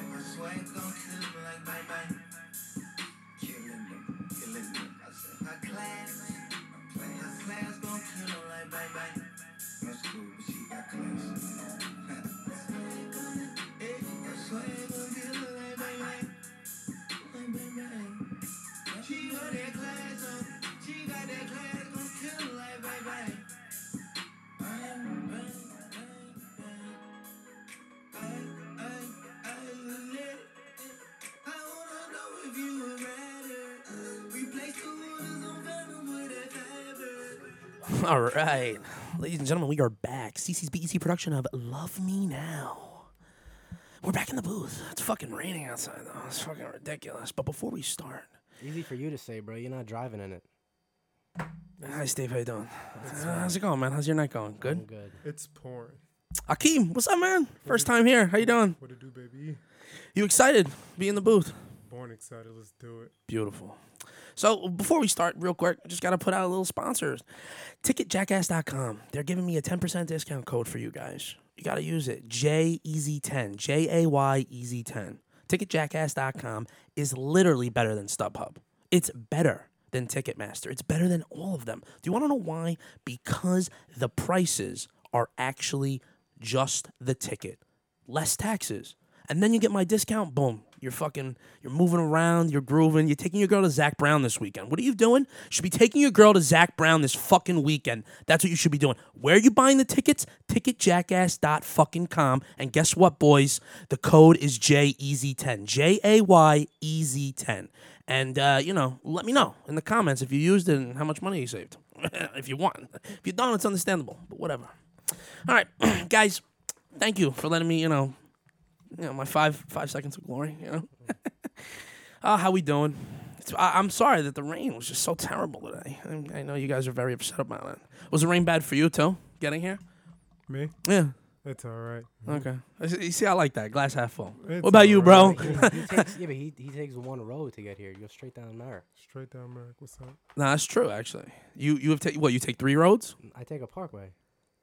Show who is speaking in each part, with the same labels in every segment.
Speaker 1: nigga gon' kill me like bye bye. Killing them, killing them. I said my class, my class, my class gon' kill them like bye bye. No school, but she got class. Hey, that's why they gon' kill her like bye bye, like bye bye. She got that class on, she got that class gon' kill her like bye bye.
Speaker 2: All right, ladies and gentlemen, we are back. CC's BEC E production of "Love Me Now." We're back in the booth. It's fucking raining outside, though. It's fucking ridiculous. But before we start,
Speaker 3: Easy for you to say, bro. You're not driving in it.
Speaker 2: hi Steve, how you doing? Uh, how's it going, man? How's your night going?
Speaker 3: I'm
Speaker 2: Good.
Speaker 3: good.
Speaker 4: It's pouring.
Speaker 2: Akeem, what's up, man? First time here. How you doing?
Speaker 4: What it do, baby?
Speaker 2: You excited? to Be in the booth.
Speaker 4: Born excited. Let's do it.
Speaker 2: Beautiful. So before we start, real quick, just gotta put out a little sponsors. Ticketjackass.com. They're giving me a 10% discount code for you guys. You gotta use it. J E Z 10. J A Y E Z 10. Ticketjackass.com is literally better than StubHub. It's better than Ticketmaster. It's better than all of them. Do you wanna know why? Because the prices are actually just the ticket less taxes. And then you get my discount, boom. You're fucking, you're moving around, you're grooving, you're taking your girl to Zach Brown this weekend. What are you doing? You should be taking your girl to Zach Brown this fucking weekend. That's what you should be doing. Where are you buying the tickets? Ticketjackass.fucking.com. And guess what, boys? The code is JEZ10. J A Y E Z 10. And, uh, you know, let me know in the comments if you used it and how much money you saved. if you want. If you don't, it's understandable, but whatever. All right, guys, thank you for letting me, you know, you know, my five five seconds of glory. You know, uh, how we doing? It's, I, I'm sorry that the rain was just so terrible today. I, I know you guys are very upset about it. Was the rain bad for you too? Getting here?
Speaker 4: Me?
Speaker 2: Yeah.
Speaker 4: That's all right.
Speaker 2: Okay. I see- You see, I like that glass half full.
Speaker 4: It's
Speaker 2: what about you, bro?
Speaker 4: alright.
Speaker 3: he takes, yeah, but he, he takes one road to get here. You go straight down Merrick.
Speaker 4: Straight down, Merrick. What's up?
Speaker 2: nah, that's true. Actually, you you have taken what? You take three roads?
Speaker 3: I take a parkway.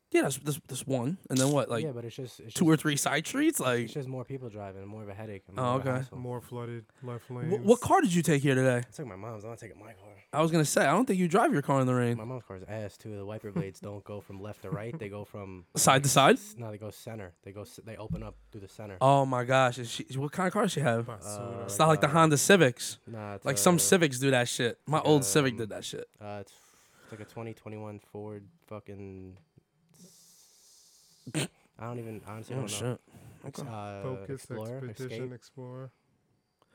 Speaker 2: Yeah, that's this this one, and then what? Like
Speaker 3: yeah, but it's just it's
Speaker 2: two
Speaker 3: just,
Speaker 2: or three side streets? Like,
Speaker 3: it's just more people driving and more of a headache. And
Speaker 2: Oh,
Speaker 3: more of a
Speaker 2: okay.
Speaker 3: hassle.
Speaker 4: More flooded left
Speaker 2: wh-
Speaker 4: lanes.
Speaker 2: what car did you take here today?
Speaker 3: I took my mom's. I'm not taking my car.
Speaker 2: I was gonna say I don't think you drive your car in the rain.
Speaker 3: My mom's car's ass too. The wiper blades don't go from left to right. They go from
Speaker 2: Side to side?
Speaker 3: no. They go center. They go. s- They open up through the center.
Speaker 2: Oh my gosh! Is she, what kind of car does she have?
Speaker 4: Basura.
Speaker 2: It's not like the Honda Civics.
Speaker 3: Nah, it's
Speaker 2: Like
Speaker 3: a,
Speaker 2: some Civics do that shit. My old Civic
Speaker 3: um,
Speaker 2: did that shit.
Speaker 3: Uh, it's, it's like a 2021 Ford fucking. I don't even honestly
Speaker 2: Oh,
Speaker 3: I don't know. Ex- Uh,
Speaker 4: Focus,
Speaker 3: Explorer,
Speaker 4: Expedition,
Speaker 3: Escape.
Speaker 4: Explorer.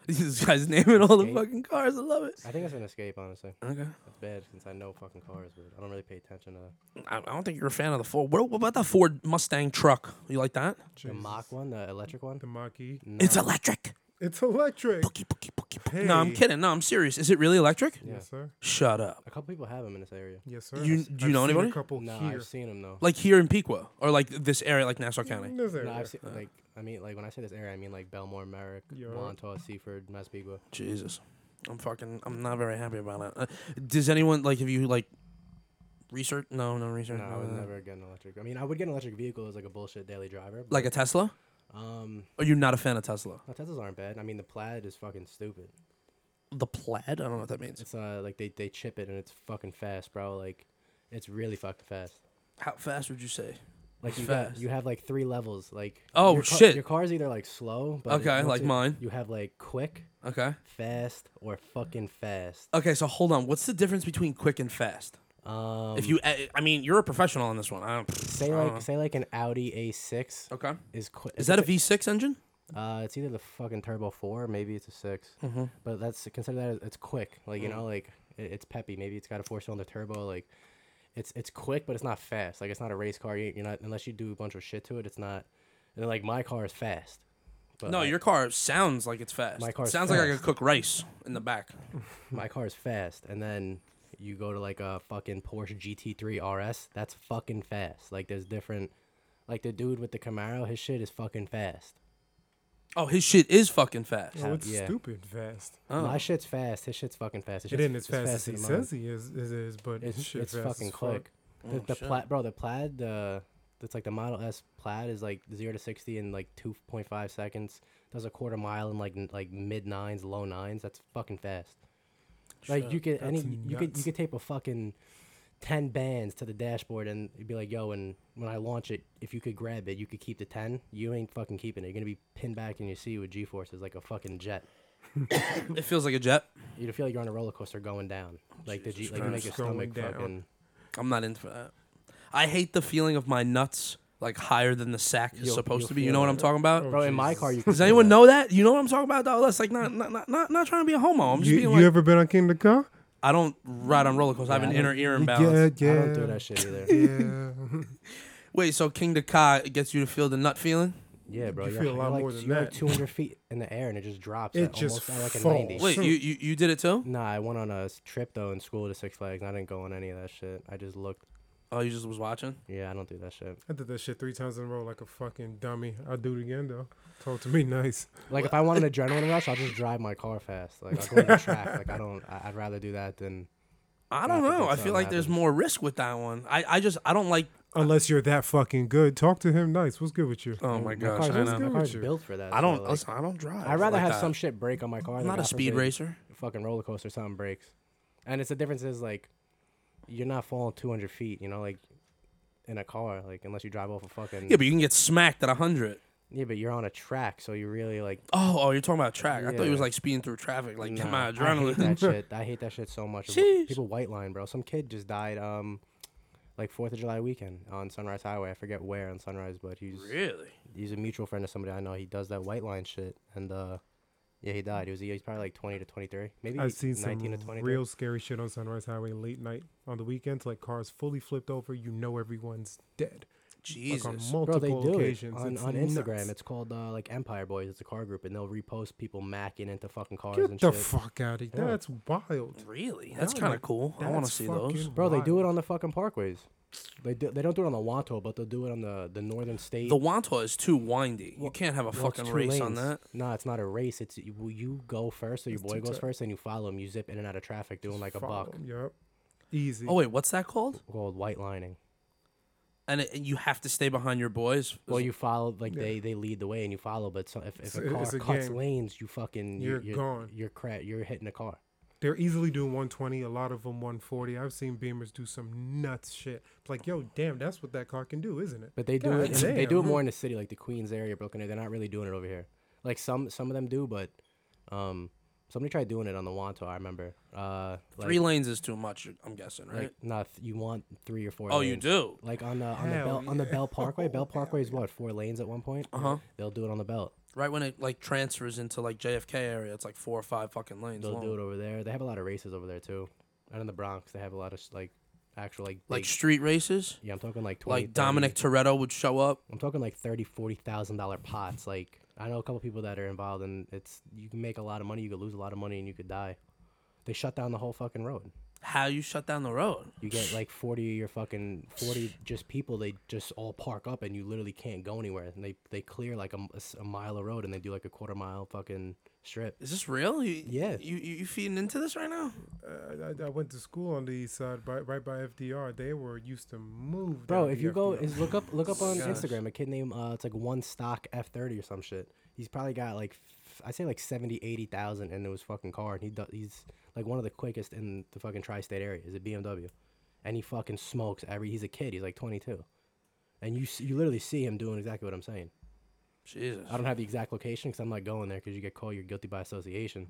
Speaker 2: These guys naming all the
Speaker 3: Escape.
Speaker 2: fucking cars. I love it.
Speaker 3: I think it's an escape, honestly.
Speaker 2: Okay.
Speaker 3: That's bad since I know fucking cars, but I don't really pay attention to
Speaker 2: I, I don't think you're a fan of the Ford. What, what about that Ford Mustang truck? You like that?
Speaker 3: the
Speaker 4: Jesus.
Speaker 3: mock one, the electric one.
Speaker 4: The Mach-E.
Speaker 3: No.
Speaker 2: It's electric.
Speaker 4: It's electric.
Speaker 2: Bookie, bookie, bookie, bookie. No, I'm
Speaker 4: Hey.
Speaker 2: kidding. No, I'm serious. Is it really electric?
Speaker 3: Yeah.
Speaker 4: Yes, sir.
Speaker 2: Shut up.
Speaker 3: A couple people have them in this area.
Speaker 4: Yes, sir.
Speaker 2: You-
Speaker 4: I've-
Speaker 2: do you know
Speaker 4: I've seen
Speaker 2: anybody?
Speaker 4: A couple
Speaker 3: No,
Speaker 4: here.
Speaker 3: I've seen them though.
Speaker 2: Oh, Like here in Piqua or like this area, like Nassau County.
Speaker 4: This
Speaker 3: no,
Speaker 4: area.
Speaker 3: I've seen, like I mean, like when I say this area, I mean like Belmore, Merrick,
Speaker 4: You're-
Speaker 3: Montauk, Seaford, Massapequa.
Speaker 2: Jesus, I'm fucking. I'm not very happy about it. Uh, does anyone like? Have you like research? No, no research.
Speaker 3: No, I would
Speaker 2: Uh,
Speaker 3: never get an electric. I mean, I would get an electric vehicle as like a bullshit daily driver.
Speaker 2: Like a Tesla?
Speaker 3: but, um,
Speaker 2: Are you not a fan of Tesla?
Speaker 3: no, Teslas aren't bad. I mean, the Plaid is fucking stupid.
Speaker 2: The plaid? I don't know what that means.
Speaker 3: It's uh like they they chip it and it's fucking fast, bro. Like, it's really fucking fast.
Speaker 2: How fast would you say?
Speaker 3: Like
Speaker 2: It's
Speaker 3: you, got-
Speaker 2: fast.
Speaker 3: you have like three levels. Like
Speaker 2: Oh,
Speaker 3: your ca-
Speaker 2: shit.
Speaker 3: your car's either like slow. But it-
Speaker 2: Okay,
Speaker 3: once
Speaker 2: like
Speaker 3: it-
Speaker 2: mine.
Speaker 3: You have like quick,
Speaker 2: Okay.
Speaker 3: fast, or fucking fast.
Speaker 2: Okay, so hold on. What's the difference between quick and fast?
Speaker 3: Um,
Speaker 2: if you, I I mean, you're a professional on this one. I don't,
Speaker 3: say
Speaker 2: I don't
Speaker 3: like say like an Audi A6
Speaker 2: know. okay.
Speaker 3: is quick.
Speaker 2: Is that a V6 engine?
Speaker 3: Uh, it's either the fucking turbo four, maybe it's a 6
Speaker 2: Mm-hmm.
Speaker 3: But that's consider that as- it's quick. Like you
Speaker 2: Mm.
Speaker 3: know, like it, it's peppy. Maybe it's got a four cylinder turbo. Like it's it's quick, but it's not fast. Like it's not a race car. You, you're not unless you do a bunch of shit to it. It's not. And like my car is fast. But
Speaker 2: No,
Speaker 3: like,
Speaker 2: your car sounds like it's fast.
Speaker 3: My
Speaker 2: car
Speaker 3: car's
Speaker 2: sounds like I could
Speaker 3: fast.
Speaker 2: cook rice in the back.
Speaker 3: my car is fast and then you go to like a fucking Porsche GT3 RS that's fucking fast like there's different like the dude with the Camaro his shit is fucking fast
Speaker 2: Oh, his shit is fucking fast.
Speaker 4: Oh, it's
Speaker 3: yeah.
Speaker 4: stupid fast.
Speaker 3: my shit's fast his shit's fucking fast his
Speaker 4: Oh. It
Speaker 3: shit's-
Speaker 4: ain't as
Speaker 3: it's
Speaker 4: fast as
Speaker 3: faster
Speaker 4: he
Speaker 3: than mine.
Speaker 4: says he is, is, is but
Speaker 3: it's,
Speaker 4: shit
Speaker 3: it's
Speaker 4: fast as
Speaker 3: fucking
Speaker 2: Oh.
Speaker 4: fuck.
Speaker 3: quick the, the plaid bro the plaid the It's like the Model S Plaid is like zero to sixty in like two point five seconds. Does a quarter mile in like n- like mid nines, low nines. That's fucking fast. Like you could
Speaker 4: that's
Speaker 3: any you could
Speaker 4: nuts.
Speaker 3: you could tape a fucking ten bands to the dashboard and you'd be like, yo, and when I launch it, if you could grab it, you could keep the ten. You ain't fucking keeping it. You're gonna be pinned back in your seat with G forces like a fucking jet.
Speaker 2: It feels like a jet.
Speaker 3: You'd feel like you're on a roller coaster going down. Like the G like you make your
Speaker 4: Christ. Going
Speaker 3: stomach
Speaker 4: down.
Speaker 3: fucking
Speaker 2: I'm not into that. I hate the feeling of my nuts like higher than the sack is
Speaker 3: You'll-
Speaker 2: supposed
Speaker 3: you'll
Speaker 2: to be. You
Speaker 3: feel
Speaker 2: know what
Speaker 4: it.
Speaker 2: I'm talking about?
Speaker 4: Oh,
Speaker 3: Bro, in my car you can
Speaker 2: Does anyone know that? You know what I'm talking about, though. That's like not not not not, not trying to be a homo. I'm just
Speaker 4: You,
Speaker 2: being
Speaker 4: you
Speaker 2: like
Speaker 4: ever been on King of the Car?
Speaker 2: I don't ride on roller coasters. I have an
Speaker 3: Yeah, I
Speaker 2: inner ear imbalance.
Speaker 4: Yeah, yeah.
Speaker 3: I don't do that shit either.
Speaker 4: Yeah.
Speaker 2: Wait, so King to Kai gets you to feel the nut feeling?
Speaker 3: Yeah, bro.
Speaker 4: You
Speaker 3: are
Speaker 4: feel a lot
Speaker 3: like,
Speaker 4: more than
Speaker 3: you're
Speaker 4: that.
Speaker 3: like 200 feet in the air and it just drops.
Speaker 4: It
Speaker 3: at
Speaker 4: just
Speaker 3: almost at like a 90.
Speaker 4: falls.
Speaker 2: Wait, you, you you did it too?
Speaker 3: Nah, I went on a s- trip though in school to Six Flags. and I didn't go on any of that shit. I just looked.
Speaker 2: Oh, you just was watching.
Speaker 3: Yeah, I don't do that shit.
Speaker 4: I did that shit three times in a row like a fucking dummy. I'll do it again though. Talk to me nice.
Speaker 3: Like if I want an adrenaline rush, I'll just drive my car fast. Like I'll go to the track. Like I don't. I, I'd rather do that than.
Speaker 2: I don't
Speaker 3: Yeah, I think
Speaker 2: know. I
Speaker 3: that's
Speaker 2: feel
Speaker 3: how it
Speaker 2: like there's
Speaker 3: happens.
Speaker 2: more risk with that one. I, I just I don't like.
Speaker 4: Unless you're that fucking good. Talk to him nice. What's good with you?
Speaker 2: Oh my gosh,
Speaker 3: car's,
Speaker 2: I
Speaker 4: good
Speaker 2: know.
Speaker 3: my
Speaker 4: with
Speaker 3: car's
Speaker 4: you.
Speaker 3: built for that.
Speaker 2: I don't.
Speaker 3: So, like,
Speaker 2: listen, I don't drive.
Speaker 3: I'd rather
Speaker 2: like
Speaker 3: have
Speaker 2: that.
Speaker 3: some shit break on my car.
Speaker 2: I'm
Speaker 3: than
Speaker 2: not a
Speaker 3: God
Speaker 2: speed
Speaker 3: forbid,
Speaker 2: racer.
Speaker 3: Fucking roller coaster, something breaks, and it's the difference is like, you're not falling 200 feet. You know, like, in a car, like unless you drive off a fucking.
Speaker 2: Yeah, but you can get smacked at hundred.
Speaker 3: Yeah, but you're on a track, so you really like.
Speaker 2: Oh, oh, you're talking about track. I thought you was
Speaker 3: Yeah.
Speaker 2: like speeding through traffic. Like get
Speaker 3: nah,
Speaker 2: my
Speaker 3: I hate
Speaker 2: adrenaline.
Speaker 3: that shit. I hate that shit so much.
Speaker 2: Sheesh.
Speaker 3: People white line, bro. Some kid just died. Um, like Fourth of July weekend on Sunrise Highway. I forget where on Sunrise, but he's
Speaker 2: really?
Speaker 3: he's a mutual friend of somebody I know. He does that white line shit, and uh, yeah, he died. He was he's probably like 20 to 23, maybe
Speaker 4: I've seen
Speaker 3: 19
Speaker 4: some
Speaker 3: to 23.
Speaker 4: real scary shit on Sunrise Highway late night on the weekends, like cars fully flipped over. You know everyone's dead. Like on
Speaker 2: Jesus.
Speaker 3: Bro,
Speaker 4: multiple
Speaker 3: they do it
Speaker 4: occasions
Speaker 3: on,
Speaker 4: It's
Speaker 3: on Instagram.
Speaker 4: nuts.
Speaker 3: It's called uh, like Empire Boys. It's a car group, and they'll repost people macking into fucking cars
Speaker 4: Get
Speaker 3: and
Speaker 4: the
Speaker 3: shit.
Speaker 4: fuck out of here.
Speaker 3: Yeah.
Speaker 4: That's wild.
Speaker 2: Really? That's
Speaker 4: No,
Speaker 2: kind of
Speaker 4: like,
Speaker 2: cool. I want to
Speaker 4: that's
Speaker 2: see
Speaker 4: fucking
Speaker 2: those.
Speaker 3: Bro, they do it
Speaker 4: wild.
Speaker 3: on the fucking parkways. They do, they don't do it on the Wanto, but they'll do it on the, the northern state.
Speaker 2: The Wanta is too windy. You
Speaker 3: Well,
Speaker 2: can't have a
Speaker 3: Well, it's
Speaker 2: fucking
Speaker 3: two
Speaker 2: race on
Speaker 3: lanes.
Speaker 2: that.
Speaker 3: No, it's not a race. It's you, well, you go first, or your
Speaker 4: It's
Speaker 3: boy
Speaker 4: two
Speaker 3: goes
Speaker 4: ti-
Speaker 3: first, and you follow him. You zip in and out of traffic, doing like a
Speaker 4: Follow
Speaker 3: buck
Speaker 4: 'em, Yup. Easy.
Speaker 2: Oh wait, what's that called?
Speaker 3: called white lining.
Speaker 2: And, it, and you have to stay behind your boys.
Speaker 3: Well, you follow like
Speaker 4: Yeah.
Speaker 3: they, they lead the way, and you follow. But so, if, if
Speaker 4: It's
Speaker 3: a
Speaker 4: a-
Speaker 3: car
Speaker 4: it's a
Speaker 3: cuts
Speaker 4: game.
Speaker 3: lanes, you fucking you-
Speaker 4: You're
Speaker 3: you're
Speaker 4: gone.
Speaker 3: You're cra- You're hitting a car.
Speaker 4: They're easily doing 120. A lot of them 140. I've seen Beamers do some nuts shit. It's like, yo, damn, that's what that car can do, isn't it?
Speaker 3: But they do
Speaker 4: God
Speaker 3: it. in- They do it
Speaker 4: damn.
Speaker 3: more in the city, like the Queens area, Brooklyn. area. They're not really doing it over here. Like some some of them do, but um, somebody tried doing it on the Wanto. I remember. Uh, like,
Speaker 2: three lanes is too much. I'm guessing, right?
Speaker 3: Like, nah, th- you want three or four.
Speaker 2: oh, you
Speaker 3: lanes.
Speaker 2: do.
Speaker 3: Like on the on the
Speaker 4: Hell
Speaker 3: Bell on the Bell
Speaker 4: yeah.
Speaker 3: Parkway. Bell Parkway is what four lanes at one point.
Speaker 2: Uh-huh.
Speaker 3: They'll do it on the belt.
Speaker 2: Right when it like transfers into like JFK area, it's like four or five fucking lanes
Speaker 3: They'll
Speaker 2: long.
Speaker 3: do it over there. They have a lot of races over there too. And in the Bronx, they have a lot of s- like actual like
Speaker 2: like
Speaker 3: big-
Speaker 2: street races.
Speaker 3: yeah. I'm talking like 20,
Speaker 2: Like Dominic
Speaker 3: 30
Speaker 2: Toretto would show up.
Speaker 3: I'm talking like thirty, forty thousand dollar pots. Like I know a couple people that are involved, and it's you can make a lot of money, you could lose a lot of money, and you could die. They shut down the whole fucking road.
Speaker 2: How you shut down the road?
Speaker 3: You get like forty of your fucking forty just people. They just all park up, and you literally can't go anywhere. And they they clear like a, m- a s- a mile of road, and they do like a quarter mile fucking strip.
Speaker 2: Is this real? You,
Speaker 3: Yeah.
Speaker 2: You, you you feeding into this right now?
Speaker 4: Uh, I, I went to school on the east side, by, right by FDR. They were used to move.
Speaker 3: Bro,
Speaker 4: down
Speaker 3: if
Speaker 4: the
Speaker 3: you go
Speaker 4: FDR.
Speaker 3: is look up look up on
Speaker 2: Gosh.
Speaker 3: Instagram a kid named uh it's like one stock F thirty or some shit. He's probably got like f- I say like 70, 80,000 into his fucking car, and he do, he's like one of the quickest in the fucking tri-state area. Is a BMW, and he fucking smokes every. He's a kid. He's like twenty two, and you s- you literally see him doing exactly what I'm saying.
Speaker 2: Jesus.
Speaker 3: I don't have the exact location because I'm not going there because you get called you're guilty by association.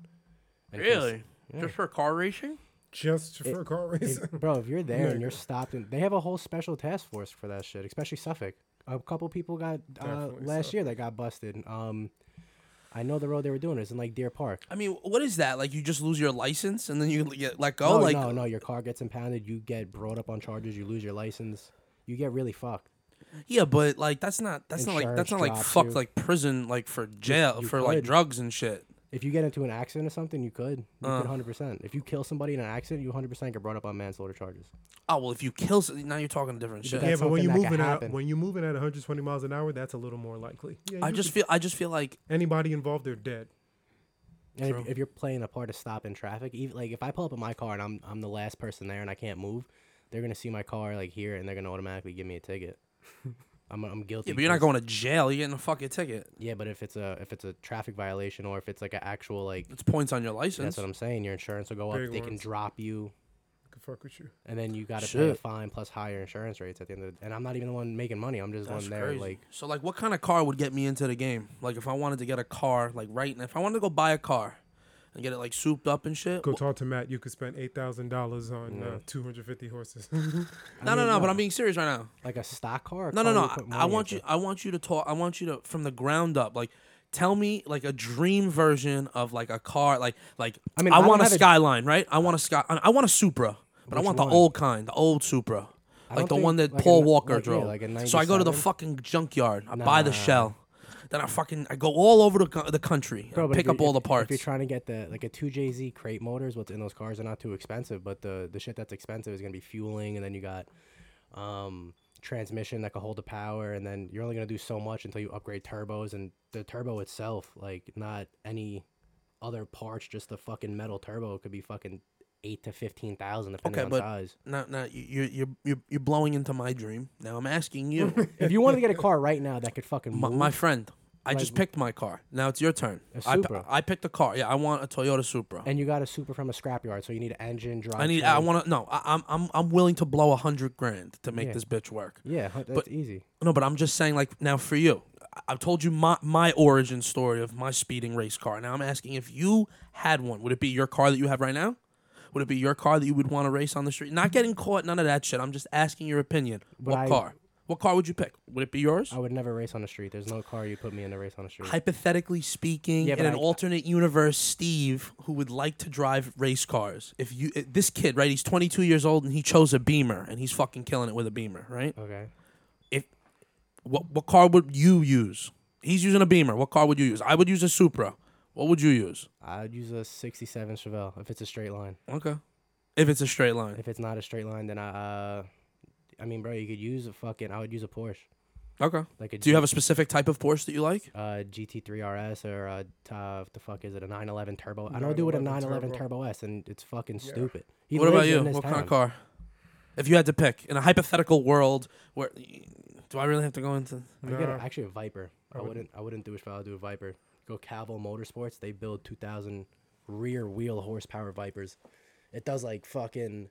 Speaker 3: And if you s-
Speaker 2: Really? Just for car racing?
Speaker 4: just for a car race.
Speaker 3: If- bro, if you're there and you're stopped, and they have a whole special task force for that shit, especially Suffolk. A couple people got uh,
Speaker 4: Definitely
Speaker 3: last year that got busted. Um, I know the road they were doing is in like Deer Park.
Speaker 2: I mean, what is that? Like you just lose your license and then you get let go?
Speaker 3: no,
Speaker 2: Oh, like
Speaker 3: no, no, your car gets impounded. You get brought up on charges. You lose your license. You get really fucked.
Speaker 2: Yeah, but like that's not that's not like that's
Speaker 3: Insurance
Speaker 2: not like
Speaker 3: drops
Speaker 2: fucked
Speaker 3: you.
Speaker 2: like prison like for jail
Speaker 3: you
Speaker 2: for like
Speaker 3: could.
Speaker 2: drugs and shit.
Speaker 3: If you get into an accident or something, you could. You could 100%. If you kill somebody in an accident, you 100% get brought up on manslaughter charges.
Speaker 2: Oh well, if you kill s- now you're talking different shit.
Speaker 3: that's
Speaker 4: yeah, but when
Speaker 3: something
Speaker 4: you
Speaker 3: that could
Speaker 4: moving at
Speaker 3: happen.
Speaker 4: when you moving at 120 miles an hour, that's a little more likely. Yeah,
Speaker 2: I
Speaker 4: you
Speaker 2: just
Speaker 4: could-
Speaker 2: feel I just feel like
Speaker 4: anybody involved, they're dead.
Speaker 3: And
Speaker 2: True.
Speaker 3: if, if you're playing a part of stopping traffic, even like if I pull up in my car and I'm I'm the last person there and I can't move, they're gonna see my car like here and they're gonna automatically give me a ticket. I'm I'm guilty.
Speaker 2: Yeah, but you're not
Speaker 3: 'cause-
Speaker 2: going to jail. You're getting a fucking ticket.
Speaker 3: Yeah, but if it's a if it's a traffic violation or if it's like an actual like
Speaker 2: It's points on your license.
Speaker 3: that's what I'm saying. Your insurance will go up.
Speaker 4: Big
Speaker 3: They can
Speaker 4: ones.
Speaker 3: drop you,
Speaker 4: Could fuck with you.
Speaker 3: and then you got to pay a
Speaker 2: Shit.
Speaker 3: fine plus higher insurance rates at the end of. the And I'm not even the one making money. I'm just the
Speaker 2: That's
Speaker 3: one there
Speaker 2: crazy.
Speaker 3: like
Speaker 2: so like, what kind of car would get me into the game? Like, if I wanted to get a car, like right now, if I wanted to go buy a car and get it like souped up and shit.
Speaker 4: Go
Speaker 2: wh-
Speaker 4: talk to Matt. You could spend eight thousand dollars on uh, two hundred fifty horses.
Speaker 2: no, no, no, But I'm being serious right now.
Speaker 3: like a stock car. a
Speaker 2: No, no,
Speaker 3: car
Speaker 2: no.
Speaker 3: you put
Speaker 2: I, I
Speaker 3: money
Speaker 2: want you.
Speaker 3: into.
Speaker 2: I want you to talk. I want you to from the ground up. Like, tell me like a dream version of like a car. Like, like I
Speaker 3: I mean,
Speaker 2: mean, I,
Speaker 3: I don't
Speaker 2: want a
Speaker 3: have a-
Speaker 2: Skyline, right? I want a sky. I I want a Supra, but I
Speaker 3: Which
Speaker 2: want
Speaker 3: one?
Speaker 2: the old kind, the old Supra,
Speaker 3: I
Speaker 2: like
Speaker 3: don't
Speaker 2: the one
Speaker 3: think-
Speaker 2: that
Speaker 3: like a
Speaker 2: Paul
Speaker 3: ni-
Speaker 2: Walker
Speaker 3: like, yeah,
Speaker 2: drove.
Speaker 3: like a
Speaker 2: so I go to the
Speaker 3: 97?
Speaker 2: fucking junkyard. I buy the
Speaker 3: Nah.
Speaker 2: shell. Then I fucking I go all over the, co- the country. and
Speaker 3: Bro, but if
Speaker 2: pick
Speaker 3: you're-
Speaker 2: up all the
Speaker 3: if-
Speaker 2: parts.
Speaker 3: If you're trying to get the like a two JZ crate motors, what's in those cars are not too expensive, but the the shit that's expensive is gonna be fueling, and then you got um transmission that can hold the power, and then you're only gonna do so much until you upgrade turbos and the turbo itself, like not any other parts, just the fucking metal turbo could be fucking eight to fifteen thousand depending
Speaker 2: Okay,
Speaker 3: on
Speaker 2: but-
Speaker 3: size.
Speaker 2: no, no, you- you're you're you're you're blowing into my dream. Now I'm asking you,
Speaker 3: If you wanted to get a car right now that could fucking
Speaker 2: my,
Speaker 3: move,
Speaker 2: my friend. I just picked my car. Now it's your turn.
Speaker 3: A
Speaker 2: I p-
Speaker 3: Supra.
Speaker 2: I picked a car. Yeah, I want a Toyota Supra.
Speaker 3: and you got a super from a scrapyard, so you need an engine, drive.
Speaker 2: I need. I want to. No, I, I'm. I'm. I'm willing to blow a hundred grand to make
Speaker 3: Yeah.
Speaker 2: this bitch work.
Speaker 3: yeah, huh, that's
Speaker 2: but-
Speaker 3: easy.
Speaker 2: No, but I'm just saying. Like now, for you, I- I've told you my my origin story of my speeding race car. Now I'm asking if you had one, would it be your car that you have right now? Would it be your car that you would want to race on the street? Not getting caught, none of that shit. I'm just asking your opinion. what
Speaker 3: I-
Speaker 2: car? What car would you pick? Would it be yours?
Speaker 3: I would never race on the street. There's no car you'd put me in to race on the street.
Speaker 2: hypothetically speaking,
Speaker 3: Yeah,
Speaker 2: in
Speaker 3: but
Speaker 2: an
Speaker 3: I-
Speaker 2: alternate universe, Steve, who would like to drive race cars, if you eh, this kid, right? He's 22 years old and he chose a Beamer and he's fucking killing it with a Beamer, right?
Speaker 3: Okay.
Speaker 2: If what what car would you use? He's using a Beamer. What car would you use? I would use a Supra. What would you use?
Speaker 3: I'd use a 67 Chevelle if it's a straight line.
Speaker 2: Okay. If it's a straight line.
Speaker 3: If it's not a straight line, then I, uh, I mean, bro, you could use a fucking, I would use a Porsche.
Speaker 2: Okay.
Speaker 3: Like a
Speaker 2: Do you have a specific type of Porsche that you like?
Speaker 3: uh, GT3 RS or a, t- uh, the fuck is it, a 911 Turbo? I don't do with a 911
Speaker 4: 911 Turbo.
Speaker 3: Turbo S, and it's fucking stupid. He
Speaker 2: what about
Speaker 3: lives
Speaker 2: you?
Speaker 3: in this
Speaker 2: What kind
Speaker 3: town.
Speaker 2: of car? If you had to pick in a hypothetical world where do I really have to go into
Speaker 3: I'd get a,
Speaker 4: Nah.
Speaker 3: actually a Viper. I wouldn't, I wouldn't do a Chevelle, I'd do a Viper. Go Cavill Motorsports. They build 2,000 rear wheel horsepower Vipers. It does like fucking,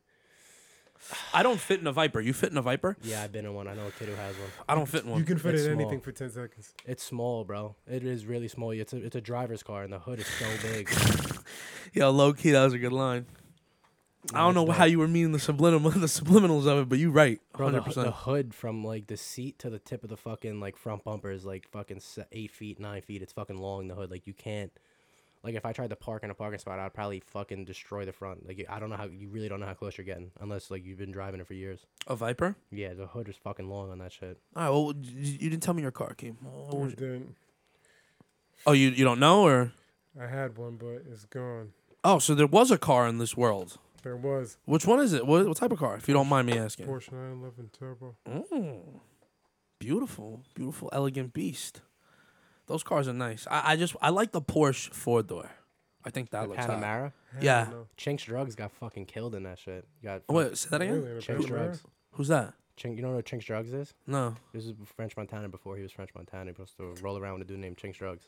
Speaker 2: I don't fit in a Viper. You fit in a Viper?
Speaker 3: yeah, I've been in one. I know a kid who has one.
Speaker 2: I don't fit in one.
Speaker 4: you can fit
Speaker 3: It's
Speaker 4: in anything
Speaker 3: small.
Speaker 4: for ten seconds.
Speaker 3: It's small, bro. It is really small. It's a it's a driver's car, and the hood is so big.
Speaker 2: Yo, low key, that was a good line. I don't know how you were meaning the subliminal, the subliminals of it, but you right,
Speaker 3: Bro, the,
Speaker 2: hundred
Speaker 3: hoo- the
Speaker 2: percent.
Speaker 3: hood from like the seat to the tip of the fucking like front bumper is like fucking se- eight feet, nine feet. It's fucking long. The hood, like you can't. Like if I tried to park in a parking spot, I'd probably fucking destroy the front. Like you- I don't know how you really don't know how close you're getting unless like you've been driving it for years.
Speaker 2: A Viper.
Speaker 3: Yeah, the hood is fucking long on that shit.
Speaker 2: All right. Well, you, you didn't tell me your car, Keem. What was-
Speaker 4: Then
Speaker 2: Oh, you you don't know or
Speaker 4: I had one, but it's gone.
Speaker 2: oh, so there was a car in this world.
Speaker 4: There was
Speaker 2: Which one is it? What, what type of car? If you don't mind me asking.
Speaker 4: Porsche 911 Turbo.
Speaker 2: Mm. Beautiful, beautiful, elegant beast. Those cars are nice. I, I just I like the Porsche four door. I think that
Speaker 3: The
Speaker 2: looks hot.
Speaker 3: Panamera.
Speaker 4: Hell
Speaker 2: Yeah.
Speaker 4: no.
Speaker 3: Chinx Drugs got fucking killed in that shit. You got
Speaker 2: Oh, wait, say that again.
Speaker 4: Really, in a
Speaker 3: Chinx
Speaker 4: Panamera?
Speaker 3: Drugs.
Speaker 2: Who's that?
Speaker 3: Chink, you know what Chinx Drugs is?
Speaker 2: No.
Speaker 3: This is French Montana before he was French Montana. He was supposed to roll around with a dude named Chinx Drugs.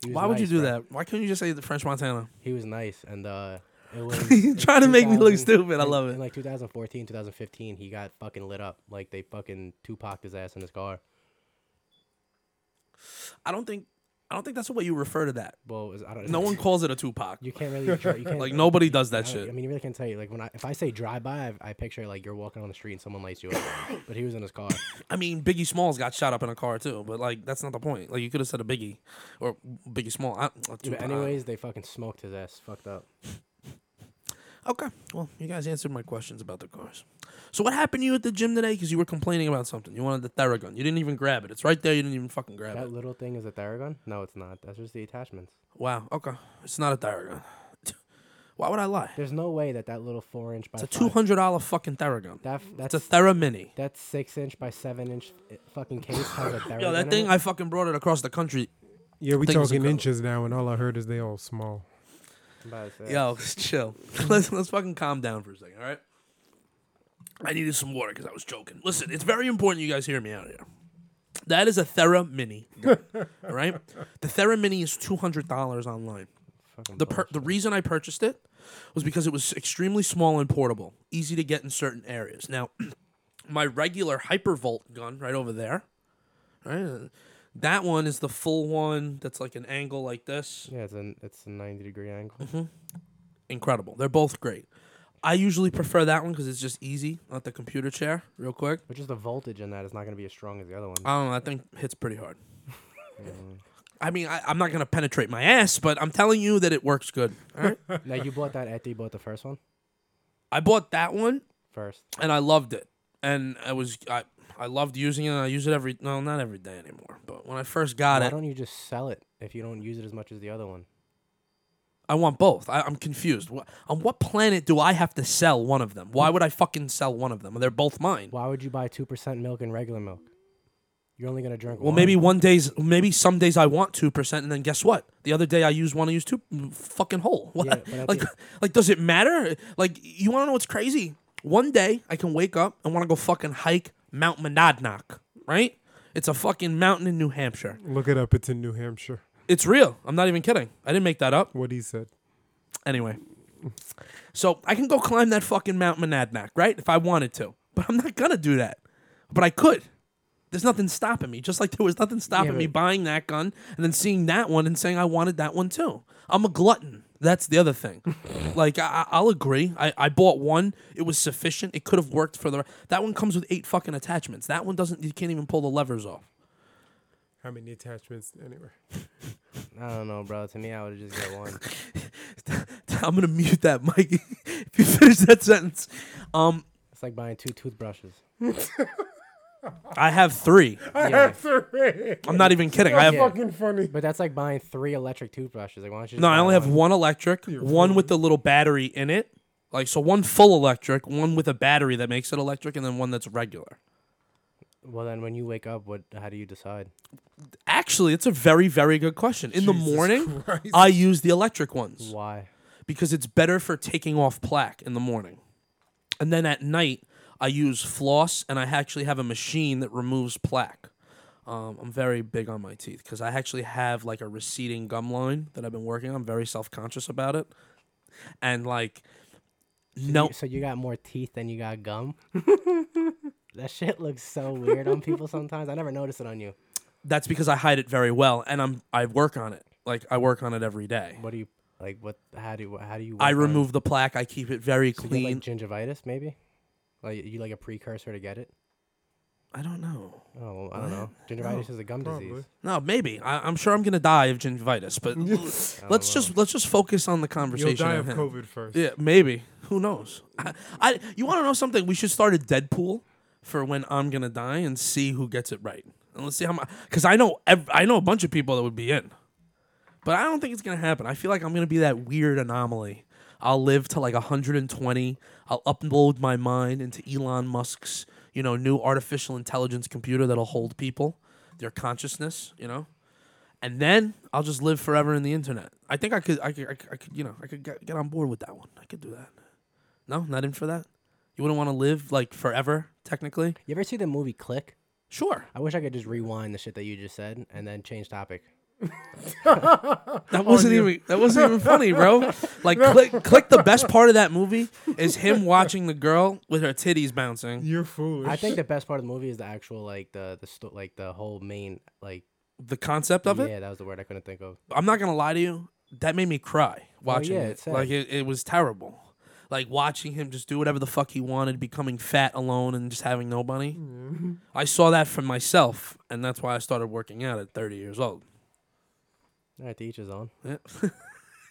Speaker 3: He was
Speaker 2: Why would you
Speaker 3: nice,
Speaker 2: do
Speaker 3: bro.
Speaker 2: that? Why couldn't you just say the French Montana?
Speaker 3: He was nice, and uh, it was in
Speaker 2: Trying to make me look
Speaker 3: 2000
Speaker 2: stupid. I love
Speaker 3: in,
Speaker 2: it.
Speaker 3: In like 2014, 2015, he got fucking lit up. Like they fucking Tupac his ass in his car.
Speaker 2: I don't think I don't think that's the way you refer to that.
Speaker 3: Well, it was- I don't.
Speaker 2: No one calls it a Tupac.
Speaker 3: You can't really. dri- You can't,
Speaker 2: Like nobody does
Speaker 3: I
Speaker 2: that
Speaker 3: don't-
Speaker 2: shit.
Speaker 3: I mean, you really can't tell you. Like when I, if I say drive by, I, I picture like you're walking on the street and someone lights you up. but he was in his car.
Speaker 2: I mean, Biggie Smalls got shot up in a car too, but like that's not the point. Like you could have said a Biggie or Biggie Small. I, or
Speaker 3: But
Speaker 2: Tupac.
Speaker 3: anyways, they fucking smoked his ass. Fucked up.
Speaker 2: okay. Well, you guys answered my questions about the cars. So what happened to you at the gym today? Because you were complaining about something. You wanted the Theragun. You didn't even grab it. It's right there. You didn't even fucking grab
Speaker 3: That
Speaker 2: it.
Speaker 3: little thing is a Theragun? No, it's not. That's just the attachments.
Speaker 2: Wow. Okay. It's not a Theragun. Why would I lie?
Speaker 3: There's no way that that little four inch by
Speaker 2: It's a two
Speaker 3: five-
Speaker 2: hundred dollar fucking Theragun.
Speaker 3: That f-
Speaker 2: It's a
Speaker 3: that's
Speaker 2: Thera Mini.
Speaker 3: that six inch by seven inch uh, fucking case has a Theragun.
Speaker 2: Yo,
Speaker 3: in
Speaker 2: that thing
Speaker 3: it.
Speaker 2: I fucking brought it across the country.
Speaker 4: Yeah, we
Speaker 2: Things are
Speaker 4: talking
Speaker 2: good.
Speaker 4: inches now, and all I heard is they all small.
Speaker 3: I'm about to say.
Speaker 2: Yo, chill. let's let's fucking calm down for a second, all right? I needed some water because I was joking. Listen, it's very important you guys hear me out here. That is a Thera Mini. All right? The Thera Mini is $200 online. The per- the reason I purchased it was because it was extremely small and portable, easy to get in certain areas. Now, my regular Hypervolt gun right over there, right? uh, That one is the full one that's like an angle like this.
Speaker 3: Yeah, it's an it's a ninety degree angle.
Speaker 2: Mm-hmm. Incredible. They're both great. I usually prefer that one because it's just easy, not the computer chair, real quick.
Speaker 3: But just the voltage in that is not going to be as strong as the other one.
Speaker 2: I don't know. I think hits pretty hard. I mean, I, I'm not gonna penetrate my ass, but I'm telling you that it works good. All right.
Speaker 3: now you bought that after you bought the first one.
Speaker 2: I bought that one
Speaker 3: First,
Speaker 2: and I loved it, and I was I I loved using it. and I use it every no, not every day anymore. But when I first got
Speaker 3: why
Speaker 2: it,
Speaker 3: don't you just sell it if you don't use it as much as the other one?
Speaker 2: I want both. I, I'm confused. What, on what planet do I have to sell one of them? Why
Speaker 3: Hmm.
Speaker 2: would I fucking sell one of them? They're both mine.
Speaker 3: Why would you buy two percent milk and regular milk? You're only going to drink.
Speaker 2: Well,
Speaker 3: one.
Speaker 2: maybe one days, maybe some days I want two percent, and then guess what? The other day I use one, I use two, mm, fucking whole. What?
Speaker 3: Yeah, but I
Speaker 2: like,
Speaker 3: think-
Speaker 2: like, does it matter? Like, you want to know what's crazy? One day I can wake up and want to go fucking hike Mount Monadnock, right? It's a fucking mountain in New Hampshire.
Speaker 4: Look it up. It's in New Hampshire.
Speaker 2: It's real. I'm not even kidding. I didn't make that up.
Speaker 4: What he said.
Speaker 2: Anyway, so I can go climb that fucking Mount Monadnock, right? If I wanted to, but I'm not gonna do that. But I could. There's nothing stopping me. Just like there was nothing stopping
Speaker 3: but-
Speaker 2: me buying that gun and then seeing that one and saying I wanted that one too. I'm a glutton. That's the other thing. like I, I- I'll agree. I, I bought one. It was sufficient. It could have worked for the. That one comes with eight fucking attachments. That one doesn't. You can't even pull the levers off.
Speaker 4: How many attachments? Anyway.
Speaker 3: I don't know, bro. To me, I would just get one.
Speaker 2: I'm gonna mute that, Mikey. if you finish that sentence, um,
Speaker 3: it's like buying two toothbrushes.
Speaker 2: I have three.
Speaker 4: I have three.
Speaker 2: I'm not even kidding. I have
Speaker 4: fucking funny.
Speaker 3: But that's like buying three electric toothbrushes. Like, why don't you? Just
Speaker 2: no. I
Speaker 3: buy
Speaker 2: only have
Speaker 3: one?
Speaker 2: one electric, one with the little battery in it. Like so, one full electric, one with a battery that makes it electric, and then one that's regular.
Speaker 3: Well, then when you wake up, what? How do you decide?
Speaker 2: Actually, it's a very, very good question. In the
Speaker 4: Jesus
Speaker 2: morning,
Speaker 4: Christ.
Speaker 2: I use the electric ones
Speaker 3: Why?
Speaker 2: because it's better for taking off plaque in the morning, and then at night I use floss, and I actually have a machine that removes plaque. Um, I'm very big on my teeth because I actually have like a receding gum line that I've been working on. I'm very self conscious about it, and like, no,
Speaker 3: So you got more teeth than you got gum. that shit looks so weird on people sometimes. I never noticed it on you.
Speaker 2: that's because I hide it very well, and I'm I work on it. Like I work on it every day.
Speaker 3: What do you like? What? How do? you How do you?
Speaker 2: I
Speaker 3: work on it?
Speaker 2: remove the plaque. I keep it very
Speaker 3: Do you
Speaker 2: clean.
Speaker 3: get, like gingivitis, maybe. Like you like a precursor to get it.
Speaker 2: I don't know.
Speaker 3: Oh, well, I don't know. Gingivitis is a gum disease.
Speaker 2: No, maybe I, I'm sure I'm gonna die of gingivitis, but l- let's just let's just focus on the
Speaker 4: You'll
Speaker 2: conversation.
Speaker 4: die
Speaker 2: at
Speaker 4: of
Speaker 2: hand.
Speaker 4: COVID first.
Speaker 2: Yeah, maybe. Who knows? I, I you want to know something? We should start a Deadpool for when I'm gonna die and see who gets it right. And let's see how much. Because I know ev- I know a bunch of people that would be in, but I don't think it's gonna happen. I feel like I'm gonna be that weird anomaly. I'll live to like 120. I'll upload my mind into Elon Musk's you know new artificial intelligence computer that'll hold people, their consciousness. You know. And then I'll just live forever in the internet. I think I could, I could, I could, I could you know, I could get, get on board with that one. I could do that. No, not in for that. You wouldn't want to live like forever, technically.
Speaker 3: You ever see the movie Click?
Speaker 2: Sure,
Speaker 3: I wish I could just rewind the shit that you just said and then change topic.
Speaker 2: that wasn't even that wasn't even funny, Oh, bro. Like, click, click. The best part of that movie is him watching the girl with her titties bouncing.
Speaker 4: You're foolish.
Speaker 3: I think the best part of the movie is the actual like the the sto- like the whole main like
Speaker 2: The concept of it.
Speaker 3: yeah that was the word I couldn't think of.
Speaker 2: I'm not gonna lie to you. That made me cry watching
Speaker 3: Oh, yeah,
Speaker 2: it.
Speaker 3: it's sad.
Speaker 2: Like it, it was terrible. Like watching him just do whatever the fuck he wanted, becoming fat alone and just having nobody.
Speaker 3: Mm-hmm.
Speaker 2: I saw that for myself, and that's why I started working out at 30 years old.
Speaker 3: All right, to each his own.
Speaker 2: Yeah.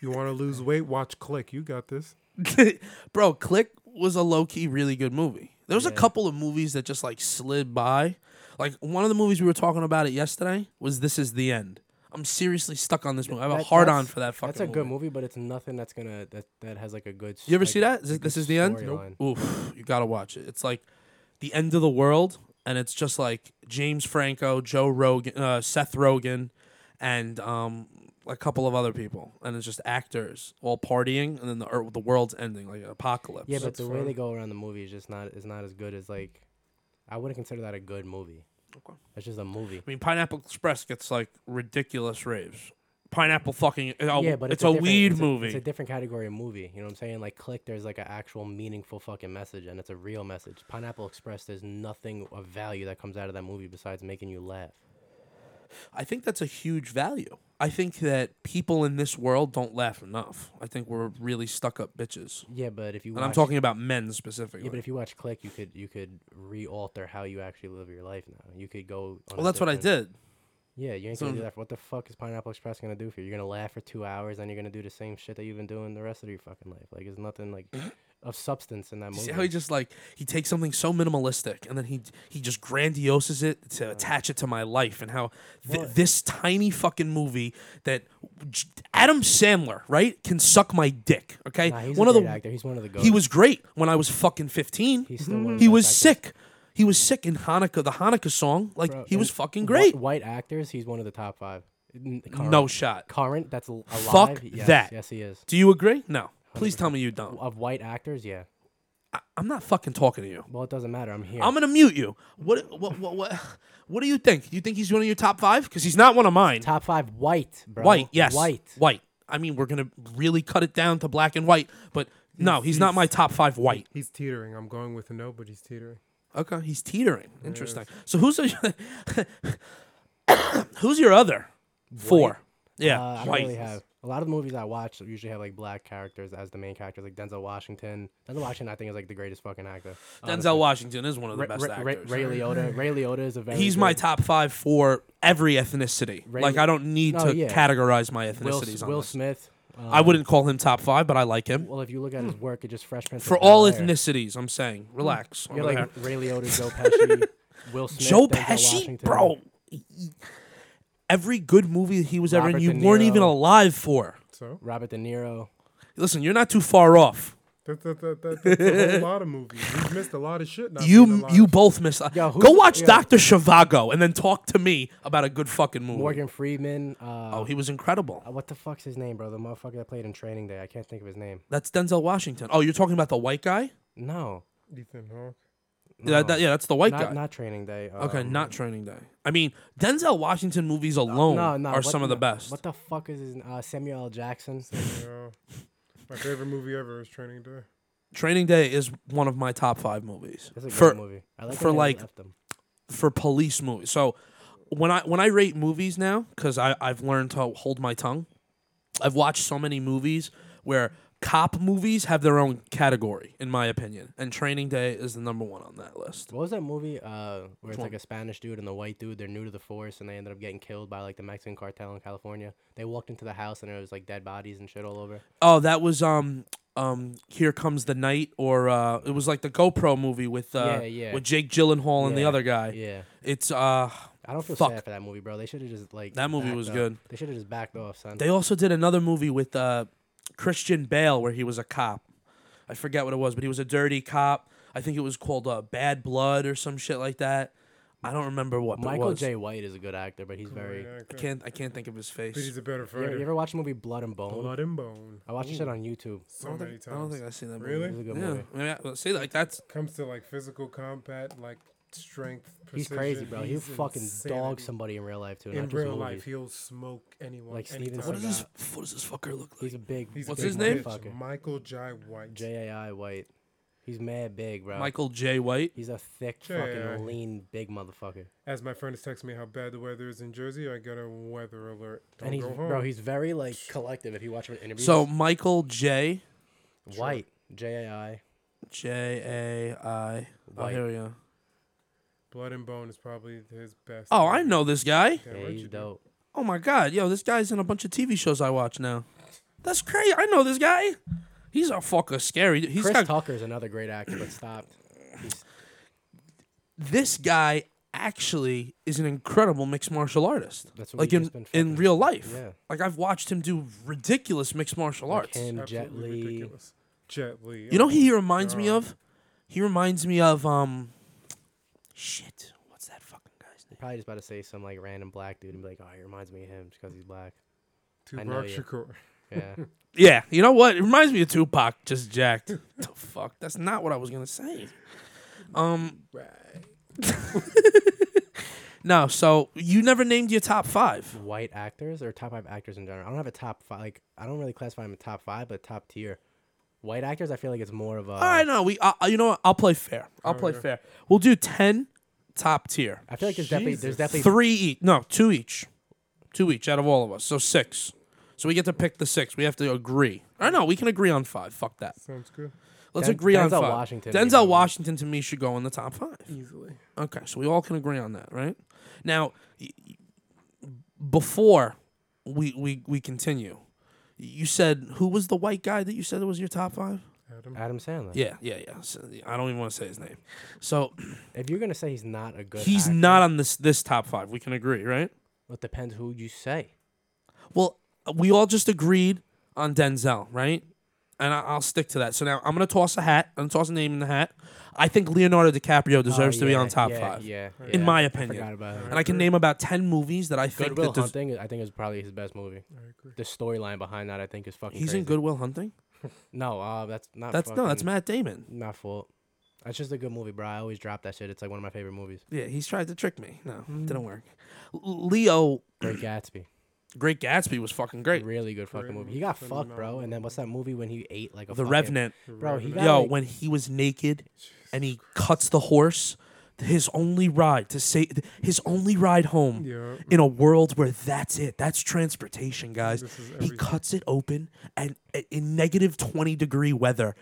Speaker 4: you want to lose weight? Watch Click. You got this.
Speaker 2: Bro, Click was a low key really good movie. There was a
Speaker 3: Yeah.
Speaker 2: couple of movies that just like slid by. Like one of the movies we were talking about it yesterday was This Is the End. I'm seriously stuck on this movie. I have a
Speaker 3: That-
Speaker 2: hard on
Speaker 3: that's-
Speaker 2: for that fucking.
Speaker 3: That's a good movie, but it's nothing that's gonna that that has like a good. s-
Speaker 2: You ever
Speaker 3: like,
Speaker 2: see that? Is
Speaker 3: a
Speaker 2: it-
Speaker 3: good
Speaker 2: this is the end?
Speaker 3: storyline.
Speaker 2: Oof, you gotta watch it. It's like the end of the world, and it's just like James Franco, Joe Rogan, uh, Seth Rogen, and um, a couple of other people, and it's just actors all partying, and then the ear- the world's ending like an apocalypse.
Speaker 3: Yeah, but
Speaker 4: That's
Speaker 3: the way
Speaker 4: fine.
Speaker 3: they go around the movie is just not is not as good as like. I wouldn't consider that a good movie.
Speaker 2: Okay.
Speaker 3: It's just a movie.
Speaker 2: I mean, Pineapple Express gets like ridiculous raves. Pineapple fucking. Oh,
Speaker 3: yeah, but
Speaker 2: it's,
Speaker 3: it's,
Speaker 2: a,
Speaker 3: different-
Speaker 2: weed
Speaker 3: it's a-
Speaker 2: movie.
Speaker 3: it's a different category of movie. You know what I'm saying? Like Click, there's like an actual meaningful fucking message, and it's a real message. Pineapple Express, there's nothing of value that comes out of that movie besides making you laugh.
Speaker 2: I think that's a huge value. I think that people in this world don't laugh enough. I think we're really stuck up bitches.
Speaker 3: Yeah, but if you
Speaker 2: And I'm
Speaker 3: watch-
Speaker 2: talking about men specifically.
Speaker 3: Yeah, but if you watch Click, you could you could re-alter how you actually live your life now. You could go. On
Speaker 2: well,
Speaker 3: a
Speaker 2: that's what I
Speaker 3: different-
Speaker 2: did.
Speaker 3: Yeah, you ain't
Speaker 2: So-
Speaker 3: gonna do that. What the fuck is Pineapple Express gonna do for you? You're gonna laugh for two hours, then you're gonna do the same shit that you've been doing the rest of your fucking life. Like, there's nothing like of substance in that
Speaker 2: Mm-hmm. You
Speaker 3: movie.
Speaker 2: See how he just like he takes something so minimalistic and then he he just grandioses it to attach it to my life and how th-
Speaker 3: What?
Speaker 2: this tiny fucking movie that j- Adam Sandler right can suck my dick. Okay,
Speaker 3: Nah, he's
Speaker 2: one
Speaker 3: a
Speaker 2: of the
Speaker 3: great actor. He's one of the goats.
Speaker 2: he was great when I was fucking fifteen.
Speaker 3: He's still one of the
Speaker 2: he
Speaker 3: best
Speaker 2: was
Speaker 3: actors.
Speaker 2: sick. He was sick in Hanukkah, the Hanukkah song. Like
Speaker 3: Bro,
Speaker 2: he was
Speaker 3: and
Speaker 2: fucking
Speaker 3: wh-
Speaker 2: great.
Speaker 3: White actors, he's one of the top five. N- current-
Speaker 2: no shot.
Speaker 3: current. That's al- alive.
Speaker 2: Fuck
Speaker 3: yes,
Speaker 2: that.
Speaker 3: Yes, he is.
Speaker 2: Do you agree? No. Please tell me you don't.
Speaker 3: Of white actors, yeah.
Speaker 2: I, I'm not fucking talking to you.
Speaker 3: Well, it doesn't matter. I'm here.
Speaker 2: I'm gonna mute you. What what what what, what do you think? You think he's one of your top five? Because he's not one of mine.
Speaker 3: top five white, bro.
Speaker 2: white, yes,
Speaker 3: White.
Speaker 2: white. I mean, we're gonna really cut it down to black and white, but no, he's not my top five white.
Speaker 4: He's teetering. I'm going with a no, but he's teetering.
Speaker 2: Okay, he's teetering. Interesting. So who's the, who's your other four? Yeah,
Speaker 3: Uh, I don't
Speaker 2: white.
Speaker 3: really have a lot of the movies I watch usually have like black characters as the main characters, like Denzel Washington. Denzel Washington, I think, is like the greatest fucking actor.
Speaker 2: Denzel Washington is one of the best
Speaker 3: Ra- Ra-
Speaker 2: actors.
Speaker 3: Ray Liotta. Ray Liotta is a very
Speaker 2: he's my
Speaker 3: good-
Speaker 2: top five for every ethnicity.
Speaker 3: Ray-
Speaker 2: like I don't need
Speaker 3: No,
Speaker 2: to
Speaker 3: yeah.
Speaker 2: categorize my
Speaker 3: Will,
Speaker 2: ethnicities. on
Speaker 3: Will
Speaker 2: this.
Speaker 3: Smith. Um,
Speaker 2: I wouldn't call him top five, but I like him.
Speaker 3: Well, if you look at his work, it just Fresh Prince of
Speaker 2: For all
Speaker 3: Bel-Air.
Speaker 2: ethnicities, I'm saying, relax.
Speaker 3: Hmm. You're
Speaker 2: over
Speaker 3: like
Speaker 2: there.
Speaker 3: Ray Liotta, Joe Pesci, Will Smith,
Speaker 2: Joe
Speaker 3: Denzel
Speaker 2: Pesci,
Speaker 3: Washington.
Speaker 2: bro. Every good movie that he was ever in,
Speaker 3: Robert
Speaker 2: you
Speaker 3: De
Speaker 2: weren't even
Speaker 3: Niro.
Speaker 2: alive for.
Speaker 4: So
Speaker 3: Robert De Niro.
Speaker 2: Listen, you're not too far off.
Speaker 4: that, that, that, that, that's a whole lot of movies. We've missed a lot of shit. Not being
Speaker 2: You
Speaker 4: alive.
Speaker 2: you both missed.
Speaker 3: Yo, who's-
Speaker 2: Go watch
Speaker 3: yo.
Speaker 2: Doctor Shivago and then talk to me about a good fucking movie.
Speaker 3: Morgan Freeman. Uh,
Speaker 2: Oh, he was incredible.
Speaker 3: what the fuck's his name, bro? The motherfucker that played in Training Day. I can't think of his name.
Speaker 2: That's Denzel Washington. Oh, you're talking about the white guy?
Speaker 3: No.
Speaker 4: Ethan Hawke.
Speaker 2: Yeah, that- yeah, that's the white guy.
Speaker 3: Not, not Training Day. Um,
Speaker 2: okay, not Training Day. I mean, Denzel Washington movies alone
Speaker 3: no, no,
Speaker 2: are
Speaker 3: what-
Speaker 2: some of the
Speaker 3: no,
Speaker 2: best.
Speaker 3: What the fuck is his uh, Samuel L. Jackson?
Speaker 4: You know, my favorite movie ever is Training Day.
Speaker 2: Training Day is one of my top five movies.
Speaker 3: That's a good
Speaker 2: For-
Speaker 3: movie. I like
Speaker 2: for
Speaker 3: how they
Speaker 2: like-
Speaker 3: left him.
Speaker 2: for police movies. So when I when I rate movies now, because I I've learned to hold my tongue. I've watched so many movies where cop movies have their own category, in my opinion, and Training Day is the number one on that list.
Speaker 3: What was that movie uh, where it's
Speaker 2: one?
Speaker 3: like a Spanish dude and the white dude? They're new to the force and they ended up getting killed by like the Mexican cartel in California. They walked into the house and there was like dead bodies and shit all over.
Speaker 2: Oh, that was um um Here Comes the Night, or uh, it was like the GoPro movie with uh
Speaker 3: Yeah, yeah.
Speaker 2: with Jake Gyllenhaal and the
Speaker 3: Yeah,
Speaker 2: other guy.
Speaker 3: Yeah,
Speaker 2: It's uh
Speaker 3: I don't feel
Speaker 2: Fuck.
Speaker 3: sad for that movie, bro. They should have just like
Speaker 2: That movie
Speaker 3: backed
Speaker 2: was
Speaker 3: up.
Speaker 2: good.
Speaker 3: They should have just backed off, son.
Speaker 2: they also did another movie with uh Christian Bale where he was a cop. I forget what it was, but he was a dirty cop. I think it was called uh, Bad Blood or some shit like that. I don't remember what it
Speaker 3: Michael
Speaker 2: was.
Speaker 3: J. White is a good actor, but he's very. You
Speaker 4: Great
Speaker 2: I
Speaker 4: actor.
Speaker 2: can't I can't think of his face.
Speaker 4: But he's a better
Speaker 3: ever, you
Speaker 4: fighter.
Speaker 3: ever watch the movie Blood and Bone?
Speaker 4: Blood and bone.
Speaker 3: I watched this shit on YouTube.
Speaker 2: I
Speaker 4: So
Speaker 2: don't,
Speaker 4: many
Speaker 2: think, I don't
Speaker 4: times.
Speaker 2: think I've seen that movie.
Speaker 4: Really?
Speaker 3: It was a good
Speaker 2: yeah.
Speaker 3: movie.
Speaker 2: I mean, I- see, like that's
Speaker 4: Comes to like physical combat, like strength.
Speaker 3: He's
Speaker 4: Precision.
Speaker 3: crazy, bro. He
Speaker 4: He's
Speaker 3: fucking dog
Speaker 4: insanity.
Speaker 3: somebody in real life too.
Speaker 4: in
Speaker 3: not just
Speaker 4: real
Speaker 3: movies.
Speaker 4: life. He'll smoke anyone.
Speaker 3: Like Steven
Speaker 4: anytime.
Speaker 2: what
Speaker 3: Seagal.
Speaker 2: does this what does this fucker look like?
Speaker 3: He's a big.
Speaker 4: He's a
Speaker 2: What's
Speaker 4: big
Speaker 2: his name?
Speaker 4: bitch. Michael Jai White.
Speaker 3: J A I White. He's mad big, bro.
Speaker 2: Michael J. White.
Speaker 3: He's a thick,
Speaker 4: J.I..
Speaker 3: fucking lean, big motherfucker.
Speaker 4: As my friend is texting me how bad the weather is in Jersey, I got a weather alert. Don't
Speaker 3: and he's
Speaker 4: go home.
Speaker 3: bro, he's very like collective. If you watch him in interviews,
Speaker 2: So Michael J.
Speaker 3: white J A I.
Speaker 2: J A I. Oh,
Speaker 3: White.
Speaker 2: here we go.
Speaker 4: Blood and Bone is probably his best.
Speaker 2: Oh, I
Speaker 4: movie.
Speaker 2: know this guy.
Speaker 4: Damn
Speaker 3: Yeah,
Speaker 4: right
Speaker 3: he's
Speaker 4: you do.
Speaker 3: dope.
Speaker 2: Oh my god, yo, this guy's in a bunch of TV shows I watch now. That's crazy. I know this guy. He's a fucker scary. He's
Speaker 3: Chris
Speaker 2: got
Speaker 3: Tucker's another great actor, but stopped. He's,
Speaker 2: this guy actually is an incredible mixed martial artist.
Speaker 3: That's what
Speaker 2: like
Speaker 3: we've
Speaker 2: in
Speaker 3: just been
Speaker 2: in
Speaker 3: fucking-
Speaker 2: real life.
Speaker 3: yeah.
Speaker 2: Like I've watched him do ridiculous mixed martial
Speaker 3: like
Speaker 2: arts.
Speaker 3: him, Jet
Speaker 4: Absolutely
Speaker 3: Li.
Speaker 4: ridiculous. Jet Li.
Speaker 2: You know
Speaker 4: oh
Speaker 2: who he
Speaker 4: my
Speaker 2: reminds me
Speaker 4: God.
Speaker 2: of? He reminds me of um shit. What's that fucking guy's name?
Speaker 3: Probably just about to say some like random black dude and be like, "Oh, he reminds me of him because he's black." I know
Speaker 4: Tupac
Speaker 3: you.
Speaker 4: Shakur.
Speaker 3: Yeah,
Speaker 2: Yeah, you know what? It reminds me of Tupac just jacked. the fuck? That's not what I was gonna say. Um
Speaker 4: Right.
Speaker 2: No, so you never named your top five.
Speaker 3: White actors or top five actors in general. I don't have a top five. Like I don't really classify them in top five, but top tier. White actors, I feel like it's more of a.
Speaker 2: All right, no, we. Uh, you know what? I'll play fair. I'll play fair. We'll do ten top tier,
Speaker 3: I feel like there's definitely there's
Speaker 4: Jesus.
Speaker 3: definitely
Speaker 2: three each. No, two each, two each out of all of us. So six. So we get to pick the six. We have to agree. I know we can agree on five. Fuck that.
Speaker 4: Sounds good.
Speaker 2: Let's
Speaker 3: Den-
Speaker 2: agree on
Speaker 3: Denzel
Speaker 2: five.
Speaker 3: Washington.
Speaker 2: Denzel Washington to me should go in the top five.
Speaker 4: Easily.
Speaker 2: Okay, so we all can agree on that, right? Now, y- y- before we we we continue, you said who was the white guy that you said was your top five?
Speaker 4: Adam.
Speaker 3: Adam Sandler.
Speaker 2: Yeah, yeah, yeah. So, I don't even want to say his name. So
Speaker 3: If you're gonna say he's not a good,
Speaker 2: he's
Speaker 3: actor,
Speaker 2: not on this this top five. We can agree, right?
Speaker 3: It depends who you say.
Speaker 2: Well, we all just agreed on Denzel, right? And I, I'll stick to that. So now I'm gonna toss a hat. I'm gonna toss a name in the hat. I think Leonardo DiCaprio deserves
Speaker 3: Oh,
Speaker 2: to be
Speaker 3: yeah,
Speaker 2: on top
Speaker 3: yeah,
Speaker 2: five,
Speaker 3: Yeah,
Speaker 2: in
Speaker 3: yeah.
Speaker 2: my
Speaker 3: I forgot
Speaker 2: opinion.
Speaker 3: about him.
Speaker 2: And I can name about ten movies that I think
Speaker 3: Goodwill
Speaker 2: that des-
Speaker 3: Hunting, I think, is probably his best movie.
Speaker 4: I agree.
Speaker 3: The storyline behind that, I think, is fucking.
Speaker 2: He's
Speaker 3: crazy.
Speaker 2: in Goodwill Hunting.
Speaker 3: No, uh, that's not.
Speaker 2: That's no, that's
Speaker 3: fucking-
Speaker 2: Matt Damon.
Speaker 3: Not fault. That's just a good movie, bro. I always drop that shit. It's like one of my favorite movies.
Speaker 2: Yeah, he's tried to trick me. No,
Speaker 3: Mm.
Speaker 2: didn't work. L- Leo,
Speaker 3: Great Gatsby.
Speaker 2: Great Gatsby was fucking great.
Speaker 3: Really good fucking
Speaker 4: Great
Speaker 3: movie. He
Speaker 4: movie,
Speaker 3: got
Speaker 4: phenomenal
Speaker 3: fucked, bro. And then what's that movie when he ate like a
Speaker 2: The
Speaker 3: fucking-
Speaker 2: Revenant.
Speaker 3: Bro, he got
Speaker 2: Yo,
Speaker 3: like-
Speaker 2: when he was naked and he cuts the horse, his only ride to say his only ride home
Speaker 4: Yeah.
Speaker 2: in a world where that's it. That's transportation, guys.
Speaker 4: This is
Speaker 2: He
Speaker 4: everything.
Speaker 2: cuts it open and i- in negative 20 degree weather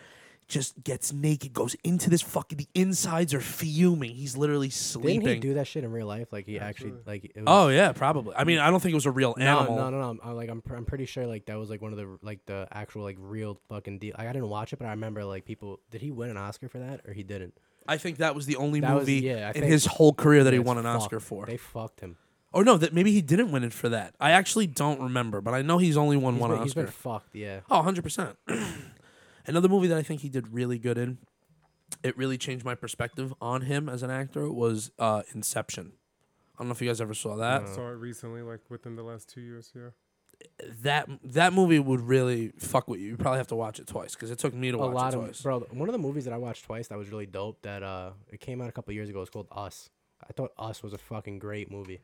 Speaker 2: just gets naked, goes into this fucking the insides are fuming. He's literally sleeping.
Speaker 3: Didn't he do that shit in real life? Like he actually like. It was,
Speaker 2: oh yeah, probably. I mean, I don't think it was a real
Speaker 3: No,
Speaker 2: animal.
Speaker 3: no, no, no. I'm, I'm like I'm, pr- I'm pretty sure like that was like one of the like the actual like real fucking deal. Like, I didn't watch it, but I remember like people. Did he win an Oscar for that or he didn't?
Speaker 2: I think that was the only
Speaker 3: That was-
Speaker 2: movie
Speaker 3: yeah, I
Speaker 2: in
Speaker 3: think-
Speaker 2: his whole career that he
Speaker 3: It's
Speaker 2: won an
Speaker 3: fucked.
Speaker 2: Oscar for.
Speaker 3: They fucked him.
Speaker 2: Or no, that maybe he didn't win it for that. I actually don't remember, but I know he's only won
Speaker 3: He's
Speaker 2: one
Speaker 3: been, he's
Speaker 2: Oscar.
Speaker 3: been fucked. Yeah.
Speaker 2: Oh, 100%. Another movie that I think he did really good in, it really changed my perspective on him as an actor, was uh, Inception. I don't know if you guys ever saw that.
Speaker 4: I saw it recently, like within the last two years. Yeah.
Speaker 2: That that movie would really fuck with you. You probably have to watch it twice because it took me to
Speaker 3: a
Speaker 2: watch
Speaker 3: lot
Speaker 2: it
Speaker 3: of
Speaker 2: twice.
Speaker 3: bro. One of the movies that I watched twice that was really dope. That uh, it came out a couple years ago. It's called Us. I thought Us was a fucking great movie.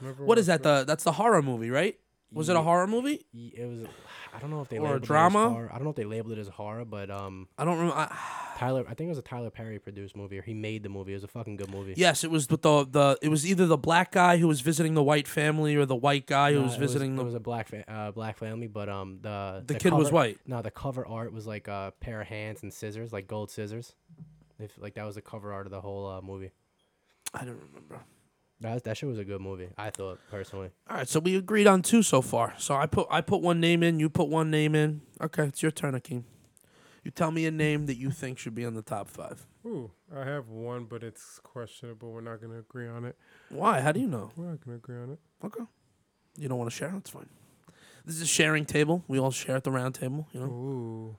Speaker 4: Never
Speaker 2: what is
Speaker 4: watched
Speaker 2: that? The that's the horror movie, right? Was it a
Speaker 3: Ye-
Speaker 2: horror movie?
Speaker 3: Y- It was. I don't know if they
Speaker 2: Or a
Speaker 3: labeled It
Speaker 2: drama?
Speaker 3: as horror. I don't know if they labeled it as horror, but um,
Speaker 2: I don't remember. I,
Speaker 3: Tyler. I think it was a Tyler Perry produced movie, or he made the movie. It was a fucking good movie.
Speaker 2: Yes, it was with the the it was either the black guy who was visiting the white family or the white guy who
Speaker 3: Nah,
Speaker 2: was
Speaker 3: it
Speaker 2: visiting
Speaker 3: It
Speaker 2: the
Speaker 3: was a black fa- uh, black family, but um, the
Speaker 2: The kid was white.
Speaker 3: No, the cover art was like a pair of hands and scissors, like gold scissors. If like that was the cover art of the whole uh, movie.
Speaker 2: I don't remember.
Speaker 3: That was- that shit was a good movie. I thought personally.
Speaker 2: All right, so we agreed on two so far. So I put I put one name in, you put one name in. Okay, it's your turn, Akeem. You tell me a name that you think should be on the top five.
Speaker 4: it. Ooh, I have one, but it's questionable. We're not gonna agree on it.
Speaker 2: Why? How do you know?
Speaker 4: We're not gonna agree on it.
Speaker 2: Okay, you don't want to share. That's fine. This is a sharing table. We all share at the round table. You know.
Speaker 4: Ooh.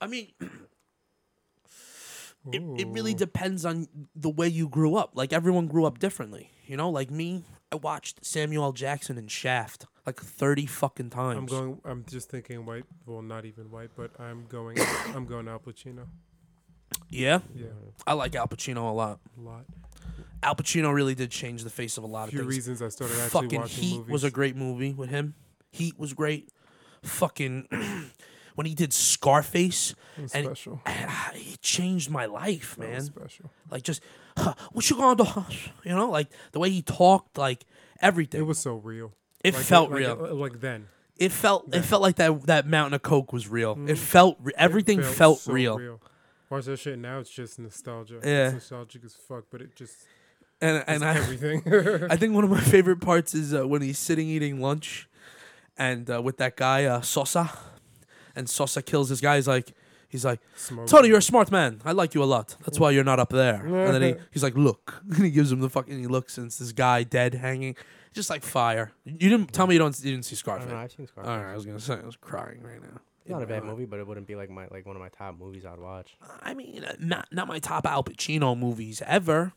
Speaker 2: I mean, it, it really depends on the way you grew up. Like everyone grew up differently. You know, like me, I watched Samuel L. Jackson in Shaft like thirty fucking times.
Speaker 4: I'm going. I'm just thinking white. Well, not even white, but I'm going. I'm going Al Pacino.
Speaker 2: yeah,
Speaker 4: Yeah,
Speaker 2: I like Al Pacino a lot.
Speaker 4: a lot.
Speaker 2: Al Pacino really did change the face of a lot
Speaker 4: A
Speaker 2: of
Speaker 4: few
Speaker 2: things.
Speaker 4: reasons I started actually
Speaker 2: fucking
Speaker 4: watching
Speaker 2: Heat
Speaker 4: movies.
Speaker 2: was a great movie with him. Heat was great. Fucking when he did Scarface,
Speaker 4: It was
Speaker 2: and-
Speaker 4: special.
Speaker 2: it changed my life,
Speaker 4: That was
Speaker 2: man.
Speaker 4: special.
Speaker 2: Like just "Huh, what you gonna do? You know, like the way he talked, like everything.
Speaker 4: It
Speaker 2: It,
Speaker 4: was so real. Like
Speaker 2: felt
Speaker 4: like-
Speaker 2: real.
Speaker 4: uh, like then.
Speaker 2: It felt it felt like that that mountain of coke was real. It felt re- everything felt,
Speaker 4: Mm. so
Speaker 2: real.
Speaker 4: Watch that shit now. It's just nostalgia.
Speaker 2: Yeah.
Speaker 4: it's nostalgic as fuck, but it just
Speaker 2: And and
Speaker 4: and
Speaker 2: I
Speaker 4: everything.
Speaker 2: I think one of my favorite parts is uh, when he's sitting eating lunch, and uh, with that guy uh, Sosa, and Sosa kills this guy. He's like, he's like,
Speaker 4: Smoke.
Speaker 2: Tony, you're a smart man. I like you a lot. That's why you're not up there. And then he, he's like, look, and he gives him the fucking. He looks, and it's this guy dead hanging, just like fire. You didn't tell me you don't you didn't see
Speaker 3: I don't
Speaker 2: Scarface.
Speaker 3: know. I've seen Scarface.
Speaker 2: All right, I was gonna say I was crying right now. Uh,
Speaker 3: It's not a bad movie, but it wouldn't be like my like one of my top movies I'd watch.
Speaker 2: I mean, uh, not not my top Al Pacino movies ever.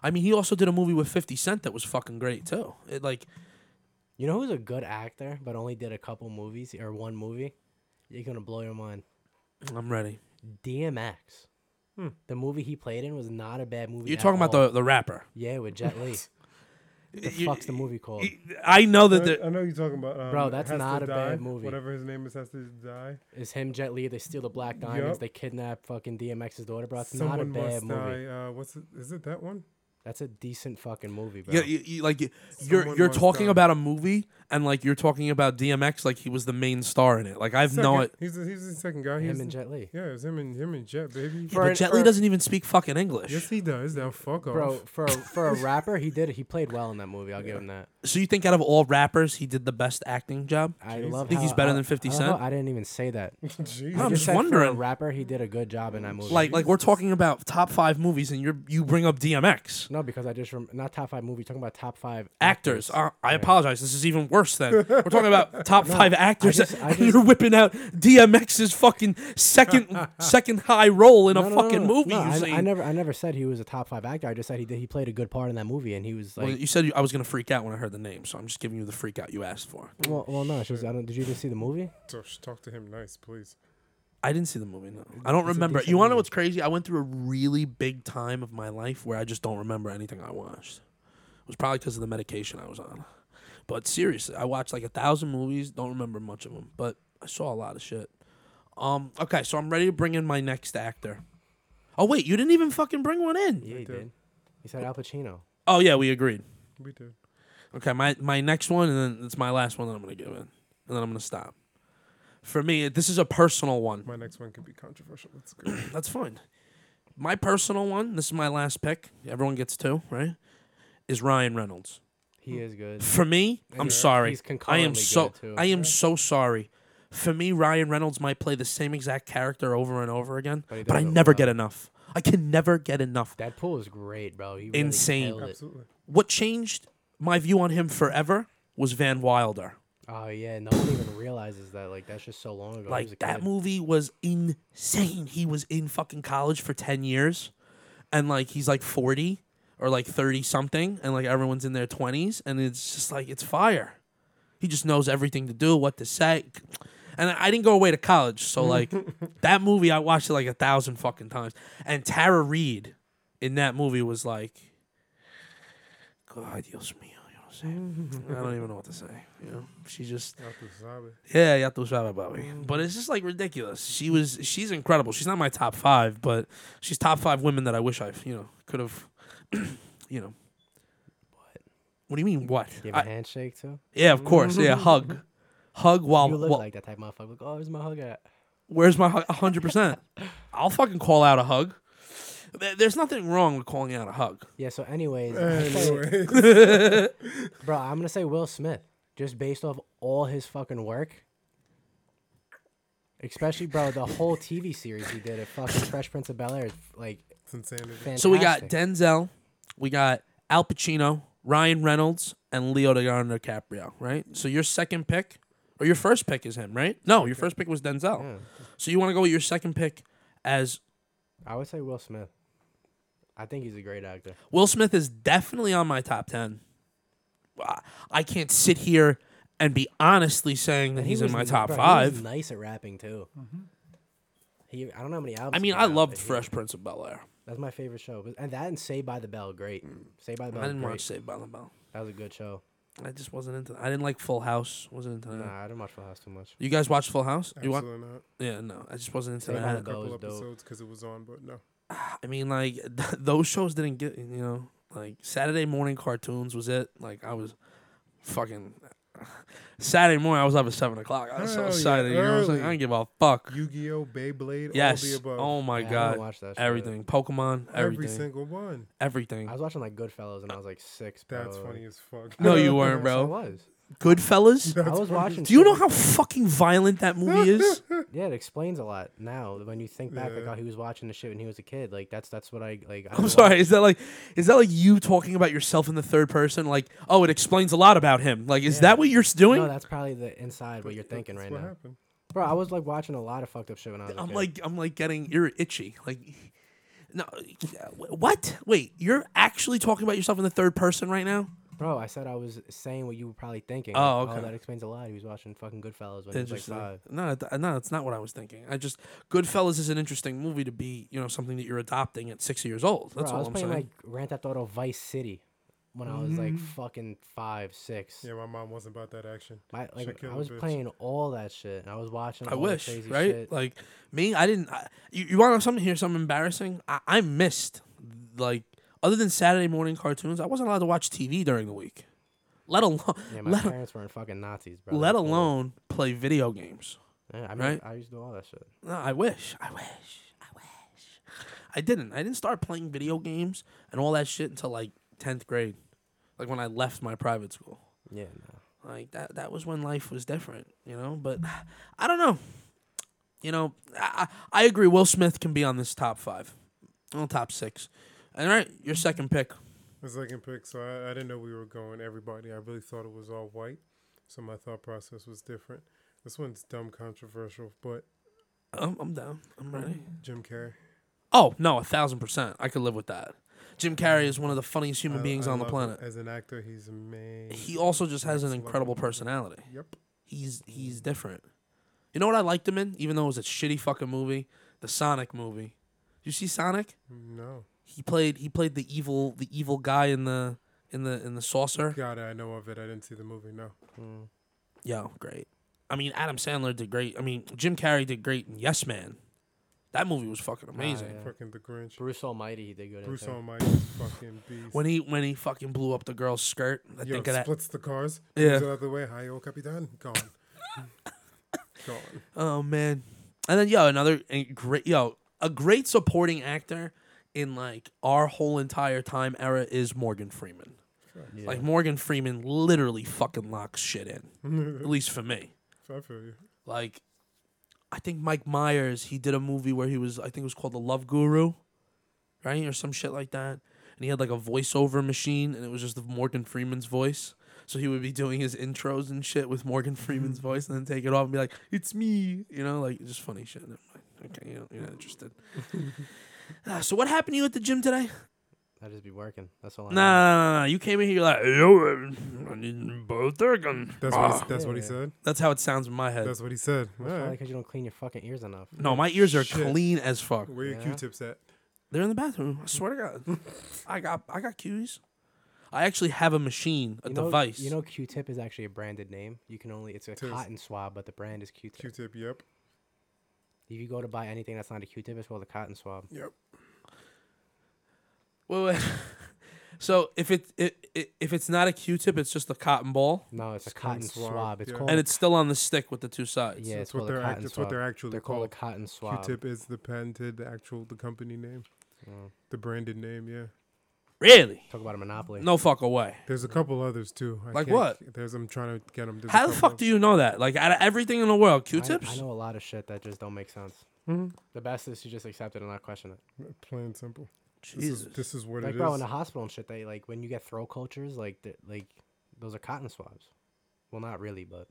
Speaker 2: I mean, he also did a movie with Fifty Cent that was fucking great too. It like
Speaker 3: You know who's a good actor but only did a couple movies or one movie? You're gonna blow your mind.
Speaker 2: I'm ready.
Speaker 3: DMX. The movie he played in was not a bad movie.
Speaker 2: Hmm. You're
Speaker 3: at
Speaker 2: talking about
Speaker 3: all.
Speaker 2: the, the rapper.
Speaker 3: yeah with Jet Li. the
Speaker 2: You-
Speaker 3: fuck's the movie called?
Speaker 2: I know that.
Speaker 4: I,
Speaker 2: The,
Speaker 4: I know you're talking about. Um,
Speaker 3: Bro, that's
Speaker 4: Has to
Speaker 3: not a bad
Speaker 4: Die,
Speaker 3: movie.
Speaker 4: Whatever his name is, has to die.
Speaker 3: It's him, Jet Li. They steal the black diamonds.
Speaker 4: Yup.
Speaker 3: They kidnap fucking DMX's daughter, bro. It's
Speaker 4: Someone
Speaker 3: not a bad
Speaker 4: must
Speaker 3: movie.
Speaker 4: die. Uh, what's it? Is it that one?
Speaker 3: That's a decent fucking movie, bro.
Speaker 2: you, you, you- like you- you're
Speaker 4: Someone
Speaker 2: you're
Speaker 4: must
Speaker 2: talking
Speaker 4: die.
Speaker 2: about a movie and like you're talking about DMX like he was the main star in it. Like I've
Speaker 4: Second.
Speaker 2: known it.
Speaker 4: He's the, he's the second guy.
Speaker 3: him
Speaker 4: He's
Speaker 3: and
Speaker 4: the-
Speaker 3: Jet Li.
Speaker 4: Yeah, it's him and him and Jet, baby.
Speaker 3: For
Speaker 2: But
Speaker 3: an-
Speaker 2: Jet Li
Speaker 3: for-
Speaker 2: doesn't even speak fucking English.
Speaker 4: Yes, he does. Now fuck off.
Speaker 3: Bro, for a, for a rapper, he did. He played well in that movie. I'll give him that.
Speaker 2: So you think out of all rappers, he did the best acting job?
Speaker 3: I
Speaker 4: Jesus.
Speaker 3: love.
Speaker 2: Think
Speaker 3: how-
Speaker 2: he's better
Speaker 3: I-
Speaker 2: than 50
Speaker 3: I love
Speaker 2: Cent?
Speaker 3: how I didn't even say that.
Speaker 4: Jesus.
Speaker 2: I'm just
Speaker 3: said for a
Speaker 2: wondering.
Speaker 3: rapper, he did a good job in that movie.
Speaker 2: Like like we're talking about top five movies and you you bring up DMX.
Speaker 3: no, because I just rem- not top five movie. Talking about top five
Speaker 2: Actors, uh, I apologize. This is even worse. Then we're talking about top five actors.
Speaker 3: just-
Speaker 2: and
Speaker 3: I just-
Speaker 2: you're whipping out DMX's fucking second second high role in a
Speaker 3: No, no, no,
Speaker 2: fucking
Speaker 3: no,
Speaker 2: movie.
Speaker 3: No,
Speaker 2: you
Speaker 3: I,
Speaker 2: saying-
Speaker 3: I never, I never said he was a top five actor. I just said he did. He played a good part in that movie, and he was
Speaker 2: Well,
Speaker 3: like,
Speaker 2: you said you, I was gonna freak out when I heard the name, so I'm just giving you the freak out you asked for.
Speaker 3: well, well, no, she was. I don't. Did you even see the movie?
Speaker 4: Tush, talk to him nice, please.
Speaker 2: I didn't see the movie. No, I don't
Speaker 3: It's a
Speaker 2: remember.
Speaker 3: decent
Speaker 2: You want to know
Speaker 3: movie.
Speaker 2: what's crazy? I went through a really big time of my life where I just don't remember anything I watched. It was probably because of the medication I was on. But seriously, I watched like a thousand movies. Don't remember much of them, but I saw a lot of shit. Um. Okay, so I'm ready to bring in my next actor. Oh wait, you didn't even fucking bring one in.
Speaker 3: Yeah, he
Speaker 4: did.
Speaker 3: did. He said Al Pacino.
Speaker 2: Oh yeah, we agreed.
Speaker 4: We did.
Speaker 2: Okay, my my next one, and then it's my last one that I'm gonna give in, and then I'm gonna stop. For me, this is a personal one.
Speaker 4: My next one could be controversial. Let's go.
Speaker 2: That's fine. My personal one, this is my last pick. Everyone gets two, right? Is Ryan Reynolds.
Speaker 3: He is good.
Speaker 2: For me,
Speaker 3: And
Speaker 2: I'm
Speaker 3: he's-
Speaker 2: sorry.
Speaker 3: he's
Speaker 2: I am
Speaker 3: concurrently
Speaker 2: so
Speaker 3: good, too.
Speaker 2: I am so sorry. For me, Ryan Reynolds might play the same exact character over and over again,
Speaker 3: But he
Speaker 2: but I
Speaker 3: does it
Speaker 2: never
Speaker 3: well.
Speaker 2: get enough. I can never get enough.
Speaker 3: Deadpool is great, bro. He really
Speaker 2: Insane.
Speaker 3: killed it.
Speaker 4: Absolutely.
Speaker 2: What changed my view on him forever was Van Wilder.
Speaker 3: Oh yeah, no one even realizes that. Like that's just so long ago. He was a
Speaker 2: Like that
Speaker 3: kid.
Speaker 2: movie was insane. He was in fucking college for ten years, and like he's like forty or like thirty something, and like everyone's in their twenties, and it's just like it's fire. He just knows everything to do, what to say, and I didn't go away to college, so like that movie I watched it like a thousand fucking times, and Tara Reid in that movie was like, God, Dios mío, you know what I'm saying? I don't even know what to say. You know, she just
Speaker 4: Not too solid.
Speaker 2: yeah, you have to shout about me.
Speaker 3: Mm.
Speaker 2: But it's just like ridiculous. She was she's incredible. She's not my top five, but she's top five women that I wish I you know could have you know. What do you mean what?
Speaker 3: Give him
Speaker 2: I-
Speaker 3: a handshake too.
Speaker 2: yeah, of course. Yeah, hug, hug while,
Speaker 3: you look
Speaker 2: while-
Speaker 3: like that type of motherfucker. Like, oh, where's my hug at?
Speaker 2: where's my hug? hundred percent. I'll fucking call out a hug. There- There's nothing wrong with calling out a hug.
Speaker 3: Yeah. So, anyways, I'd say-
Speaker 4: Anyway,
Speaker 3: bro, I'm gonna say Will Smith just based off all his fucking work. Especially, bro, the whole TV series he did at fucking Fresh Prince of Bel Air, is, like
Speaker 4: it's insanity.
Speaker 3: fantastic.
Speaker 2: So we got Denzel, we got Al Pacino, Ryan Reynolds, and Leo DiCaprio, DiCaprio, right? So your second pick or your first pick is him, right? No, your first pick was Denzel.
Speaker 3: Yeah.
Speaker 2: So you want to go with your second pick as
Speaker 3: I would say Will Smith. I think he's a great actor.
Speaker 2: Will Smith is definitely on my top 10. I- I can't sit here and be honestly saying that
Speaker 3: And he
Speaker 2: he's
Speaker 3: was
Speaker 2: in my
Speaker 3: n-
Speaker 2: top
Speaker 3: bro, he was
Speaker 2: 5.
Speaker 3: nice at rapping too.
Speaker 4: Mm-hmm.
Speaker 3: He, I don't know how many albums.
Speaker 2: I mean,
Speaker 3: he
Speaker 2: I
Speaker 3: got,
Speaker 2: loved
Speaker 3: but he-
Speaker 2: Fresh Prince of Bel-Air.
Speaker 3: That's my favorite show, But- and that and Saved by the Bell, great. Saved by the Bell,
Speaker 2: Mm. I
Speaker 3: was
Speaker 2: didn't
Speaker 3: great.
Speaker 2: watch Saved by the Bell.
Speaker 3: That was a good show.
Speaker 2: I just wasn't into I didn't like Full House. Wasn't into that.
Speaker 3: Nah, I didn't watch Full House too much.
Speaker 2: You guys watch Full House? You want?
Speaker 4: Absolutely not.
Speaker 2: Yeah, no. I just wasn't into
Speaker 3: Saved by
Speaker 2: that.
Speaker 3: the Bell
Speaker 4: couple
Speaker 3: was dope.
Speaker 4: episodes because it was on, but no.
Speaker 2: I mean, like th- those shows didn't get you know like Saturday morning cartoons was it? Like I was fucking Saturday morning. I was up at seven o'clock. I was so
Speaker 4: Hell yeah,
Speaker 2: excited. you know what I'm saying? I
Speaker 4: early.
Speaker 2: didn't give a fuck.
Speaker 4: Yu-Gi-Oh, Beyblade, all the
Speaker 2: yes.
Speaker 4: above.
Speaker 2: Oh my
Speaker 3: Yeah, I don't
Speaker 2: god.
Speaker 3: watch that shit.
Speaker 2: Everything. Pokemon.
Speaker 4: Every
Speaker 2: Everything.
Speaker 4: single one.
Speaker 2: everything.
Speaker 3: I was watching like Goodfellas, and I was like six. Bro.
Speaker 4: That's funny as fuck.
Speaker 2: No, you weren't,
Speaker 3: Yes,
Speaker 2: bro.
Speaker 3: I was.
Speaker 2: Goodfellas.
Speaker 3: I was watching.
Speaker 2: Do you know
Speaker 3: shit-
Speaker 2: how fucking violent that movie is?
Speaker 3: Yeah, it explains a lot now when you think back, like
Speaker 4: Yeah.
Speaker 3: how he was watching the shit when he was a kid. Like that's that's what I like. I
Speaker 2: I'm
Speaker 3: watch-
Speaker 2: sorry. Is that like is that like you talking about yourself in the third person? Like, oh, it explains a lot about him. Like, is that what you're doing?
Speaker 3: No, that's probably the inside what you're thinking
Speaker 4: That's
Speaker 3: right
Speaker 4: what
Speaker 3: now,
Speaker 4: happened.
Speaker 3: bro. I was like watching a lot of fucked up shit when I was. a
Speaker 2: I'm
Speaker 3: kid.
Speaker 2: like I'm like getting you're itchy. Like no, what? Wait, you're actually talking about yourself in the third person right now?
Speaker 3: Bro, I said I was saying what you were probably thinking.
Speaker 2: Oh, okay.
Speaker 3: that explains a lot. He was watching fucking Goodfellas when he was
Speaker 2: Interesting.
Speaker 3: like five.
Speaker 2: no, th- no, it's not what I was thinking. I just Goodfellas is an interesting movie to be, you know, something that you're adopting at six years old. That's
Speaker 3: Bro, I
Speaker 2: all
Speaker 3: was
Speaker 2: I'm
Speaker 3: playing
Speaker 2: saying. Mm-hmm.
Speaker 3: like Grand Theft Auto Vice City when I was like fucking five, six.
Speaker 4: Yeah, my mom wasn't about that action.
Speaker 3: My, like
Speaker 4: Shaquille
Speaker 3: I was
Speaker 4: bitch.
Speaker 3: playing all that shit, and I was watching.
Speaker 2: I
Speaker 3: all
Speaker 2: wish,
Speaker 3: the crazy
Speaker 2: right?
Speaker 3: Shit.
Speaker 2: Like me, I didn't. I, you, you want something here? Something embarrassing? I, I missed like other than Saturday morning cartoons, I wasn't allowed to watch TV during the week, let alone
Speaker 3: yeah, my
Speaker 2: let,
Speaker 3: parents weren't fucking Nazis, bro.
Speaker 2: let
Speaker 3: That's all.
Speaker 2: alone play video games.
Speaker 3: Yeah, I mean,
Speaker 2: right?
Speaker 3: I used to do all that shit.
Speaker 2: No, I wish, I wish, I wish. I didn't. I didn't start playing video games and all that shit until like tenth grade, like when I left my private school.
Speaker 3: Yeah, no.
Speaker 2: Like that that was when life was different, you know? But I don't know. You know, I I I agree Will Smith can be on this top 5. Well, top 6. All right, your second pick.
Speaker 4: The second pick, so I, I didn't know we were going everybody. I really thought it was all white, so my thought process was different. This one's dumb controversial, but
Speaker 2: I'm, I'm down. I'm ready.
Speaker 4: Jim Carrey.
Speaker 2: Oh, no, a 1000%. I could live with that. Jim Carrey is one of the funniest human
Speaker 4: I-
Speaker 2: beings
Speaker 4: I
Speaker 2: on the
Speaker 4: love him.
Speaker 2: planet.
Speaker 4: As an actor, he's amazing.
Speaker 2: He also just has an
Speaker 4: Next level.
Speaker 2: incredible personality.
Speaker 4: Yep.
Speaker 2: He's he's different. You know what I liked him in, even though it was a shitty fucking movie, the Sonic movie. You see Sonic?
Speaker 4: No.
Speaker 2: He played he played the evil the evil guy in the in the in the saucer.
Speaker 4: God, I know of it. I didn't see the movie. No.
Speaker 3: Mm.
Speaker 2: Yo, great. I mean, Adam Sandler did great. I mean, Jim Carrey did great in Yes Man. That movie was fucking amazing.
Speaker 3: yeah.
Speaker 4: Fucking The Grinch.
Speaker 3: Bruce Almighty, he did good.
Speaker 4: Bruce
Speaker 3: Almighty.
Speaker 4: Almighty, is fucking beast.
Speaker 2: When he when he fucking blew up the girl's skirt, I
Speaker 4: Yo,
Speaker 2: think of that.
Speaker 4: splits the cars.
Speaker 2: Yeah.
Speaker 4: Moves it out of the way. Hiyo Capitan. Gone. Gone.
Speaker 2: Oh man. And then yo, another a great yo, a great supporting actor in like our whole entire time era is Morgan Freeman.
Speaker 3: Yeah.
Speaker 2: Like Morgan Freeman literally fucking locks shit in. At least for me.
Speaker 4: So I feel you.
Speaker 2: Like I think Mike Myers, he did a movie where he was I think it was called The Love Guru, right? Or some shit like that. And he had like a voiceover machine and it was just the Morgan Freeman's voice. So he would be doing his intros and shit with Morgan Freeman's voice and then take it off and be like, It's me you know, like just funny shit. Never mind. Okay, you know, you're not interested. Ah, so what happened to you at the gym today?
Speaker 3: I just be working. That's all. I
Speaker 2: Nah, nah, nah, nah. You came in here, you're like, yo, I need both again.
Speaker 4: That's what, he, s- that's what he
Speaker 3: Yeah.
Speaker 4: said.
Speaker 2: That's how it sounds in my head.
Speaker 4: That's what he said. All
Speaker 3: Probably
Speaker 4: right.
Speaker 3: because you don't clean your fucking ears enough.
Speaker 2: no, my ears are
Speaker 4: Shit.
Speaker 2: clean as fuck.
Speaker 4: Where your
Speaker 3: Yeah.
Speaker 4: Q-tips at?
Speaker 2: They're in the bathroom. I swear to God, I got I got cues. I actually have a machine, a
Speaker 3: you know,
Speaker 2: device.
Speaker 3: You know, Q-tip is actually a branded name. You can only it's a
Speaker 4: Tis.
Speaker 3: cotton swab, but the brand is Q-tip.
Speaker 4: Q-tip. Yep.
Speaker 3: If you go to buy anything that's not a Q-tip, it's called a cotton swab.
Speaker 4: Yep.
Speaker 2: Wait, wait. So if it, it, it if it's not a Q-tip, it's just a cotton ball,
Speaker 3: No, it's a
Speaker 4: It's cotton
Speaker 3: cotton
Speaker 4: swab,
Speaker 3: swab. It's
Speaker 4: yeah.
Speaker 3: called
Speaker 2: and it's still on the stick with the two sides.
Speaker 3: yeah,
Speaker 4: That's
Speaker 3: it's
Speaker 4: what
Speaker 3: called a
Speaker 4: they're act-
Speaker 3: cotton
Speaker 4: that's
Speaker 3: swab.
Speaker 4: what they're actually
Speaker 3: They're called a
Speaker 4: called.
Speaker 3: cotton swab.
Speaker 4: Q-tip is the patented, the actual, the company name,
Speaker 3: Mm.
Speaker 4: the branded name. Yeah.
Speaker 2: Really?
Speaker 3: Talk about a monopoly.
Speaker 2: No fuck away.
Speaker 4: There's a couple others too. I
Speaker 2: Like
Speaker 4: can't-
Speaker 2: what?
Speaker 4: There's. I'm trying to get them.
Speaker 2: How the fuck do you know that? Like out of everything in the world,
Speaker 3: I-
Speaker 2: Q-tips?
Speaker 3: I, know a lot of shit that just don't make sense.
Speaker 4: hmm
Speaker 3: The best is to just accept it and not question it.
Speaker 4: Plain and simple. This
Speaker 2: Jesus.
Speaker 4: is, this is what
Speaker 3: like,
Speaker 4: it
Speaker 3: bro,
Speaker 4: is.
Speaker 3: in the hospital and shit, they like when you get throw cultures, like th- like those are cotton swabs. Well, not really, but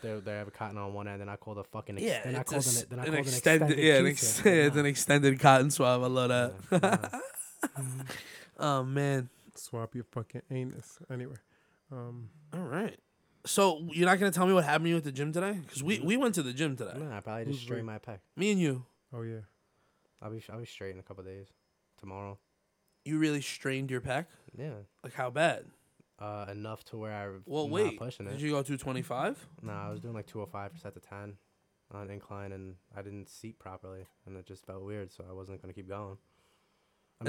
Speaker 3: they they have a cotton on one end, and I call the fucking ex-
Speaker 2: yeah,
Speaker 3: they're not
Speaker 2: it's a
Speaker 3: called
Speaker 2: s-
Speaker 3: an, e-, they're not
Speaker 2: an
Speaker 3: called
Speaker 2: extended,
Speaker 3: an extended
Speaker 2: yeah, an
Speaker 3: Q-tip.
Speaker 2: ex-
Speaker 3: They're
Speaker 2: it's an
Speaker 3: not.
Speaker 2: extended cotton swab. I love that.
Speaker 3: Yeah, yeah.
Speaker 2: Oh man.
Speaker 4: Swap your fucking anus. Anyway, um,
Speaker 2: All right. So you're not gonna tell me what happened to you at the gym today? Because we, we went to the gym today.
Speaker 3: Nah, I probably just
Speaker 4: Who's
Speaker 3: straighten
Speaker 4: we?
Speaker 3: my pec.
Speaker 2: Me and you.
Speaker 4: oh yeah,
Speaker 3: I'll be I'll be straight in a couple days. Tomorrow.
Speaker 2: You really strained your pack.
Speaker 3: Yeah.
Speaker 2: Like how bad?
Speaker 3: Uh, enough to where I
Speaker 2: Well,
Speaker 3: not
Speaker 2: wait.
Speaker 3: pushing
Speaker 2: Did
Speaker 3: it.
Speaker 2: you go 225?
Speaker 3: No, I was doing like 205 for set to 10 on incline, and I didn't seat properly, and it just felt weird, so I wasn't going to keep going. I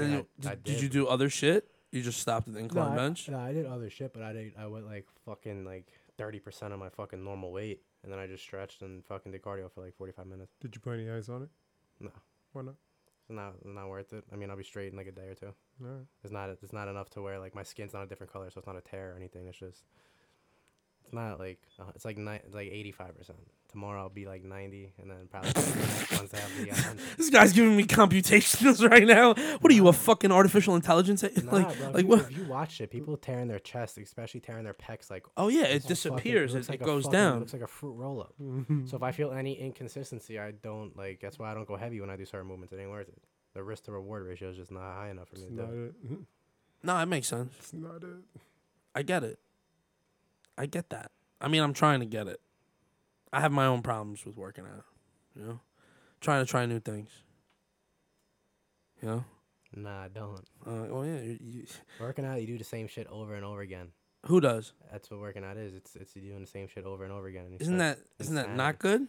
Speaker 2: and
Speaker 3: I-
Speaker 2: you- did,
Speaker 3: I
Speaker 2: did you do other shit? You just stopped at the
Speaker 3: no,
Speaker 2: incline
Speaker 3: I,
Speaker 2: bench.
Speaker 3: No, I did other shit, but I did. I went like fucking like 30% of my fucking normal weight, and then I just stretched and fucking did cardio for like 45 minutes.
Speaker 4: did you put any ice on it?
Speaker 3: No.
Speaker 4: Why not?
Speaker 3: It's not not worth it. I mean, I'll be straight in like a day or two.
Speaker 4: All right.
Speaker 3: It's not it's not enough to where like my skin's not a different color, so it's not a tear or anything. It's just it's not like uh, it's like ni- it's like eighty five percent. Tomorrow I'll be like ninety, and then probably once I have the hundred.
Speaker 2: This guy's giving me computationals right now. What are you, a fucking artificial intelligence?
Speaker 3: Nah,
Speaker 2: like,
Speaker 3: bro, if
Speaker 2: like
Speaker 3: you,
Speaker 2: what?
Speaker 3: If you watch it, people tearing their chest, especially tearing their pecs, like
Speaker 2: Oh yeah,
Speaker 3: it's
Speaker 2: it
Speaker 3: all fucking-
Speaker 2: disappears.
Speaker 3: looks
Speaker 2: It,
Speaker 3: like
Speaker 2: it
Speaker 3: a
Speaker 2: goes
Speaker 3: fucking- it
Speaker 2: down.
Speaker 3: Looks like a fruit roll up. so if I feel any inconsistency, I don't like. That's why I don't go heavy when I do certain movements. It ain't worth it. The risk to reward ratio is just not high enough for me
Speaker 4: It's
Speaker 3: to do
Speaker 4: not
Speaker 3: it.
Speaker 4: it.
Speaker 2: No, that makes sense.
Speaker 4: It's not it.
Speaker 2: I get it. I get that. I mean, I'm trying to get it. I have my own problems with working out. You know, trying to try new things. You know,
Speaker 3: Nah, I don't.
Speaker 2: uh, oh yeah, you, you,
Speaker 3: Working out, you do the same shit over and over again.
Speaker 2: who does?
Speaker 3: That's what working out is. It's it's you doing the same shit over and over again. and you
Speaker 2: Isn't
Speaker 3: start-
Speaker 2: that isn't that
Speaker 3: insanity.
Speaker 2: not good?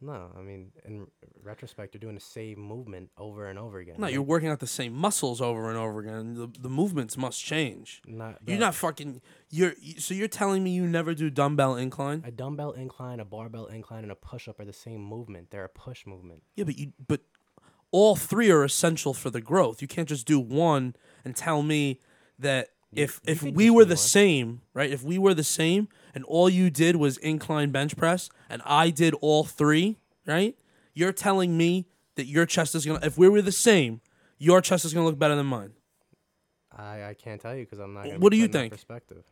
Speaker 3: No, I mean, in r- retrospect, you're doing the same movement over and over again.
Speaker 2: No,
Speaker 3: Like,
Speaker 2: you're working out the same muscles over and over again. The the movements must change.
Speaker 3: not.
Speaker 2: You're
Speaker 3: the-
Speaker 2: not fucking. You're so you're telling me you never do dumbbell incline?
Speaker 3: A dumbbell incline, a barbell incline, and a push up are the same movement. They're a push movement.
Speaker 2: Yeah, but you but all three are essential for the growth. You can't just do one and tell me that if
Speaker 3: you
Speaker 2: if
Speaker 3: could
Speaker 2: we
Speaker 3: just
Speaker 2: were
Speaker 3: do
Speaker 2: the
Speaker 3: one.
Speaker 2: same, right? If we were the same and all you did was incline bench press and I did all three, right? You're telling me that your chest is going to if we were the same, your chest is going to look better than mine.
Speaker 3: I, I can't tell you because I'm not. Gonna be
Speaker 2: What do you
Speaker 3: putting that
Speaker 2: think?
Speaker 3: Perspective.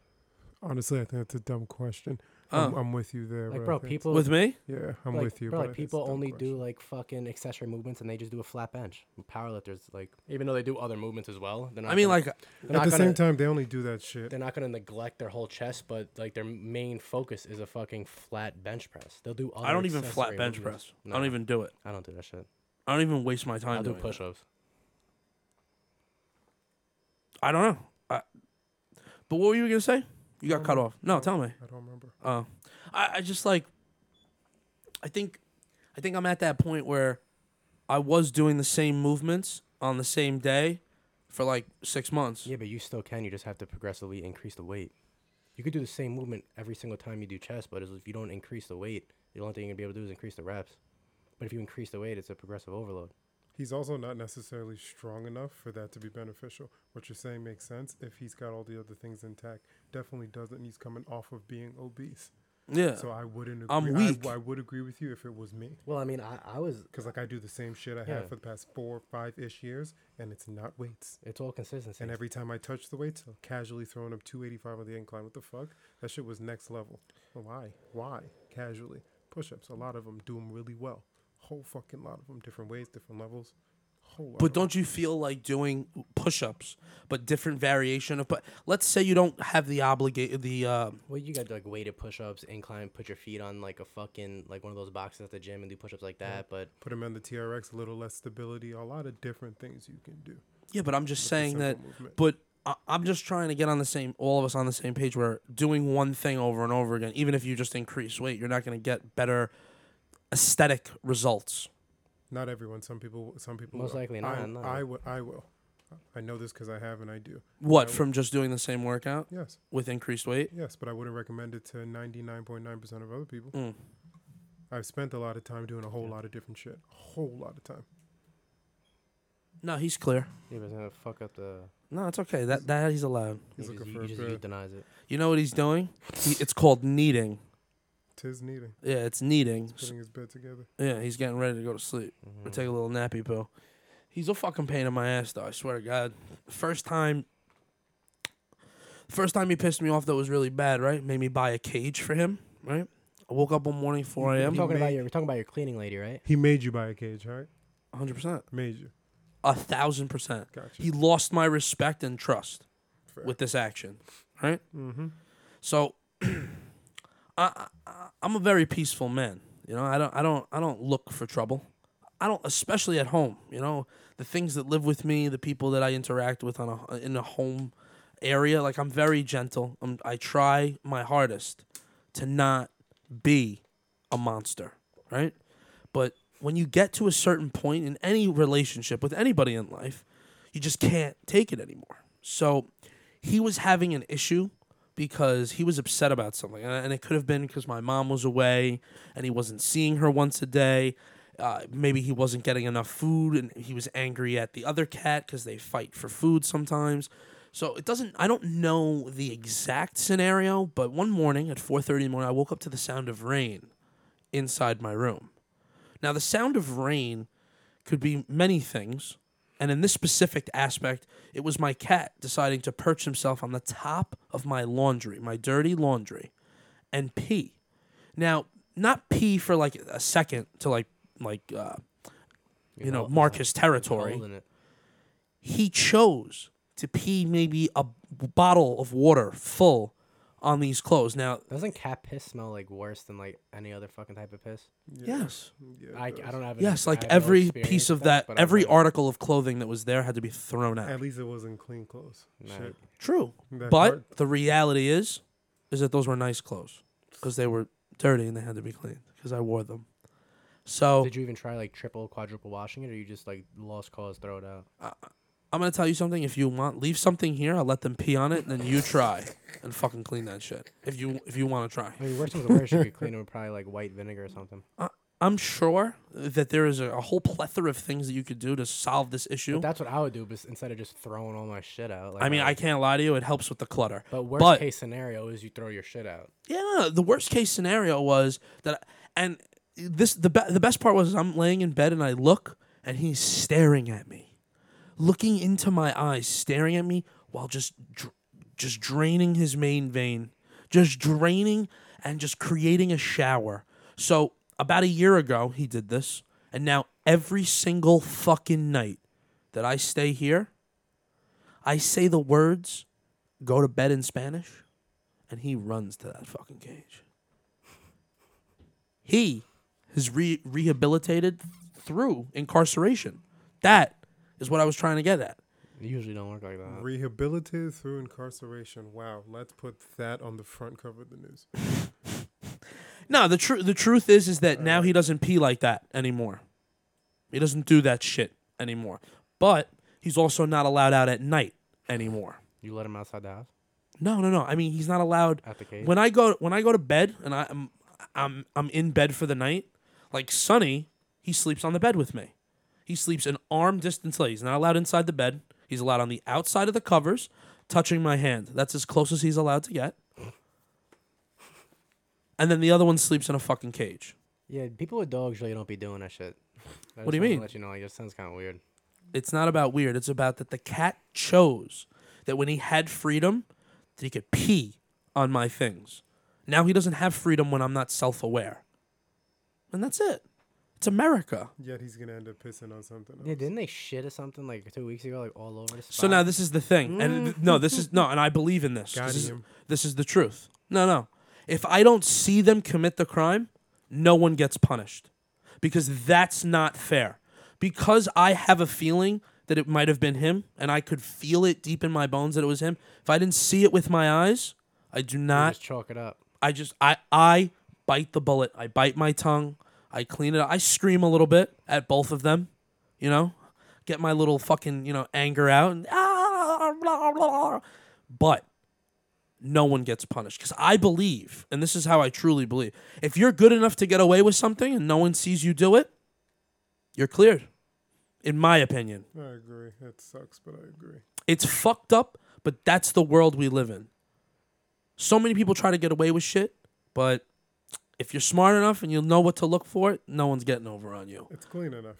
Speaker 4: Honestly, I think that's a dumb question. I'm,
Speaker 2: Oh.
Speaker 4: I'm with you there,
Speaker 3: Like,
Speaker 4: bro.
Speaker 3: bro,
Speaker 4: I think it's-
Speaker 3: people
Speaker 2: With me?
Speaker 4: Yeah, I'm
Speaker 3: like,
Speaker 4: with you.
Speaker 3: Bro,
Speaker 4: but
Speaker 3: like
Speaker 4: I think it's a
Speaker 3: people
Speaker 4: dumb
Speaker 3: only
Speaker 4: question.
Speaker 3: do like fucking accessory movements and they just do a flat bench. Powerlifters, like even though they do other movements as well, they're not.
Speaker 2: I mean
Speaker 3: gonna-
Speaker 2: like
Speaker 3: they're
Speaker 4: At
Speaker 3: not
Speaker 4: the
Speaker 3: gonna-
Speaker 4: same time, they only do that shit.
Speaker 3: they're not gonna neglect their whole chest, but like their main focus is a fucking flat bench press. They'll do. Other
Speaker 2: I don't even flat
Speaker 3: accessory
Speaker 2: bench
Speaker 3: movements.
Speaker 2: press. I don't
Speaker 3: No,
Speaker 2: even do it.
Speaker 3: I don't do that shit.
Speaker 2: I don't even waste my time
Speaker 3: I'll do
Speaker 2: doing it.
Speaker 3: push-ups.
Speaker 2: I don't know. I, but what were you gonna say? You got
Speaker 3: Um,
Speaker 2: cut off. No, tell me.
Speaker 4: I don't remember.
Speaker 2: Uh, I, I just like. I think, I think I'm at that point where, I was doing the same movements on the same day, for like six months.
Speaker 3: Yeah, but you still can. You just have to progressively increase the weight. You could do the same movement every single time you do chest, but if you don't increase the weight, the only thing you're gonna be able to do is increase the reps. But if you increase the weight, it's a progressive overload.
Speaker 4: He's also not necessarily strong enough for that to be beneficial. What you're saying makes sense if he's got all the other things intact. Definitely doesn't. He's coming off of being obese.
Speaker 2: Yeah.
Speaker 4: So I wouldn't agree.
Speaker 2: I'm
Speaker 4: I-
Speaker 2: weak.
Speaker 4: I, would agree with you if it was me.
Speaker 3: Well, I mean, I, I was.
Speaker 4: Because, like, I do the same shit I
Speaker 3: Yeah.
Speaker 4: have for the past four, five ish years, and it's not weights.
Speaker 3: It's all consistency.
Speaker 4: And every time I touch the weights, I'm casually throwing up 285 on the incline. What the fuck? That shit was next level. Why? Why? Casually. Push ups, a lot of them do them really well. Whole fucking lot of them, different ways, different levels. Whole lot
Speaker 2: but
Speaker 4: of 'em.
Speaker 2: don't you feel like doing push-ups, but different variation of? But let's say you don't have the obligate the. Uh,
Speaker 3: Well, you got like weighted push-ups, incline, put your feet on like a fucking like one of those boxes at the gym and do push-ups like that. But
Speaker 4: put them on the TRX, a little less stability, a lot of different things you can do.
Speaker 2: yeah, but I'm just saying that.
Speaker 4: simple movement.
Speaker 2: But I, I'm just trying to get on the same, all of us on the same page. Where doing one thing over and over again, even if you just increase weight, you're not going to get better aesthetic results.
Speaker 4: Not everyone. Some people. Some people.
Speaker 3: Most
Speaker 4: will.
Speaker 3: likely
Speaker 4: I,
Speaker 3: not, no.
Speaker 4: I will. I will. I know this because I have and I do.
Speaker 2: What from just doing the same workout
Speaker 4: Yes.
Speaker 2: with increased weight?
Speaker 4: Yes, but I wouldn't recommend it to 99.9% of other people.
Speaker 2: Mm.
Speaker 4: I've spent a lot of time doing a whole lot of different shit. A whole lot of time.
Speaker 2: No, he's clear.
Speaker 3: yeah, but it's gonna fuck up the.
Speaker 2: No, it's okay. That that he's allowed.
Speaker 4: He's
Speaker 3: you
Speaker 4: looking
Speaker 3: just,
Speaker 4: for
Speaker 3: you
Speaker 4: a
Speaker 3: just
Speaker 4: bit.
Speaker 3: euthanize it.
Speaker 2: You know what he's doing? He, it's called kneading.
Speaker 4: Tis needing.
Speaker 2: Yeah, it's kneading.
Speaker 4: He's putting his bed together.
Speaker 2: Yeah, he's getting Mm. ready to go to sleep
Speaker 3: Mm-hmm.
Speaker 2: or take a little nappy pill. He's a fucking pain in my ass, though. I swear to God. First time, first time he pissed me off that was really bad. Right, made me buy a cage for him. Right, I woke up one morning, four
Speaker 3: We're
Speaker 2: a.m.
Speaker 3: talking about
Speaker 4: made-
Speaker 3: your. We're talking about your cleaning lady, right?
Speaker 4: He made you buy a cage, right?
Speaker 2: Hundred percent,
Speaker 4: Made you.
Speaker 2: a thousand percent.
Speaker 4: Gotcha.
Speaker 2: He lost my respect and trust
Speaker 4: Fair.
Speaker 2: with this action. Right. Mm-hmm. So, I, I I'm a very peaceful man. You know, I don't I don't I don't look for trouble. I don't, especially at home. You know, the things that live with me, the people that I interact with on a in a home area. Like I'm very gentle. I'm, I try my hardest to not be a monster, right? But when you get to a certain point in any relationship with anybody in life, you just can't take it anymore. So he was having an issue because he was upset about something, and and it could have been because my mom was away and he wasn't seeing her once a day. Uh, maybe he wasn't getting enough food, and he was angry at the other cat because they fight for food sometimes. So it doesn't. I don't know the exact scenario, but one morning at four thirty in the morning, I woke up to the sound of rain inside my room. Now, the sound of rain could be many things. And in this specific aspect, it was my cat deciding to perch himself on the top of my laundry, my dirty laundry, and pee. Now, not pee for like a second to like, like, uh, you know,
Speaker 3: hol-
Speaker 2: mark his
Speaker 3: It's
Speaker 2: territory.
Speaker 3: holding it.
Speaker 2: He chose to pee maybe a bottle of water full on these clothes. Now,
Speaker 3: Doesn't cat piss smell like worse than like any other fucking type of piss?
Speaker 2: yes.
Speaker 4: Yeah, it
Speaker 3: I, I
Speaker 4: does.
Speaker 3: don't have.
Speaker 2: Yes,
Speaker 3: any,
Speaker 2: like
Speaker 3: I have no
Speaker 2: every
Speaker 3: experience
Speaker 2: piece of
Speaker 3: with
Speaker 2: that,
Speaker 3: but I'm
Speaker 2: every
Speaker 3: like,
Speaker 2: article of clothing that was there had to be thrown out.
Speaker 4: At least it wasn't clean clothes.
Speaker 3: Nah.
Speaker 4: Shit.
Speaker 2: True. but
Speaker 4: That part-
Speaker 2: the reality is, is that those were nice clothes because they were dirty and they had to be cleaned because I wore them. So
Speaker 3: Did you even try like triple, quadruple washing it, or you just like lost cause, throw it out?
Speaker 2: I'm gonna tell you something. If you want, leave something here. I'll let them pee on it, and then you try and fucking clean that shit. If you if you want to try,
Speaker 3: I mean, worst comes to worst, you could clean it with probably like white vinegar or something.
Speaker 2: I'm sure that there is a, a whole plethora of things that you could do to solve this issue.
Speaker 3: But that's what I would do, but instead of just throwing all my shit out. Like
Speaker 2: I mean,
Speaker 3: my-
Speaker 2: I can't lie to you. It helps with the clutter.
Speaker 3: But worst
Speaker 2: but-
Speaker 3: case scenario is you throw your shit out.
Speaker 2: Yeah, no, no, the worst case scenario was that, and this the be- the best part was I'm laying in bed and I look and he's staring at me, looking into my eyes, staring at me while just dr- just draining his main vein, just draining and just creating a shower. So about a year ago he did this, and now every single fucking night that I stay here, I say the words, "Go to bed" in Spanish and he runs to that fucking cage. He is re- rehabilitated through incarceration. That is what I was trying to get at.
Speaker 3: It usually don't work like that.
Speaker 4: Rehabilitated through incarceration. Wow, let's put that on the front cover of the news.
Speaker 2: No, the truth the truth is is that now he doesn't pee like that anymore. He doesn't do that shit anymore. But he's also not allowed out at night anymore.
Speaker 3: You let him outside the house
Speaker 2: No, no, no. I mean, he's not allowed
Speaker 3: at the cage.
Speaker 2: when I go when I go to bed and I, I'm I'm I'm in bed for the night, like Sonny, he sleeps on the bed with me. He sleeps an arm distance away. He's not allowed inside the bed. He's allowed on the outside of the covers, touching my hand. That's as close as he's allowed to get. And then the other one sleeps in a fucking cage.
Speaker 3: yeah, people with dogs really don't be doing that shit.
Speaker 2: What do
Speaker 3: I just
Speaker 2: you
Speaker 3: wanted to
Speaker 2: mean?
Speaker 3: Let you know, like, it sounds kind of weird.
Speaker 2: It's not about weird. It's about that the cat chose that when he had freedom, that he could pee on my things. Now he doesn't have freedom when I'm not self aware. And that's it. It's America.
Speaker 4: Yet he's gonna end up pissing on something. Else.
Speaker 3: Yeah, didn't they shit or something like two weeks ago, like all over the spot?
Speaker 2: So now this is the thing. And th- no, this is no, and I believe in this.
Speaker 4: Got
Speaker 2: This is,
Speaker 4: him.
Speaker 2: this is the truth. No, no. If I don't see them commit the crime, no one gets punished because that's not fair. Because I have a feeling that it might have been him and I could feel it deep in my bones that it was him. If I didn't see it with my eyes, I do
Speaker 3: You
Speaker 2: not
Speaker 3: just chalk it up.
Speaker 2: I just I I bite the bullet. I bite my tongue. I clean it. up. I scream a little bit at both of them, you know, get my little fucking you know anger out and ah, blah, blah. but no one gets punished because I believe, and this is how I truly believe, if you're good enough to get away with something and no one sees you do it, you're cleared. In my opinion,
Speaker 4: I agree. That sucks, but I agree.
Speaker 2: it's fucked up, but that's the world we live in. So many people try to get away with shit, but if you're smart enough and you know what to look for, no one's getting over on you.
Speaker 4: It's clean enough.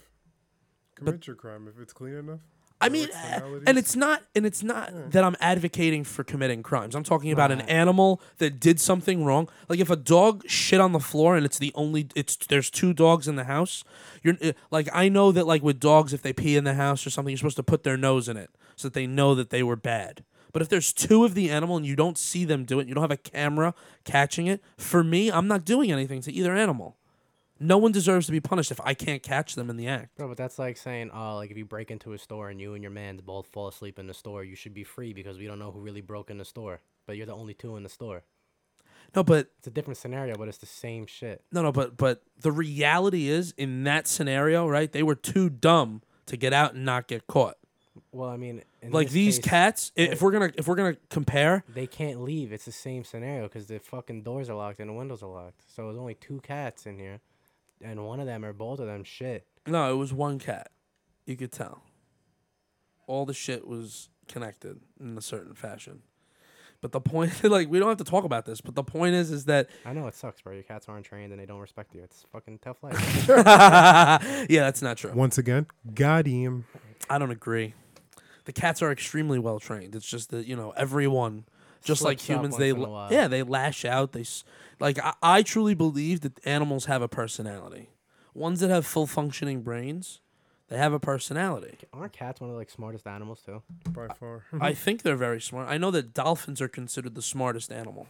Speaker 4: Commit your crime if it's clean enough.
Speaker 2: I
Speaker 4: Or
Speaker 2: mean,
Speaker 4: it's
Speaker 2: eh,
Speaker 4: legalities.
Speaker 2: and it's not, and it's not that I'm advocating for committing crimes. I'm talking about an animal that did something wrong. Like if a dog shit on the floor and it's the only, it's there's two dogs in the house. You're eh, like, I know that like with dogs, if they pee in the house or something, you're supposed to put their nose in it so that they know that they were bad. But if there's two of the animal and you don't see them do it, you don't have a camera catching it. For me, I'm not doing anything to either animal. No one deserves to be punished if I can't catch them in the act.
Speaker 3: Bro, but that's like saying, oh, like if you break into a store and you and your man both fall asleep in the store, you should be free because we don't know who really broke in the store. But you're the only two in the store.
Speaker 2: No, but
Speaker 3: It's a different scenario, but it's the same shit.
Speaker 2: No, no, but but the reality is in that scenario, right? They were too dumb to get out and not get caught.
Speaker 3: Well, I mean, in
Speaker 2: Like
Speaker 3: this
Speaker 2: these
Speaker 3: case,
Speaker 2: cats, i- if we're gonna if we're gonna compare,
Speaker 3: they can't leave. It's the same scenario because the fucking doors are locked and the windows are locked. So there's only two cats in here, and one of them or both of them shit.
Speaker 2: no, it was one cat. You could tell. All the shit was connected in a certain fashion. But the point, like, we don't have to talk about this. But the point is, is that
Speaker 3: I know it sucks, bro. Your cats aren't trained and they don't respect you. It's fucking tough life.
Speaker 2: yeah, that's not true.
Speaker 4: Once again, got him.
Speaker 2: I don't agree. The cats are extremely well trained. It's just that you know everyone, just like
Speaker 3: Slips up
Speaker 2: humans,
Speaker 3: once
Speaker 2: they
Speaker 3: in a
Speaker 2: la-
Speaker 3: while.
Speaker 2: yeah they lash out. They s- like I, I truly believe that animals have a personality. Ones that have full functioning brains, They have a personality.
Speaker 3: Aren't cats one of the like smartest animals too?
Speaker 4: by far.
Speaker 2: I
Speaker 3: Mm-hmm.
Speaker 2: think they're very smart. I know that dolphins are considered the smartest animal,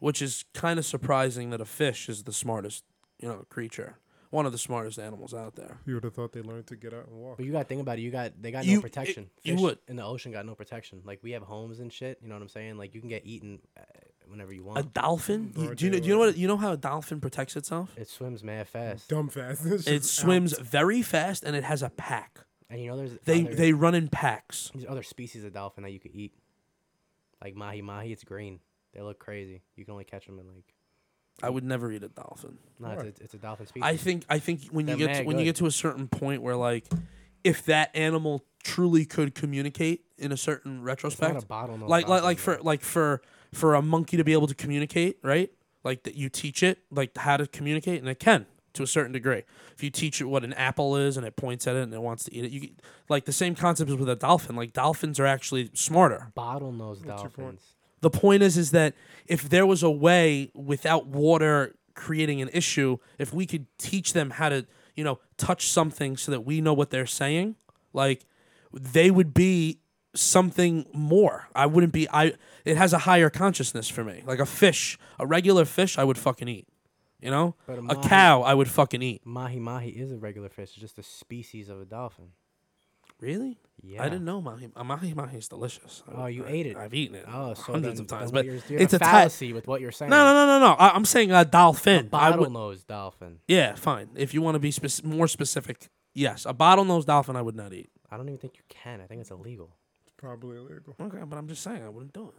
Speaker 2: which is kind of surprising that a fish is the smartest, you know, creature. One of the smartest animals out there.
Speaker 4: you would have thought they learned to get out and walk.
Speaker 3: But you got to think about it. You got they got
Speaker 2: You-
Speaker 3: no protection.
Speaker 2: it- you would.
Speaker 3: in the ocean got no protection. Like we have homes and shit. You know what I'm saying? Like you can get eaten uh, whenever you
Speaker 2: A
Speaker 3: want.
Speaker 2: dolphin? You,
Speaker 4: Broad
Speaker 2: do you know? Do you know what? You know how a dolphin protects itself?
Speaker 3: it swims mad fast.
Speaker 4: Dumb fast.
Speaker 2: It swims very fast and it has a pack.
Speaker 3: And you know there's
Speaker 2: They
Speaker 3: other,
Speaker 2: they run in packs.
Speaker 3: there's other species of dolphin that you could eat. Like mahi mahi, it's green. They look crazy. You can only catch them in like
Speaker 2: I would never eat a dolphin.
Speaker 3: no, it's,
Speaker 4: Why?
Speaker 3: it's, it's a dolphin species.
Speaker 2: I think I think when you
Speaker 3: They're
Speaker 2: get to,
Speaker 3: mad
Speaker 2: when you get
Speaker 3: good.
Speaker 2: to a certain point where like if that animal truly could communicate in a certain
Speaker 3: it's not
Speaker 2: retrospect,
Speaker 3: a bottleneck.
Speaker 2: like like
Speaker 3: dolphin,
Speaker 2: like
Speaker 3: though.
Speaker 2: for like for for a monkey to be able to communicate, right? Like that you teach it like how to communicate, and it can to a certain degree. If you teach it what an apple is, and it points at it and it wants to eat it, you get- like the same concept is with a dolphin. Like dolphins are actually smarter.
Speaker 3: bottlenose
Speaker 4: What's your point?
Speaker 3: dolphins.
Speaker 2: The point is, is that if there was a way without water creating an issue, if we could teach them how to, you know, touch something so that we know what they're saying, like they would be something more. I wouldn't be. I. It has a higher consciousness for me. Like a fish, a regular fish, I would fucking eat. You know,
Speaker 3: But a
Speaker 2: a
Speaker 3: mahi-
Speaker 2: cow, I would fucking eat.
Speaker 3: Mahi mahi is a regular fish. It's just a species of a dolphin.
Speaker 2: Really?
Speaker 3: Yeah.
Speaker 2: I didn't know mahi uh, mahi mahi is delicious. I-
Speaker 3: Oh, you
Speaker 2: I-
Speaker 3: ate it.
Speaker 2: I've eaten it.
Speaker 3: Oh, so
Speaker 2: hundreds
Speaker 3: then-
Speaker 2: of
Speaker 3: then
Speaker 2: times,
Speaker 3: what
Speaker 2: but
Speaker 3: you're- you had
Speaker 2: it's a type.
Speaker 3: fallacy with what you're saying.
Speaker 2: No, no, no, no, no. I, I'm saying a dolphin. I would-
Speaker 3: bottlenose dolphin.
Speaker 2: Yeah, fine. If you want to be spec- more specific, yes, a bottlenose dolphin I would not eat.
Speaker 3: I don't even think you can. I think it's illegal.
Speaker 4: probably illegal.
Speaker 2: Okay, but I'm just saying I wouldn't do it.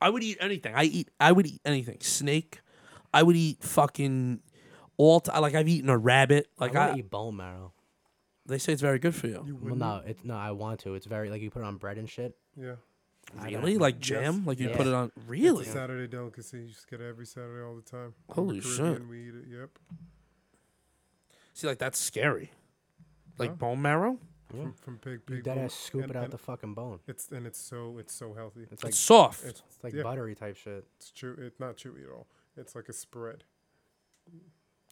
Speaker 2: I would eat anything. I eat. I would eat anything. Snake. I would eat fucking all. T- like I've eaten a rabbit. Like
Speaker 3: I
Speaker 2: I,
Speaker 3: want to eat bone marrow.
Speaker 2: they say it's very good for you.
Speaker 4: You
Speaker 3: Well,
Speaker 4: wouldn't.
Speaker 3: no, it's no. I want to. It's very like you put it on bread and shit.
Speaker 4: Yeah.
Speaker 2: really? Like jam? Like you put
Speaker 3: Yeah.
Speaker 2: it on? Really?
Speaker 4: It's a Saturday delicacy. You just get it every Saturday all the time. In the
Speaker 2: Holy shit.
Speaker 4: Caribbean, We eat it. Yep.
Speaker 2: See, like that's scary. Like
Speaker 4: Huh?
Speaker 2: bone marrow.
Speaker 3: Yeah.
Speaker 4: From, from pig,
Speaker 3: You
Speaker 4: pig.
Speaker 3: dead
Speaker 4: bone.
Speaker 3: ass scoop
Speaker 4: And-
Speaker 3: it out
Speaker 4: and
Speaker 3: the fucking bone.
Speaker 4: It's and it's so it's so healthy.
Speaker 3: It's like
Speaker 2: it's
Speaker 3: it's,
Speaker 2: soft.
Speaker 4: It's,
Speaker 3: like
Speaker 4: yeah.
Speaker 3: buttery type shit.
Speaker 4: It's chew. It's not chewy at all. It's like a spread.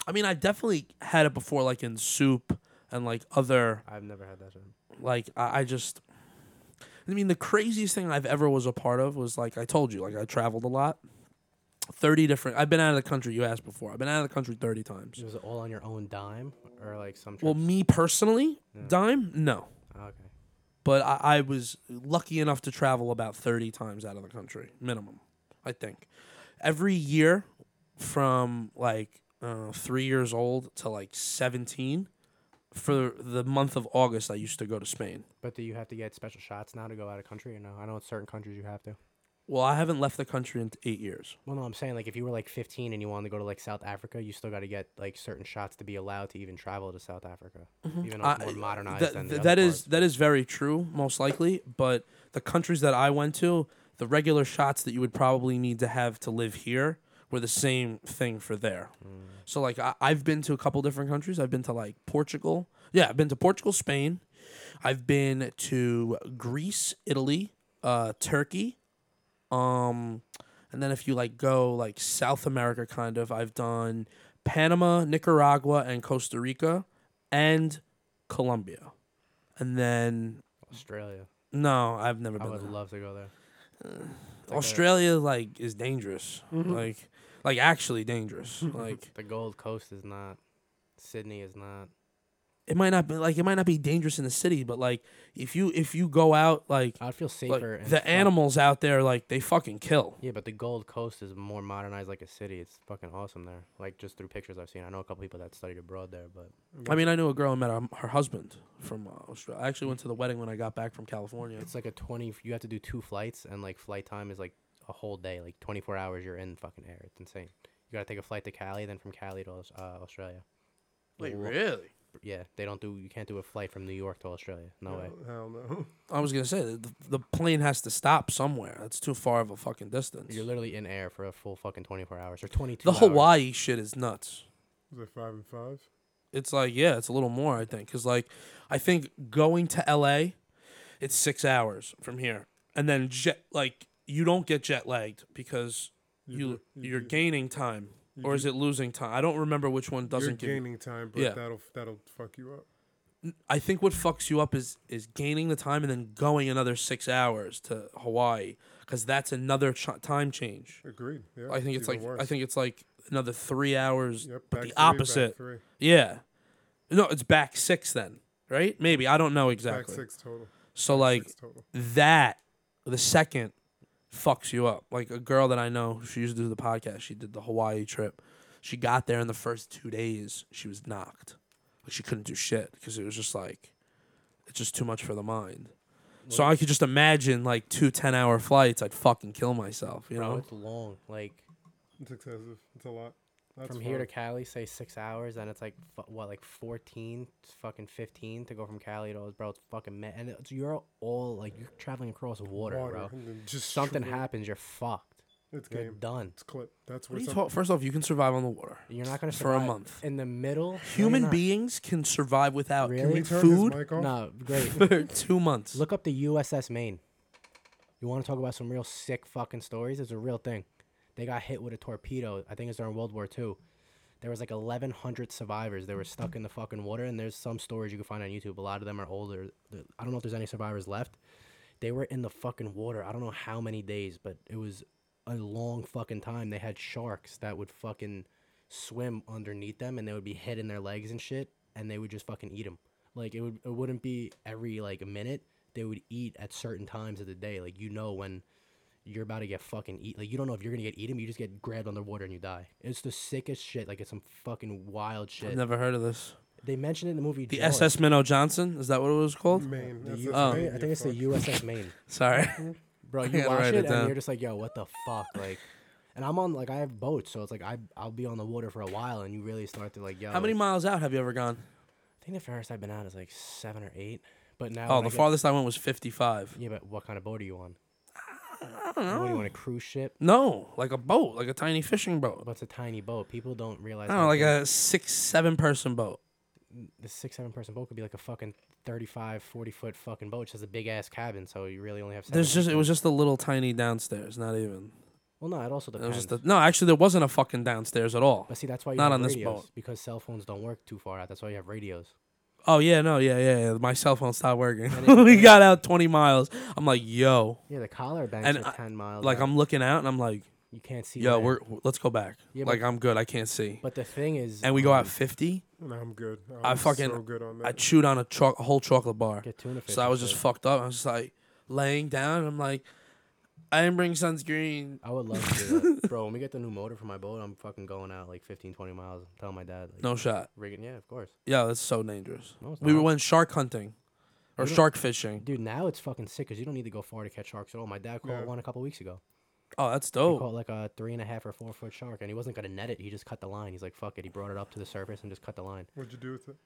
Speaker 2: I mean, I've definitely had it before, like in soup and like other
Speaker 3: I've never had that shit.
Speaker 2: like I, I just i mean the craziest thing i've ever was a part of was like i told you like i traveled a lot 30 different i've been out of the country you asked before i've been out of the country 30 times
Speaker 3: It was all on your own dime or like some. Trips?
Speaker 2: well me personally
Speaker 3: Yeah.
Speaker 2: dime no
Speaker 3: Oh, okay.
Speaker 2: but I, I was lucky enough to travel about 30 times out of the country minimum i think every year from like uh, three years old to like 17 for the month of august i used to go to spain
Speaker 3: But do you have to get special shots now to go out of country or no? I know in certain countries you have to.
Speaker 2: well i haven't left the country in eight years
Speaker 3: Well, no, I'm saying like if you were like 15 and you wanted to go to like South Africa, you still got to get like certain shots to be allowed to even travel to South Africa, even though it's
Speaker 2: Mm-hmm. I-
Speaker 3: more modernized
Speaker 2: that-
Speaker 3: than the
Speaker 2: that-
Speaker 3: other
Speaker 2: that is
Speaker 3: parts.
Speaker 2: that is very true, most likely. But the countries that I went to, the regular shots that you would probably need to have to live here were the same thing for there.
Speaker 3: Mm.
Speaker 2: So like I, I've been to a couple different countries. I've been to like Portugal. Yeah, I've been to Portugal, Spain. I've been to Greece, Italy, uh, Turkey. Um, and then if you like go like South America, kind of, I've done Panama, Nicaragua, and Costa Rica, and Colombia. And then
Speaker 3: Australia.
Speaker 2: no, I've never
Speaker 3: I
Speaker 2: been.
Speaker 3: would
Speaker 2: there.
Speaker 3: love to go there. like a-
Speaker 2: Australia like is dangerous. Like like actually dangerous. like
Speaker 3: The Gold Coast is not. Sydney is not.
Speaker 2: it might not be like it might not be dangerous in the city, but like if you if you go out like
Speaker 3: I'd feel safer.
Speaker 2: like
Speaker 3: and
Speaker 2: the
Speaker 3: fuck-
Speaker 2: animals out there like they fucking kill.
Speaker 3: Yeah, but the Gold Coast is more modernized like a city. It's fucking awesome there. Like just through pictures I've seen. I know a couple people that studied abroad there, but
Speaker 2: I mean, I knew a girl and met her, her husband from uh, Australia. I actually went to the wedding when I got back from California.
Speaker 3: it's like a 20. You have to do two flights, and like flight time is like a whole day, like 24 hours. You're in fucking air. It's insane. You gotta take a flight to Cali, then from Cali to Aus- uh, Australia.
Speaker 2: Wait,
Speaker 3: Lo-
Speaker 2: really?
Speaker 3: Yeah, they don't do. You can't do a flight from New York to Australia. No way.
Speaker 4: Hell- Hell no.
Speaker 2: I was gonna say the, the plane has to stop somewhere. That's too far of a fucking distance.
Speaker 3: You're literally in air for a full fucking 24 hours or 22.
Speaker 2: The
Speaker 3: hours.
Speaker 2: Hawaii shit is nuts.
Speaker 4: Is it five and five?
Speaker 2: It's like yeah, it's a little more I think because like I think going to L.A. it's six hours from here, and then jet like you don't get jet lagged because you,
Speaker 4: do-
Speaker 2: you are
Speaker 4: do-
Speaker 2: gaining time
Speaker 4: you
Speaker 2: or is
Speaker 4: do-
Speaker 2: it losing time? I don't remember which one
Speaker 4: You're
Speaker 2: doesn't give. you-
Speaker 4: gaining time, but
Speaker 2: Yeah.
Speaker 4: that'll that'll fuck you up.
Speaker 2: I think what fucks you up is is gaining the time and then going another six hours to Hawaii because that's another ch- time change.
Speaker 4: Agreed. Yeah,
Speaker 2: I think it's like
Speaker 4: even worse.
Speaker 2: I think it's like another three hours,
Speaker 4: Yep,
Speaker 2: but
Speaker 4: back
Speaker 2: the
Speaker 4: three, back
Speaker 2: opposite.
Speaker 4: three.
Speaker 2: Yeah, no, it's back six then, right? Maybe I don't know
Speaker 4: Back
Speaker 2: exactly.
Speaker 4: six total.
Speaker 2: So like
Speaker 4: Six total.
Speaker 2: that, the second fucks you up. Like a girl that I know, she used to do the podcast. She did the Hawaii trip. She got there in the first two days, she was knocked. Like she couldn't do shit because it was just like, it's just too much for the mind. So I could just imagine like two 10 hour flights, I'd fucking kill myself, you
Speaker 3: Bro,
Speaker 2: know?
Speaker 3: it's long. Like
Speaker 4: It's excessive. It's a lot. That's
Speaker 3: from here to
Speaker 4: fine.
Speaker 3: Cali, say six hours, and it's like fu- what, like fourteen, fucking fifteen to go from Cali to bro. It's fucking mad, and it's, you're all like you're traveling across water, bro.
Speaker 4: and then just
Speaker 3: Something
Speaker 4: shoot it.
Speaker 3: happens, you're fucked.
Speaker 4: It's
Speaker 3: You're
Speaker 4: game.
Speaker 3: done.
Speaker 4: It's clip. That's
Speaker 2: What
Speaker 4: where
Speaker 2: are you
Speaker 4: some-
Speaker 2: talk- First off, you can survive on the water.
Speaker 3: You're not gonna
Speaker 2: For a
Speaker 3: survive.
Speaker 2: month.
Speaker 3: in the middle. no,
Speaker 2: Human
Speaker 3: you're not.
Speaker 2: beings can survive without
Speaker 3: Really?
Speaker 4: Can we
Speaker 3: Like
Speaker 4: turn
Speaker 2: food?
Speaker 4: his mic off?
Speaker 3: No, great.
Speaker 2: for two months.
Speaker 3: Look up the USS Maine. You want to talk about some real sick fucking stories? It's a real thing. They got hit with a torpedo. I think it was during World War II. There was like 1,100 survivors. They were stuck in the fucking water, and there's some stories you can find on YouTube. A lot of them are older. The- I don't know if there's any survivors left. They were in the fucking water. I don't know how many days, but it was a long fucking time. They had sharks that would fucking swim underneath them, and they would be hit in their legs and shit, and they would just fucking eat them. Like it would, it wouldn't be every like minute. They would eat at certain times of the day. Like you know when you're about to get fucking eat. Like you don't know if you're gonna get eaten. You just get grabbed underwater and you die. It's the sickest shit. Like it's some fucking wild shit.
Speaker 2: I've never heard of this.
Speaker 3: They mentioned it in the movie.
Speaker 2: The Um,
Speaker 3: Jaws.
Speaker 2: SS Minnow Johnson? Is that what it was called?
Speaker 4: Maine.
Speaker 3: The
Speaker 4: That's
Speaker 3: U-
Speaker 4: his
Speaker 3: I
Speaker 4: name,
Speaker 3: think I
Speaker 4: you
Speaker 3: think it's the
Speaker 4: fuck.
Speaker 3: USS Maine.
Speaker 2: Sorry.
Speaker 3: Bro,
Speaker 2: gotta
Speaker 3: you watch
Speaker 2: write
Speaker 3: it,
Speaker 2: it
Speaker 3: and
Speaker 2: down.
Speaker 3: you're just like, yo, what the fuck? Like, and I'm on like I have boats, so it's like I I'll be on the water for a while, and you really start to like, yo.
Speaker 2: How many
Speaker 3: like-
Speaker 2: miles out have you ever gone?
Speaker 3: I think the farthest I've been out is like seven or eight. But now.
Speaker 2: Oh,
Speaker 3: when I
Speaker 2: the
Speaker 3: get-
Speaker 2: farthest I went was 55.
Speaker 3: Yeah, but what kind of boat are you on? I don't know. What, do you want a cruise ship?
Speaker 2: No, like a boat, like a tiny fishing boat.
Speaker 3: But it's a tiny boat. People don't realize.
Speaker 2: I don't
Speaker 3: how
Speaker 2: know, like
Speaker 3: big-
Speaker 2: a six, seven person boat.
Speaker 3: the six seven person boat could be like a fucking 35 40 foot fucking boat It just has a big ass cabin so you really only have seven
Speaker 2: There's just it
Speaker 3: people.
Speaker 2: was just a little tiny downstairs, not even.
Speaker 3: well no it also
Speaker 2: It
Speaker 3: depends
Speaker 2: was just a, no, actually there wasn't a fucking downstairs at all.
Speaker 3: but see that's why you
Speaker 2: not
Speaker 3: have
Speaker 2: on this
Speaker 3: radios,
Speaker 2: boat.
Speaker 3: because cell phones don't work too far out that's why you have radios
Speaker 2: Oh yeah, no, yeah, yeah, yeah. My cell phone stopped working.
Speaker 3: it-
Speaker 2: we got out 20 miles. I'm like, yo,
Speaker 3: yeah the collar banks
Speaker 2: And
Speaker 3: are
Speaker 2: I-
Speaker 3: 10 miles
Speaker 2: like
Speaker 3: out.
Speaker 2: I'm looking out and I'm like,
Speaker 3: you can't see
Speaker 2: yo,
Speaker 3: land.
Speaker 2: we're let's go back.
Speaker 3: Yeah,
Speaker 2: like
Speaker 3: but-
Speaker 2: I'm good. I can't see.
Speaker 3: but the thing is
Speaker 2: And we go out
Speaker 3: um,
Speaker 2: 50.
Speaker 4: No, I'm good. I'm
Speaker 2: I fucking-
Speaker 4: so good on that.
Speaker 2: I chewed on a, cho- a whole chocolate bar.
Speaker 3: get tuna fish
Speaker 2: So I was just
Speaker 3: instead.
Speaker 2: fucked up. I was just like laying down. I'm like, I didn't bring sunscreen.
Speaker 3: I would love to do that. Bro, when we get the new motor for my boat, I'm fucking going out like 15, 20 miles. I'm telling my dad. Like,
Speaker 2: No shot.
Speaker 3: Rigging, yeah, of course.
Speaker 2: Yeah, that's so dangerous.
Speaker 3: No, it's
Speaker 2: We
Speaker 3: not.
Speaker 2: went shark hunting or
Speaker 3: don't-
Speaker 2: shark fishing.
Speaker 3: Dude, now it's fucking sick because you don't need to go far to catch sharks at all. My dad caught
Speaker 4: Yeah.
Speaker 3: one a couple weeks ago.
Speaker 2: Oh, that's
Speaker 3: He
Speaker 2: dope.
Speaker 3: caught like a three and a half or four foot shark, and he wasn't gonna net it. He just cut the line. He's like, "Fuck it." He brought it up to the surface and just cut the line.
Speaker 4: What'd you do with it?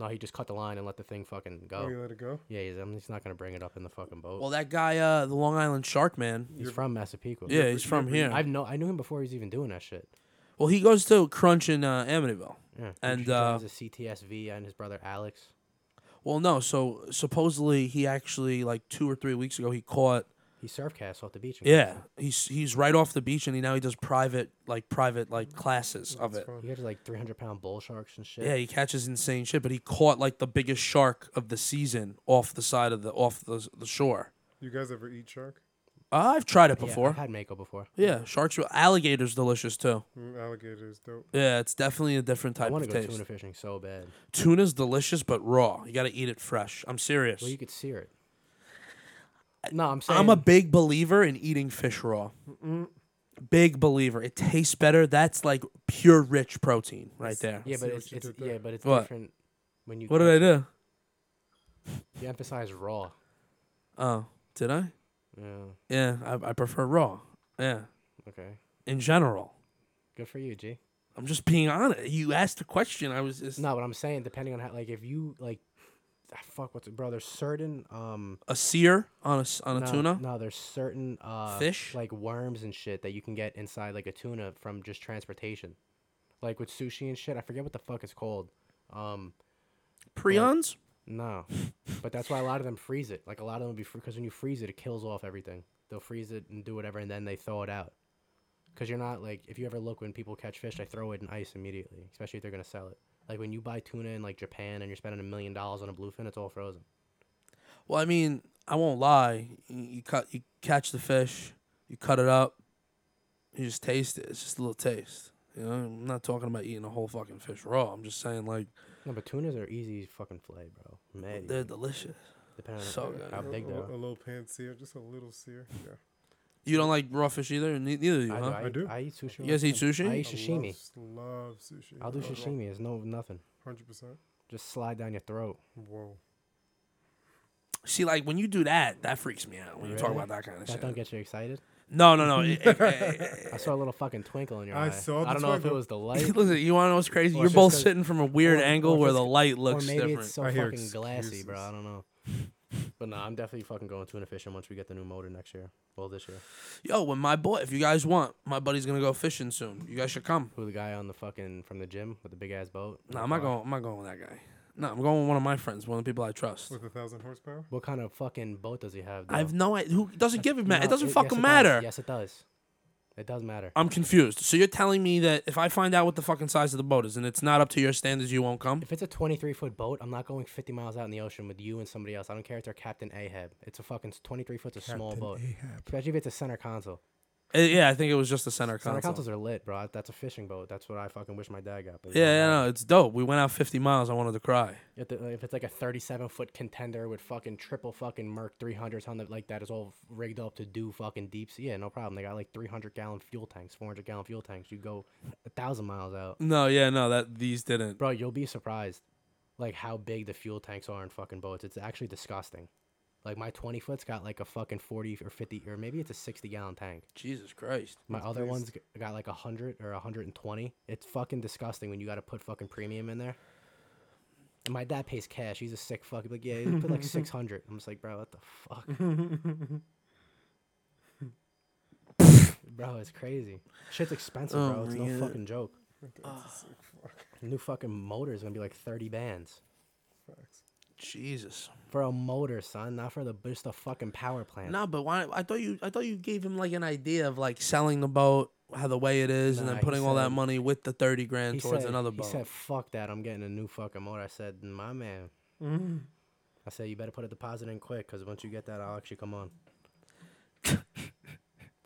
Speaker 3: No, he just cut the line and let the thing fucking
Speaker 4: Oh, you
Speaker 3: go.
Speaker 4: let it go?
Speaker 3: Yeah, he's, I'm, he's not gonna bring it up in the fucking boat.
Speaker 2: Well, that guy, uh, the Long Island shark man.
Speaker 3: he's from Massapequa.
Speaker 2: Yeah, he's from here.
Speaker 3: I've no, I knew him before he was even doing that shit.
Speaker 2: well, he goes to Crunch in uh, Amityville.
Speaker 3: Yeah,
Speaker 2: And,
Speaker 3: he
Speaker 2: uh,
Speaker 3: joins the CTSV and his brother Alex.
Speaker 2: Well, no. So supposedly he actually like two or three weeks ago he caught.
Speaker 3: He surf casts off the beach. in
Speaker 2: Yeah, uh, he's he's right off the beach and he now he does private like private like classes of it.
Speaker 3: Queens. He catches like 300 pound bull sharks and shit.
Speaker 2: Yeah, he catches insane shit, but he caught like the biggest shark of the season off the side of the off the, the shore.
Speaker 4: You guys ever eat shark?
Speaker 2: I've tried it
Speaker 3: Yeah, I've
Speaker 2: before.
Speaker 3: had Mako before.
Speaker 2: Yeah, sharks, are- alligators, delicious too.
Speaker 4: Mm, alligator is dope.
Speaker 2: Yeah, it's definitely a different
Speaker 3: I
Speaker 2: type
Speaker 3: want
Speaker 2: of
Speaker 3: to go
Speaker 2: taste.
Speaker 3: tuna fishing so bad.
Speaker 2: Tuna's delicious, but raw. You got to eat it fresh. I'm serious.
Speaker 3: Well, you could sear it. No, I'm saying
Speaker 2: I'm a big believer in eating fish raw. Big believer. It tastes better. That's like pure rich protein right there.
Speaker 3: Yeah,
Speaker 4: see
Speaker 3: but
Speaker 4: what
Speaker 3: it's,
Speaker 4: you
Speaker 3: it's
Speaker 4: did there.
Speaker 3: yeah, but it's
Speaker 2: What?
Speaker 3: different when you.
Speaker 2: What did I
Speaker 3: catch it.
Speaker 2: do?
Speaker 3: You emphasize raw.
Speaker 2: Oh, did I?
Speaker 3: Yeah.
Speaker 2: Yeah, I, I prefer raw. Yeah,
Speaker 3: Okay.
Speaker 2: in general.
Speaker 3: Good for you, G.
Speaker 2: I'm just being honest. You asked the question. I was just
Speaker 3: No, but I'm saying depending on how, like, if you like, ah, fuck, what's it, bro? There's certain um.
Speaker 2: a sear on a s- on a
Speaker 3: no,
Speaker 2: tuna.
Speaker 3: No, there's certain uh
Speaker 2: Fish?
Speaker 3: like worms and shit that you can get inside like a tuna from just transportation, like with sushi and shit. I forget what the fuck it's called. Um,
Speaker 2: Prions.
Speaker 3: no, but that's why a lot of them freeze it. Like a lot of them would be because when you freeze it, it kills off everything. They'll freeze it and do whatever, and then they throw it out. Cause you're not like if you ever look when people catch fish, they throw it in ice immediately, especially if they're gonna sell it. Like when you buy tuna in like Japan and you're spending a million dollars on a bluefin, it's all frozen.
Speaker 2: Well, I mean, I won't lie. You, you cut, you catch the fish, you cut it up, you just taste it. It's just a little taste. You know, I'm not talking about eating a whole fucking fish raw. I'm just saying like
Speaker 3: No, but tunas are easy fucking fillet, bro. Mad
Speaker 2: they're
Speaker 3: easy,
Speaker 2: delicious.
Speaker 3: depending on
Speaker 2: so good.
Speaker 3: how
Speaker 4: A-
Speaker 3: big
Speaker 4: a,
Speaker 3: they are.
Speaker 4: a little pan sear, just a little sear. Yeah.
Speaker 2: You don't like raw fish either. Ne- Neither do you,
Speaker 3: I,
Speaker 2: huh?
Speaker 3: I,
Speaker 4: oh, I do.
Speaker 3: do. I eat sushi. all
Speaker 2: You guys
Speaker 3: the
Speaker 2: eat
Speaker 3: time.
Speaker 2: sushi? Oh.
Speaker 3: I eat
Speaker 4: I
Speaker 3: sashimi.
Speaker 4: Love, love sushi.
Speaker 3: I'll do sashimi. It's no nothing.
Speaker 4: Hundred percent.
Speaker 3: Just slide down your throat.
Speaker 4: Whoa.
Speaker 2: See, like when you do that, that freaks me out. When you talk
Speaker 3: Really?
Speaker 2: about that kind of
Speaker 3: That
Speaker 2: shit.
Speaker 3: don't get you excited.
Speaker 2: No, no, no. it- it- it-
Speaker 3: I saw a little fucking twinkle in your
Speaker 4: I
Speaker 3: eye.
Speaker 4: saw
Speaker 3: I
Speaker 4: the
Speaker 3: don't know if it
Speaker 4: twinkle.
Speaker 3: was the light.
Speaker 2: it- Listen, you want to know what's crazy?
Speaker 3: Or
Speaker 2: You're
Speaker 3: it's just
Speaker 2: both
Speaker 3: 'cause-
Speaker 2: sitting from a weird
Speaker 3: or-
Speaker 2: angle
Speaker 3: or
Speaker 2: where
Speaker 3: just-
Speaker 2: the light
Speaker 3: Or
Speaker 2: looks
Speaker 3: maybe
Speaker 2: different.
Speaker 3: it's so
Speaker 4: I
Speaker 3: fucking
Speaker 4: hear
Speaker 3: glassy, bro.
Speaker 4: excuses.
Speaker 3: I don't know. But no, I'm definitely fucking going tuna fishing once we get the new motor next year. Well, this year.
Speaker 2: Yo, when my boy, if you guys want, my buddy's gonna go fishing soon. You guys should come.
Speaker 3: Who the guy on the fucking from the gym with the big ass boat?
Speaker 2: No, I'm not going. I'm not going with that guy. No, I'm going with one of my friends, one of the people I trust.
Speaker 4: With a thousand horsepower.
Speaker 3: What kind of fucking boat does he have? Though?
Speaker 2: I've no idea. Who it doesn't give a man? It
Speaker 3: No,
Speaker 2: doesn't
Speaker 3: yes,
Speaker 2: fucking
Speaker 3: does.
Speaker 2: matter.
Speaker 3: Yes, it does. It does matter.
Speaker 2: I'm confused. So you're telling me that if I find out what the fucking size of the boat is and it's not up to your standards, you won't come?
Speaker 3: If it's a 23 foot boat, I'm not going 50 miles out in the ocean with you and somebody else. I don't care if they're Captain Ahab. It's a fucking 23 foot's a small boat. Especially if it's a center console.
Speaker 2: Uh, yeah, I think it was just the center
Speaker 3: Center
Speaker 2: console.
Speaker 3: consoles are lit, bro. That's a fishing boat. That's what I fucking wish my dad got. But
Speaker 2: Yeah, yeah, no, it's dope. We went out 50 miles. I wanted to cry.
Speaker 3: If, the, if it's like a 37 foot contender with fucking triple fucking Merc 300s on the like that is all rigged up to do fucking deep sea. Yeah, no problem. They got like 300 gallon fuel tanks, 400 gallon fuel tanks. You go a thousand miles out,
Speaker 2: No, yeah, no, that these didn't.
Speaker 3: bro. You'll be surprised, like how big the fuel tanks are in fucking boats. It's actually disgusting. Like my 20 foot's got like a fucking 40 or 50 or maybe it's a 60 gallon tank.
Speaker 2: Jesus Christ.
Speaker 3: My other
Speaker 4: nice.
Speaker 3: one's g- got like a 100 or a 120. It's fucking disgusting when you got to put fucking premium in there. And my dad pays cash. He's a sick fuck. He's like, yeah, he put like 600. I'm just like, bro, what the fuck? bro, it's crazy. Shit's expensive,
Speaker 2: Oh
Speaker 3: bro. It's
Speaker 2: my
Speaker 3: no
Speaker 2: God.
Speaker 3: fucking joke.
Speaker 4: That's a sick fuck.
Speaker 3: New fucking motor is going to be like 30 bands.
Speaker 4: Facts.
Speaker 2: Jesus.
Speaker 3: For a motor, son, not for the just a fucking power plant.
Speaker 2: No, but why? I thought you. I thought you gave him like an idea of like selling the boat, how the way it is, and
Speaker 3: Nah,
Speaker 2: then
Speaker 3: he
Speaker 2: putting all that
Speaker 3: said-
Speaker 2: money with the 30 grand
Speaker 3: he
Speaker 2: towards
Speaker 3: said,
Speaker 2: another
Speaker 3: he
Speaker 2: boat.
Speaker 3: said, fuck that. I'm getting a new fucking motor. I said, my man. Mm-hmm.
Speaker 4: Mm.
Speaker 3: I said you better put a deposit in quick, cause once you get that, I'll actually come on.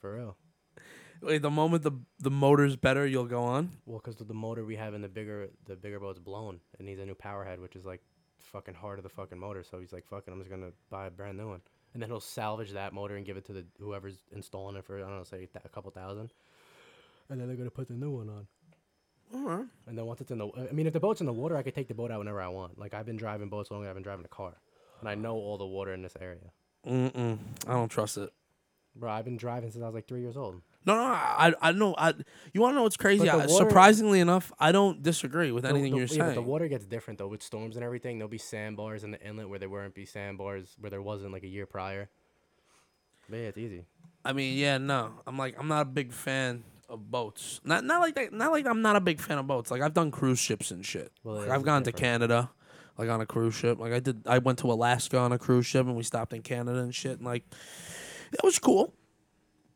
Speaker 3: For real.
Speaker 2: Wait, the moment the the motor's better, you'll go on.
Speaker 3: Well, cause the motor we have in the bigger the bigger boat's blown. It needs a new power head, which is like fucking hard of the fucking motor. So he's like, fucking, I'm just gonna buy a brand new one, and then he'll salvage that motor and give it to the whoever's installing it for I don't know, say a couple thousand, and then they're gonna put the new one on.
Speaker 2: Alright.
Speaker 3: And then once it's in the, I mean, if the boat's in the water, I could take the boat out whenever I want. Like I've been driving boats longer than I've been driving a car, and I know all the water in this area.
Speaker 2: Mm-mm. I don't trust it.
Speaker 3: Bro, I've been driving since I was like three years old.
Speaker 2: No, no, I, I know. I, you want to know what's crazy?
Speaker 3: the
Speaker 2: I,
Speaker 3: water-
Speaker 2: surprisingly enough, I don't disagree with
Speaker 3: the-
Speaker 2: anything
Speaker 3: the-
Speaker 2: you're
Speaker 3: yeah, but
Speaker 2: saying.
Speaker 3: the water gets different though with storms and everything. There'll be sandbars in the inlet where there weren't be sandbars where there wasn't like a year prior. But yeah, it's easy.
Speaker 2: I mean, yeah, no, I'm like, I'm not a big fan of boats. Not, not like that. Not like I'm not a big fan of boats. Like I've done cruise ships and shit.
Speaker 3: Well,
Speaker 2: like,
Speaker 3: it
Speaker 2: I've
Speaker 3: is
Speaker 2: gone to
Speaker 3: different.
Speaker 2: Canada, like on a cruise ship. Like I did, I went to Alaska on a cruise ship, and we stopped in Canada and shit. And like, that was cool.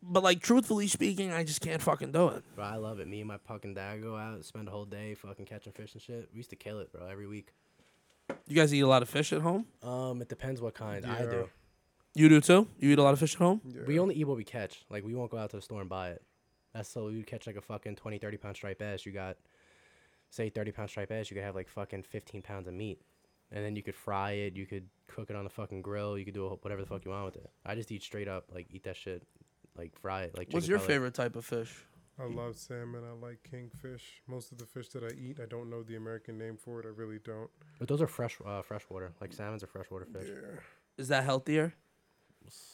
Speaker 2: But like, truthfully speaking, I just can't fucking do it.
Speaker 3: Bro, I love it. Me and my fucking dad go out, spend a whole day fucking catching fish and shit. We used to kill it, bro, every week.
Speaker 2: You guys eat a lot of fish at home.
Speaker 3: Um, it depends what kind. I
Speaker 4: Yeah.
Speaker 3: do.
Speaker 2: You do too. You eat a lot of fish at home.
Speaker 4: Yeah.
Speaker 3: We only eat what we catch. Like we won't go out to the store and buy it. That's so you catch like a fucking 20, 30 pound striped bass. You got say 30 pound striped bass, you could have like fucking 15 pounds of meat. And then you could fry it, you could cook it on the fucking grill, you could do whatever the fuck you want with it. I just eat straight up, like eat that shit, like fry it, like
Speaker 2: What's
Speaker 3: chicken
Speaker 2: your
Speaker 3: cutlet.
Speaker 2: favorite type of fish?
Speaker 4: I love salmon. I like kingfish. Most of the fish that I eat, I don't know the American name for it. I really don't.
Speaker 3: But those are fresh uh freshwater. Like salmon's a freshwater fish.
Speaker 2: Is that healthier?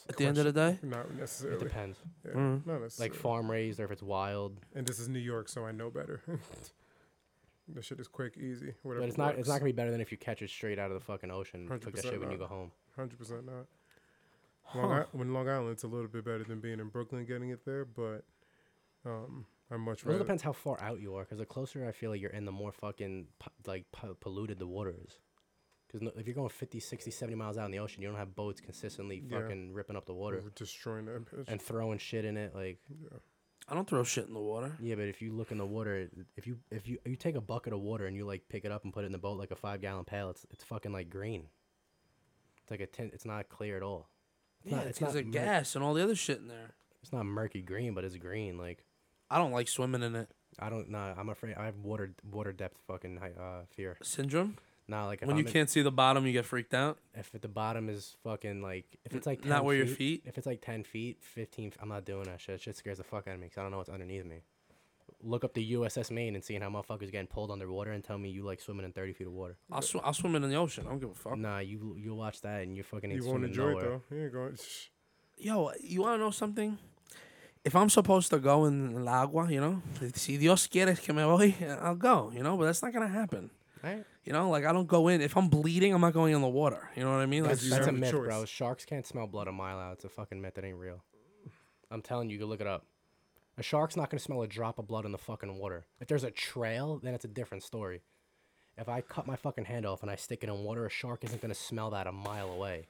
Speaker 2: At the end of the day.
Speaker 4: Not
Speaker 3: It
Speaker 4: necessarily.
Speaker 3: depends.
Speaker 4: Yeah,
Speaker 2: Mm.
Speaker 4: Not
Speaker 3: Like
Speaker 4: necessarily.
Speaker 3: farm raised or if it's wild.
Speaker 4: and this is New York, so I know better. this shit is quick, easy. Whatever.
Speaker 3: But it's not it's not gonna be better than if you catch it straight out of the fucking ocean and cook that
Speaker 4: 100%
Speaker 3: shit when you
Speaker 4: not.
Speaker 3: go home.
Speaker 4: Hundred percent not. Long I- when Long Island, it's a little bit better than being in Brooklyn, getting it there, but um, I much
Speaker 3: It also
Speaker 4: rather.
Speaker 3: depends how far out you are, because the closer I feel like you're in, the more fucking pu- like pu- polluted the water is. Because no, if you're going 50, 60, 70 miles out in the ocean, you don't have boats consistently
Speaker 4: Yeah.
Speaker 3: fucking ripping up the water
Speaker 4: We're destroying that bitch.
Speaker 3: and throwing shit in it. Like,
Speaker 4: yeah.
Speaker 2: I don't throw shit in the water.
Speaker 3: Yeah, but if you look in the water, if you if you you take a bucket of water and you like pick it up and put it in the boat like a five gallon pail, it's it's fucking like green. It's like a tint. It's not clear at all. It's
Speaker 2: Yeah,
Speaker 3: not,
Speaker 2: it's
Speaker 3: it's not
Speaker 2: because of
Speaker 3: mur-
Speaker 2: gas and all the other shit in there.
Speaker 3: It's not murky green, but it's green. Like
Speaker 2: I don't like swimming in it.
Speaker 3: I don't know. I'm afraid I have water water depth fucking hy- uh, fear.
Speaker 2: Syndrome.
Speaker 3: Nah, like if
Speaker 2: when you
Speaker 3: I'm in-
Speaker 2: can't see the bottom, you get freaked out.
Speaker 3: if at the bottom is fucking like if it's like
Speaker 2: Not
Speaker 3: 10
Speaker 2: where your feet?
Speaker 3: if it's like 10 feet 15 f- i'm not doing that shit shit scares the fuck out of me because i don't know what's underneath me look up the uss maine and seeing how motherfuckers getting pulled underwater and tell me you like swimming in 30 feet of water
Speaker 2: I'll, sw- I'll swim in the ocean. I don't give a fuck.
Speaker 3: nah you you'll watch that and you're fucking ain't
Speaker 4: You won't
Speaker 3: swimming
Speaker 4: enjoy
Speaker 3: nowhere.
Speaker 4: it though. You ain't going. Shh.
Speaker 2: Yo, you want to know something? If I'm supposed to go in la agua, you know, si Dios quiere que me voy, I'll go, you know, but that's not going to happen.
Speaker 3: Alright.
Speaker 2: You know, like I don't go in. If I'm bleeding, I'm not going in the water. You know what I mean? Like,
Speaker 4: You
Speaker 3: that's a
Speaker 4: have a
Speaker 3: myth
Speaker 4: choice.
Speaker 3: bro sharks can't smell blood a mile out it's a fucking myth that ain't real i'm telling you you can look it up a shark's not gonna smell a drop of blood in the fucking water if there's a trail then it's a different story if i cut my fucking hand off and i stick it in water a shark isn't gonna smell that a mile away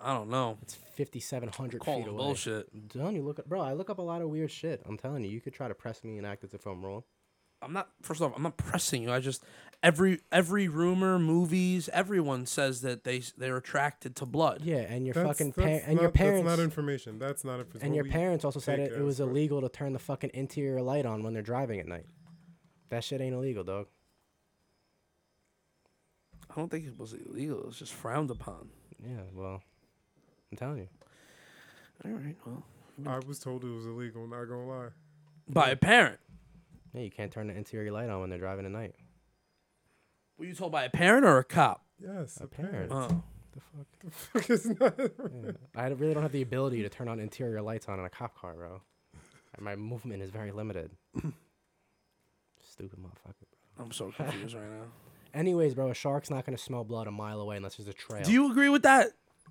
Speaker 2: I don't know.
Speaker 3: it's 5700
Speaker 2: Calling
Speaker 3: feet away
Speaker 2: bullshit.
Speaker 3: I'm telling you look up bro i look up a lot of weird shit i'm telling you you could try to press me and act as if i'm wrong
Speaker 2: I'm not. First off, I'm not pressing you. I just every every rumor, movies, everyone says that they they're attracted to blood.
Speaker 3: yeah and your
Speaker 4: That's,
Speaker 3: fucking
Speaker 4: that's
Speaker 3: pa-
Speaker 4: not,
Speaker 3: and your parents
Speaker 4: That's not information. That's not information.
Speaker 3: And your parents also said
Speaker 4: take
Speaker 3: it,
Speaker 4: as
Speaker 3: it was
Speaker 4: fact.
Speaker 3: illegal to turn the fucking interior light on when they're driving at night. That shit ain't illegal, dog.
Speaker 2: I don't think it was illegal. It was just frowned upon.
Speaker 3: Yeah, well, I'm telling you.
Speaker 2: All right, well,
Speaker 4: I was told it was illegal. Not gonna lie.
Speaker 2: by a parent.
Speaker 3: Yeah, you can't turn the interior light on when they're driving at night.
Speaker 2: Were you told by a parent or a cop?
Speaker 4: Yes,
Speaker 3: A
Speaker 4: a parent.
Speaker 2: Oh,
Speaker 3: The fuck?
Speaker 4: It's not-
Speaker 3: I really don't have the ability to turn on interior lights on in a cop car, bro. And My movement is very limited. Stupid motherfucker, bro.
Speaker 2: I'm so confused right now.
Speaker 3: Anyways, bro, a shark's not gonna smell blood a mile away unless there's a trail.
Speaker 2: Do you agree with that?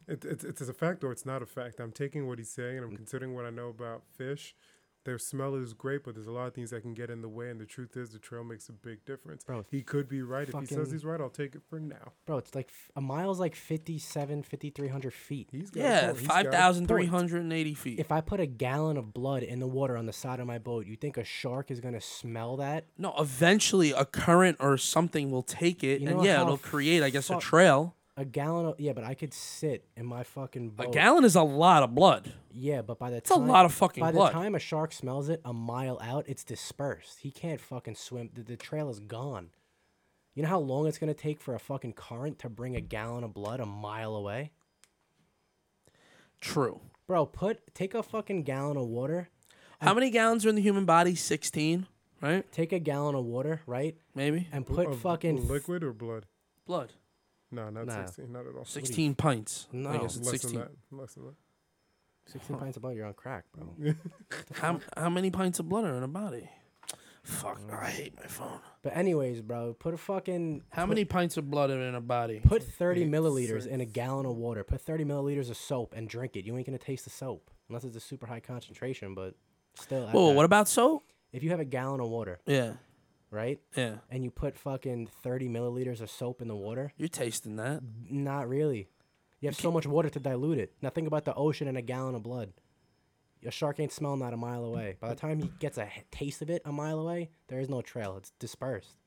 Speaker 4: It, it, it's a fact or it's not a fact. I'm taking what he's saying and
Speaker 3: Mm.
Speaker 4: I'm considering what I know about fish. Their smell is great, but there's a lot of things that can get in the way. And the truth is, the trail makes a big difference.
Speaker 3: Bro,
Speaker 4: he could be right. If he says
Speaker 3: fucking-
Speaker 4: he's right, I'll take it for now.
Speaker 3: bro, it's like f- a mile's like 57, 5300 feet.
Speaker 4: He's got a
Speaker 2: Yeah,
Speaker 4: point. He's got a
Speaker 2: five thousand three hundred and eighty feet.
Speaker 3: if I put a gallon of blood in the water on the side of my boat, you think a shark is gonna smell that?
Speaker 2: no, eventually a current or something will take it,
Speaker 3: You know
Speaker 2: and yeah,
Speaker 3: how
Speaker 2: it'll create, I guess, a
Speaker 3: fuck-
Speaker 2: trail.
Speaker 3: A gallon of yeah, but I could sit in my fucking boat.
Speaker 2: A gallon is a lot of blood.
Speaker 3: Yeah, but by the
Speaker 2: a
Speaker 3: time
Speaker 2: lot of fucking
Speaker 3: by
Speaker 2: blood.
Speaker 3: the time a shark smells it a mile out, it's dispersed. He can't fucking swim. The, the trail is gone. You know how long it's gonna take for a fucking current to bring a gallon of blood a mile away?
Speaker 2: True.
Speaker 3: Bro, put take a fucking gallon of water.
Speaker 2: How many gallons are in the human body? 16, right?
Speaker 3: Take a gallallon of water, right?
Speaker 2: Maybe.
Speaker 3: And put
Speaker 4: Of
Speaker 3: fucking
Speaker 4: liquid or blood.
Speaker 2: Blood.
Speaker 4: No, not
Speaker 3: Nah.
Speaker 4: 16. Not at all.
Speaker 2: 16 pints.
Speaker 3: No.
Speaker 2: I guess it's
Speaker 4: Less
Speaker 2: 16.
Speaker 4: than that. Less than that.
Speaker 3: sixteen pints of blood. You're on crack, bro.
Speaker 2: How, how many pints of blood are in a body? Fuck, I hate my phone.
Speaker 3: But anyways, bro, put a fucking
Speaker 2: How many pints of blood are in a body?
Speaker 3: Put 30
Speaker 4: eight,
Speaker 3: milliliters in a
Speaker 4: six.
Speaker 3: gallon of water. Put 30 milliliters of soap and drink it. You ain't gonna taste the soap unless it's a super high concentration, but still. at
Speaker 2: Whoa,
Speaker 3: that.
Speaker 2: what about soap?
Speaker 3: if you have a gallon of water,
Speaker 2: Yeah,
Speaker 3: right,
Speaker 2: yeah.
Speaker 3: and you put fucking 30 milliliters of soap in the water?
Speaker 2: You're tasting that.
Speaker 3: Not really. You have so much water to dilute it. Now think about the ocean and a gallon of blood. A shark ain't smelling that a mile away. By the time he gets a h- taste of it a mile away, there is no trail. It's dispersed.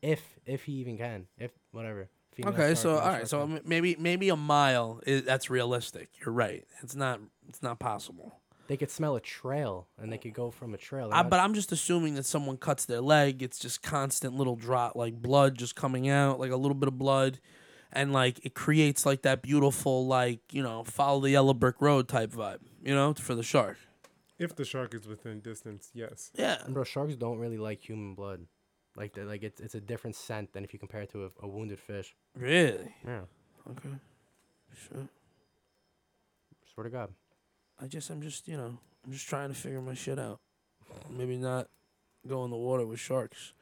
Speaker 3: If if he even can, if whatever. Female
Speaker 2: Okay,
Speaker 3: shark,
Speaker 2: so
Speaker 3: male
Speaker 2: all right,
Speaker 3: shark
Speaker 2: so
Speaker 3: can-
Speaker 2: m- maybe maybe a mile is that's realistic. You're right. It's not it's not possible.
Speaker 3: They could smell a trail, and they could go from a trail. They're
Speaker 2: I,
Speaker 3: not-
Speaker 2: Ah, but I'm just assuming that someone cuts their leg. It's just constant little drop, like blood just coming out, like a little bit of blood, and like it creates like that beautiful, like you know, follow the yellow brick road type vibe, you know, for the shark.
Speaker 4: If the shark is within distance, yes.
Speaker 2: Yeah,
Speaker 3: bro, sharks don't really like human blood. Like, they're- like it's it's a different scent than if you compare it to a, a wounded fish.
Speaker 2: really.
Speaker 3: Yeah.
Speaker 2: Okay, sure.
Speaker 3: Swear to God.
Speaker 2: I just, I'm just, you know, I'm just trying to figure my shit out. Maybe not go in the water with sharks.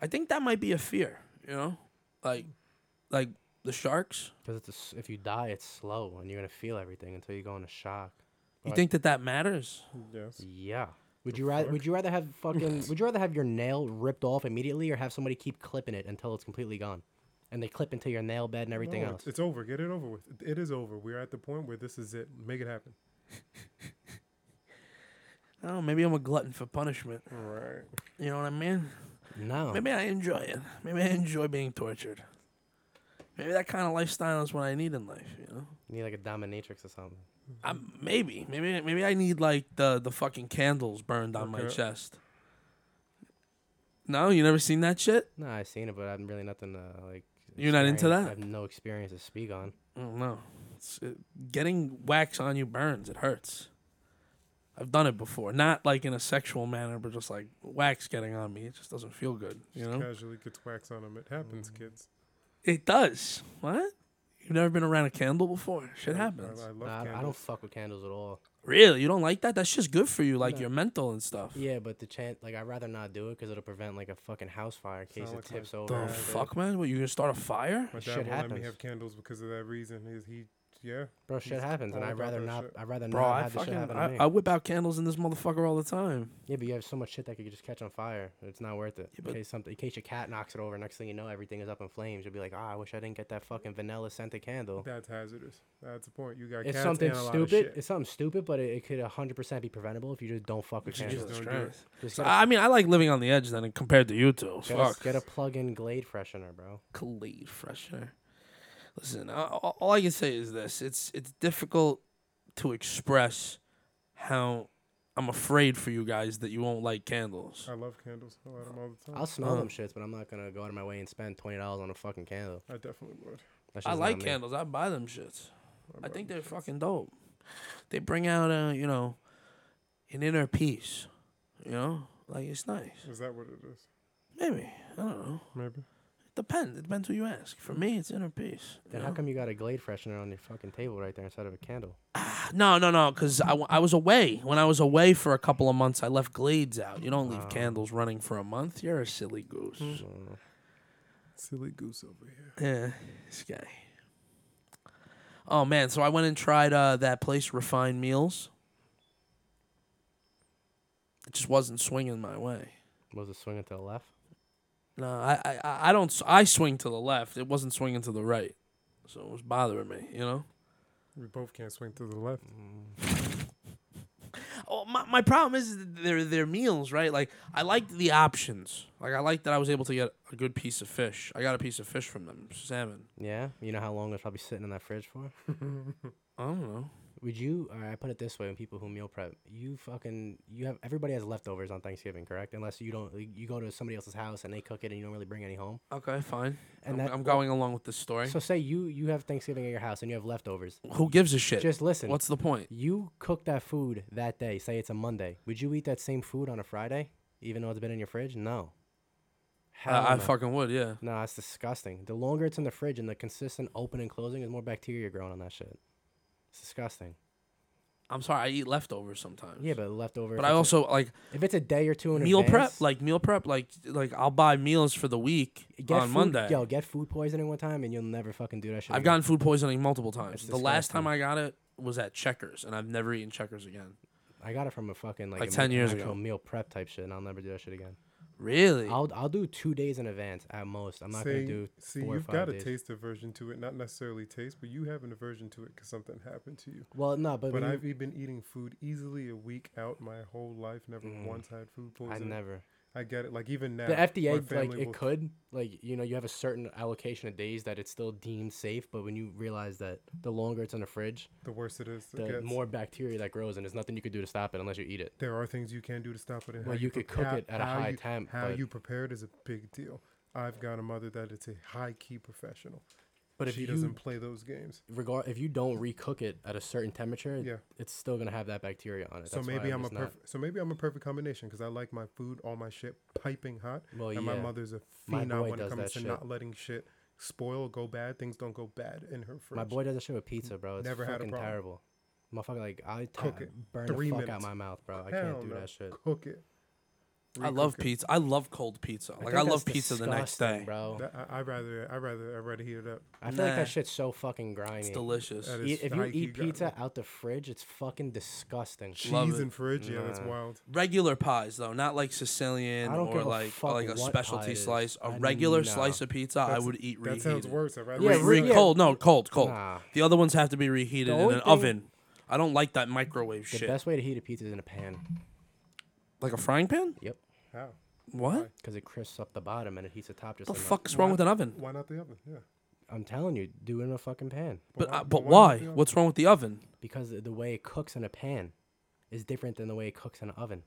Speaker 2: I think that might be a fear, you know, like, like the sharks.
Speaker 3: Because it's a s if you die, it's slow, and you're gonna feel everything until you go into shock.
Speaker 2: You
Speaker 3: Right.
Speaker 2: think that that matters?
Speaker 4: Yes.
Speaker 3: Yeah. Would you rather? Would you rather have fucking? would you rather have your nail ripped off immediately, or have somebody keep clipping it until it's completely gone, and they clip into your nail bed and everything
Speaker 4: No,
Speaker 3: else?
Speaker 4: it's, it's over. Get it over with. It- It is over. We're at the point where this is it. Make it happen.
Speaker 2: Oh, maybe I'm a glutton for punishment.
Speaker 4: Right.
Speaker 2: You know what I mean?
Speaker 3: No.
Speaker 2: Maybe I enjoy it. Maybe I enjoy being tortured. Maybe that kind of lifestyle is what I need in life. You know,
Speaker 3: You need like a dominatrix or something.
Speaker 4: Mm-hmm.
Speaker 2: i maybe, maybe, maybe I need like the the fucking candles burned on my
Speaker 4: Okay.
Speaker 2: chest. No, you never seen that shit.
Speaker 3: No, I've seen it, but I'm really nothing uh, like.
Speaker 2: You're not into
Speaker 3: experience-
Speaker 2: that?
Speaker 3: I have no experience to speak on.
Speaker 2: I don't know. It's, it, getting wax on you burns. It hurts. I've done it before, not like in a sexual manner, but just like wax getting on me. It just doesn't feel good. You
Speaker 4: Just
Speaker 2: know,
Speaker 4: casually gets wax on them. It
Speaker 3: Mm.
Speaker 4: happens, kids.
Speaker 2: it does. What? You've never been around a candle before? Shit
Speaker 4: I- I-
Speaker 2: happens.
Speaker 4: I, love
Speaker 3: Nah, I- I don't
Speaker 4: candles.
Speaker 3: fuck with candles at all.
Speaker 2: Really? You don't like that? That's just good for you, like
Speaker 3: No.
Speaker 2: your mental and stuff.
Speaker 3: Yeah, but the chance, like, I'd rather not do it because it'll prevent like a fucking house fire in case
Speaker 4: Sound
Speaker 3: it
Speaker 4: like my
Speaker 3: tips over.
Speaker 2: The
Speaker 3: and shit.
Speaker 2: fuck, man? What, you gonna start a fire?
Speaker 4: My
Speaker 3: Shit
Speaker 4: dad won't let me have
Speaker 3: happens.
Speaker 4: candles because of that reason. Is he? Yeah.
Speaker 3: Bro, shit
Speaker 4: He's
Speaker 3: happens, and
Speaker 4: all
Speaker 3: I'd
Speaker 4: about
Speaker 3: rather
Speaker 4: that
Speaker 3: not.
Speaker 4: shit.
Speaker 3: I'd rather
Speaker 2: Bro,
Speaker 3: not
Speaker 2: I
Speaker 3: have the shit
Speaker 2: fucking
Speaker 3: happen to
Speaker 2: I,
Speaker 3: me.
Speaker 2: I whip out candles in this motherfucker all the time.
Speaker 3: yeah, but you have so much shit that could just catch on fire. It's not worth it.
Speaker 2: Yeah, but-
Speaker 3: in case something, in case your cat knocks it over, next thing you know, everything is up in flames. You'll be like, ah, I wish I didn't get that fucking vanilla scented candle.
Speaker 4: That's hazardous. That's the point. You got
Speaker 3: It's
Speaker 4: cats
Speaker 3: something
Speaker 4: and a lot of
Speaker 3: stupid.
Speaker 4: shit.
Speaker 3: It's something stupid, but it, it could 100% be preventable if you just don't fuck with
Speaker 4: you
Speaker 3: candles.
Speaker 4: just
Speaker 2: Jesus
Speaker 4: don't do it.
Speaker 2: Christ.
Speaker 3: Just
Speaker 2: So,
Speaker 3: get,
Speaker 2: I mean, I like living on the edge then compared to you two.
Speaker 3: a, get,
Speaker 2: Fuck.
Speaker 3: a, get a plug-in Glade freshener, bro.
Speaker 2: Khalid freshener. Listen, I- all all I can say is this: it's it's difficult to express how I'm afraid for you guys that you won't like candles.
Speaker 4: I love candles. I light them all the time.
Speaker 3: I'll smell
Speaker 2: Uh.
Speaker 3: them shits, but I'm not gonna go out of my way and spend twenty dollars on a fucking candle.
Speaker 4: I definitely would.
Speaker 3: That's
Speaker 2: I
Speaker 3: just not
Speaker 2: like
Speaker 3: me.
Speaker 2: candles. I buy them shits.
Speaker 4: What
Speaker 2: I
Speaker 4: about
Speaker 2: think
Speaker 4: you?
Speaker 2: they're fucking dope. They bring out uh, you know, an inner peace. You know? Like it's nice.
Speaker 4: Is that what it is?
Speaker 2: Maybe. I don't know.
Speaker 4: Maybe.
Speaker 2: It depends. It depends who you ask. For me it's inner peace. you
Speaker 3: Then how
Speaker 2: know?
Speaker 3: come you got a Glade freshener on your fucking table right there instead of a candle?
Speaker 2: No, no, no, because I, w- I was away. When I was away for a couple of months, I left Glades out. You don't leave
Speaker 3: Wow.
Speaker 2: candles running for a month. You're a silly goose.
Speaker 3: I don't know.
Speaker 4: Silly goose over here.
Speaker 2: Yeah, Eh, this guy. Oh man, so I went and tried uh, that place, Refined Meals. It just wasn't swinging my way.
Speaker 3: Was it swinging to the left?
Speaker 2: No, I, I- I, I don't. s- I swing to the left. It wasn't swinging to the right, so it was bothering me. You know.
Speaker 4: We both can't swing to the left.
Speaker 3: Mm.
Speaker 2: Oh, my, my problem is that their their meals, right? Like I liked the options. Like I liked that I was able to get a good piece of fish. I got a piece of fish from them, salmon.
Speaker 3: Yeah. You know how long it's probably sitting in that fridge for?
Speaker 2: I don't know.
Speaker 3: Would you? All right, I put it this way: when people who meal prep, you fucking you have everybody has leftovers on Thanksgiving, correct? Unless you don't, you go to somebody else's house and they cook it, and you don't really bring any home.
Speaker 2: Okay, fine.
Speaker 3: And
Speaker 2: I'm,
Speaker 3: that-
Speaker 2: I'm going along with this story.
Speaker 3: So say you you have Thanksgiving at your house and you have leftovers.
Speaker 2: Who gives a shit?
Speaker 3: Just listen.
Speaker 2: What's the point?
Speaker 3: You cook that food that day. Say it's a Monday. Would you eat that same food on a Friday, even though it's been in your fridge? No.
Speaker 2: I,
Speaker 3: Hell
Speaker 2: I
Speaker 3: no.
Speaker 2: fucking would, yeah.
Speaker 3: No, that's disgusting. The longer it's in the fridge and the consistent open and closing, is more bacteria growing on that shit. It's disgusting.
Speaker 2: I'm sorry, I eat leftovers sometimes.
Speaker 3: Yeah, but leftover.
Speaker 2: But
Speaker 3: if
Speaker 2: I
Speaker 3: it's a-
Speaker 2: also like
Speaker 3: if it's a day or two in
Speaker 2: meal prep,
Speaker 3: advance,
Speaker 2: like meal prep, like like I'll buy meals for the week
Speaker 3: get
Speaker 2: on
Speaker 3: food-
Speaker 2: Monday.
Speaker 3: Yo, get food poisoning one time and you'll never fucking do that shit.
Speaker 2: I've
Speaker 3: again.
Speaker 2: gotten food poisoning multiple times.
Speaker 3: That's
Speaker 2: The last time
Speaker 3: disgusting.
Speaker 2: I got it was at Checkers, and I've never eaten Checkers again.
Speaker 3: I got it from a fucking like,
Speaker 2: Like
Speaker 3: a
Speaker 2: 10
Speaker 3: meal-
Speaker 2: years
Speaker 3: actual
Speaker 2: ago.
Speaker 3: meal prep type shit, and I'll never do that shit again.
Speaker 2: Really?
Speaker 3: I'll I'll do two days in advance at most. I'm not
Speaker 4: see,
Speaker 3: gonna do
Speaker 4: see,
Speaker 3: four or
Speaker 4: you've
Speaker 3: five
Speaker 4: got
Speaker 3: days.
Speaker 4: a taste aversion to it. Not necessarily taste, but you have an aversion to it because something happened to you.
Speaker 3: well, no, but,
Speaker 4: But
Speaker 3: when you-
Speaker 4: I've e, been eating food easily a week out my whole life. Never once had
Speaker 3: Mm.
Speaker 4: food
Speaker 3: I
Speaker 4: poisoning.
Speaker 3: never.
Speaker 4: I get it. Like even now,
Speaker 3: The
Speaker 4: my
Speaker 3: FDA like
Speaker 4: family
Speaker 3: it
Speaker 4: will-
Speaker 3: could like you know you have a certain allocation of days that it's still deemed safe, but when you realize that the longer it's in the fridge,
Speaker 4: The worse it is, it
Speaker 3: the
Speaker 4: gets.
Speaker 3: more bacteria that grows, and there's nothing you could do to stop it unless you eat it.
Speaker 4: there are things you can do to stop it. And
Speaker 3: Well,
Speaker 4: how
Speaker 3: you could cook
Speaker 4: prepare-
Speaker 3: it at a
Speaker 4: how
Speaker 3: high
Speaker 4: you-
Speaker 3: temp,
Speaker 4: How
Speaker 3: but-
Speaker 4: you prepare it is a big deal. I've got a mother that is a high key professional.
Speaker 3: But if
Speaker 4: she
Speaker 3: you
Speaker 4: doesn't play those games,
Speaker 3: regard if you don't recook it at a certain temperature,
Speaker 4: Yeah.
Speaker 3: it's still gonna have that bacteria on it.
Speaker 4: so
Speaker 3: That's why
Speaker 4: maybe I'm, a
Speaker 3: just not-
Speaker 4: perfect. So maybe I'm a perfect combination because I like my food, all my shit piping hot,
Speaker 3: Well,
Speaker 4: and my
Speaker 3: yeah.
Speaker 4: mother's a
Speaker 3: My
Speaker 4: phenom
Speaker 3: boy
Speaker 4: when it
Speaker 3: does
Speaker 4: comes
Speaker 3: that
Speaker 4: to
Speaker 3: shit.
Speaker 4: not letting shit spoil, go bad. Things don't go bad in her fridge.
Speaker 3: My boy does that shit with pizza, bro. It's
Speaker 4: Never had a
Speaker 3: fucking
Speaker 4: problem.
Speaker 3: terrible. Motherfucker, like I t-
Speaker 4: Cook it.
Speaker 3: burn
Speaker 4: Three
Speaker 3: the fuck
Speaker 4: minutes.
Speaker 3: out my mouth, bro. I
Speaker 4: Hell
Speaker 3: can't do
Speaker 4: no.
Speaker 3: that shit.
Speaker 4: Cook it.
Speaker 2: I love
Speaker 4: Recook it.
Speaker 2: pizza. I love cold pizza. Like
Speaker 3: think
Speaker 2: I, love
Speaker 3: that's
Speaker 2: pizza the next
Speaker 3: disgusting,
Speaker 2: day.
Speaker 3: bro.
Speaker 4: That- I, I rather, I rather, I rather heat it up.
Speaker 3: I feel like
Speaker 2: Nah.
Speaker 3: that shit's so fucking grimy.
Speaker 2: It's delicious.
Speaker 4: That
Speaker 3: Eat-
Speaker 4: is
Speaker 3: if you
Speaker 4: high-key
Speaker 3: eat
Speaker 4: grimy.
Speaker 3: pizza out the fridge, it's fucking disgusting.
Speaker 2: Love
Speaker 4: Cheese
Speaker 2: it.
Speaker 4: in fridge, yeah, that's
Speaker 3: Nah.
Speaker 4: wild.
Speaker 2: Regular pies though, not like Sicilian
Speaker 3: I don't
Speaker 2: or
Speaker 3: give a
Speaker 2: like or
Speaker 3: fuck
Speaker 2: like a
Speaker 3: what pie
Speaker 2: specialty
Speaker 3: it is.
Speaker 2: slice. A
Speaker 3: I-
Speaker 2: regular
Speaker 3: nah.
Speaker 2: slice of pizza, I
Speaker 4: That's-
Speaker 2: would eat
Speaker 4: That
Speaker 2: reheated.
Speaker 4: sounds worse. I'd rather
Speaker 3: Yeah,
Speaker 2: Re-
Speaker 4: eat
Speaker 2: re-
Speaker 3: yeah.
Speaker 2: cold, no, cold, cold.
Speaker 3: Nah.
Speaker 2: The other ones have to be reheated in
Speaker 3: only
Speaker 2: an
Speaker 3: thing-
Speaker 2: oven. I don't like that microwave
Speaker 3: The
Speaker 2: shit.
Speaker 3: best way to heat a pizza is in a pan.
Speaker 2: Like a frying pan?
Speaker 3: Yep.
Speaker 4: How?
Speaker 2: What?
Speaker 3: Because it crisps up the bottom and it heats the top just
Speaker 2: The
Speaker 3: enough.
Speaker 2: fuck is wrong with an oven?
Speaker 4: Why not the oven? Yeah.
Speaker 3: I'm telling you, do it in a fucking pan.
Speaker 2: But uh,
Speaker 4: why-
Speaker 2: but
Speaker 4: why not
Speaker 2: why?
Speaker 4: the oven?
Speaker 2: What's wrong with the oven?
Speaker 3: Because the- the way it cooks in a pan is different than the way it cooks in an oven.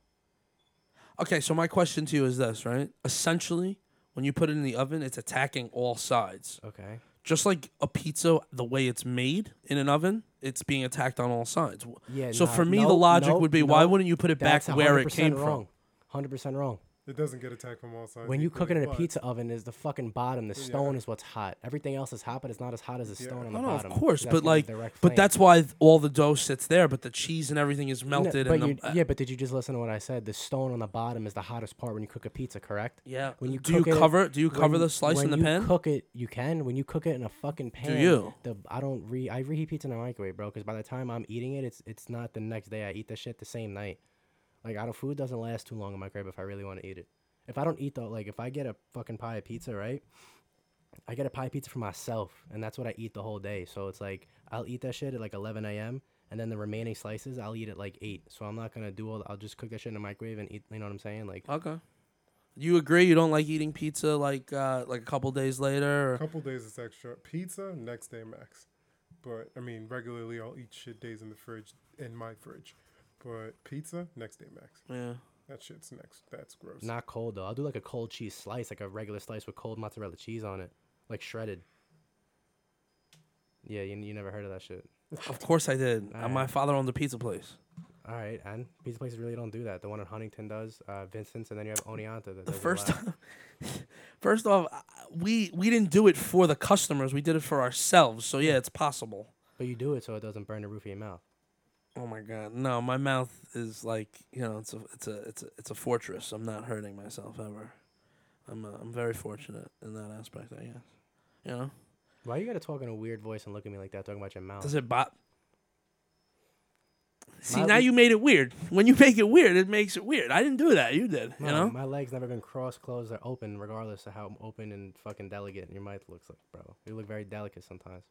Speaker 2: Okay, so my question to you is this, right? Essentially, when you put it in the oven, it's attacking all sides.
Speaker 3: Okay.
Speaker 2: Just like a pizza, the way it's made in an oven, it's being attacked on all sides. W-
Speaker 3: Yeah.
Speaker 2: So
Speaker 3: nah,
Speaker 2: for me,
Speaker 3: no,
Speaker 2: the logic
Speaker 3: no,
Speaker 2: would be, why
Speaker 3: no.
Speaker 2: wouldn't you put it back
Speaker 3: That's a
Speaker 2: where it
Speaker 3: 100%
Speaker 2: came
Speaker 3: wrong. Hundred percent wrong.
Speaker 4: It doesn't get attacked from all sides.
Speaker 3: When you cook it
Speaker 4: equally,
Speaker 3: in a
Speaker 4: but
Speaker 3: pizza oven, is the fucking bottom. The stone is what's hot. Everything else is hot, but it's not as hot as the stone on the
Speaker 2: from? No, no, of
Speaker 3: bottom.
Speaker 2: course,
Speaker 3: 'cause that's
Speaker 2: but
Speaker 3: getting
Speaker 2: like,
Speaker 3: direct
Speaker 2: but
Speaker 3: flame.
Speaker 2: that's why th- all the dough sits there, but the cheese and everything is
Speaker 3: No,
Speaker 2: melted. and
Speaker 3: but
Speaker 2: the, uh,
Speaker 3: you- yeah, but did you just listen to what I said? The stone on the bottom is the hottest part when you cook a pizza, correct?
Speaker 2: Yeah.
Speaker 3: When you
Speaker 2: Do you
Speaker 3: cook it-
Speaker 2: cover- do you cover the slice
Speaker 3: when
Speaker 2: in the
Speaker 3: you
Speaker 2: pan?
Speaker 3: Cook it. You can when you cook it in a fucking pan.
Speaker 2: you?
Speaker 3: The I don't re I reheat pizza in the microwave, bro. Because by the time I'm eating it, it's it's not the next day. I eat the shit the same night. Like I don't food doesn't last too long in the microwave if I really want to eat it. If I don't eat the like if I get a fucking pie of pizza, right? I get a pie pizza for myself, and that's what I eat the whole day. So it's like I'll eat that shit at like 11 a.m. and then the remaining slices I'll eat at like eight. So I'm not gonna do all. I'll just cook that shit in the microwave and eat. You know what I'm saying? Like
Speaker 2: Okay. You agree you don't like eating pizza like uh, like a couple days later?
Speaker 4: A
Speaker 2: Or,
Speaker 4: couple days is extra. Pizza next day max. But I mean, regularly I'll eat shit days in the fridge in my fridge. But pizza next day max.
Speaker 2: yeah.
Speaker 4: That shit's next. That's gross.
Speaker 3: not cold though. I'll do like a cold cheese slice, like a regular slice with cold mozzarella cheese on it, like shredded. Yeah, you, you never heard of that shit.
Speaker 2: Of course I did. Uh,
Speaker 3: Alright.
Speaker 2: My father owned a pizza place.
Speaker 3: All right, and pizza places really don't do that. The one in Huntington does, uh, Vincent's, and then you have Oneonta. That
Speaker 2: The
Speaker 3: does it
Speaker 2: first
Speaker 3: well.
Speaker 2: time, first off, I- we we didn't do it for the customers. We did it for ourselves. So yeah, it's possible.
Speaker 3: but you do it so it doesn't burn the roof of your mouth.
Speaker 2: Oh my god, no! My mouth is like you know, it's a it's a it's a it's a fortress. I'm not hurting myself ever. I'm uh, I'm very fortunate in that aspect, I guess. You know,
Speaker 3: Why you gotta talk in a weird voice and look at me like that, talking about your mouth?
Speaker 2: does it bot? See,
Speaker 3: My-
Speaker 2: now you made it weird. When you make it weird, it makes it weird. I didn't do that. You did.
Speaker 3: No,
Speaker 2: you know.
Speaker 3: my legs never been cross closed or open, regardless of how open and fucking delicate your mouth looks like, bro. You look very delicate sometimes.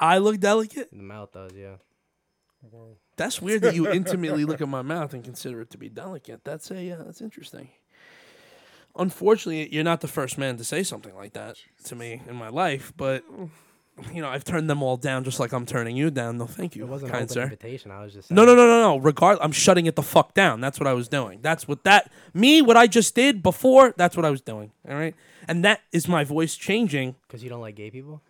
Speaker 2: I look delicate.
Speaker 3: The mouth does, yeah.
Speaker 4: Whoa.
Speaker 2: That's weird that you intimately look at my mouth and consider it to be delicate. That's a uh, that's interesting. Unfortunately, you're not the first man to say something like that to me in my life, but you know I've turned them all down just like I'm turning you down. No, thank you,
Speaker 3: It wasn't an
Speaker 2: kind
Speaker 3: open
Speaker 2: sir.
Speaker 3: invitation. I was just
Speaker 2: No, no, no, no, no. Regard, I'm shutting it the fuck down. That's what I was doing. That's what that me what I just did before. That's what I was doing. All right, and that is my voice changing.
Speaker 3: Because you don't like gay people.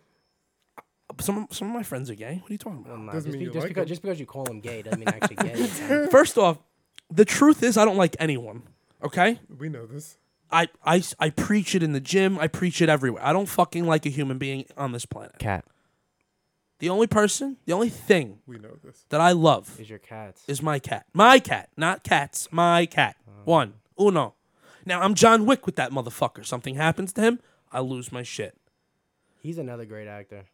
Speaker 2: Some some of my friends are gay. What are you talking about?
Speaker 3: Well, nah,
Speaker 4: Doesn't
Speaker 3: just,
Speaker 4: mean
Speaker 3: be-
Speaker 4: you
Speaker 3: just
Speaker 4: like
Speaker 3: because
Speaker 4: 'em.
Speaker 3: just because you call them gay doesn't mean they're actually gay. man.
Speaker 2: First off, the truth is I don't like anyone. Okay.
Speaker 4: We know this.
Speaker 2: I, I, I preach it in the gym. I preach it everywhere. I don't fucking like a human being on this planet.
Speaker 3: Cat
Speaker 2: The only person, the only thing
Speaker 4: We know this.
Speaker 2: that I love
Speaker 3: is your cats.
Speaker 2: is my cat. My cat, not cats. My cat.
Speaker 3: Oh.
Speaker 2: One. Uno. Now, I'm John Wick with that motherfucker. Something happens to him, I lose my shit.
Speaker 3: He's another great actor.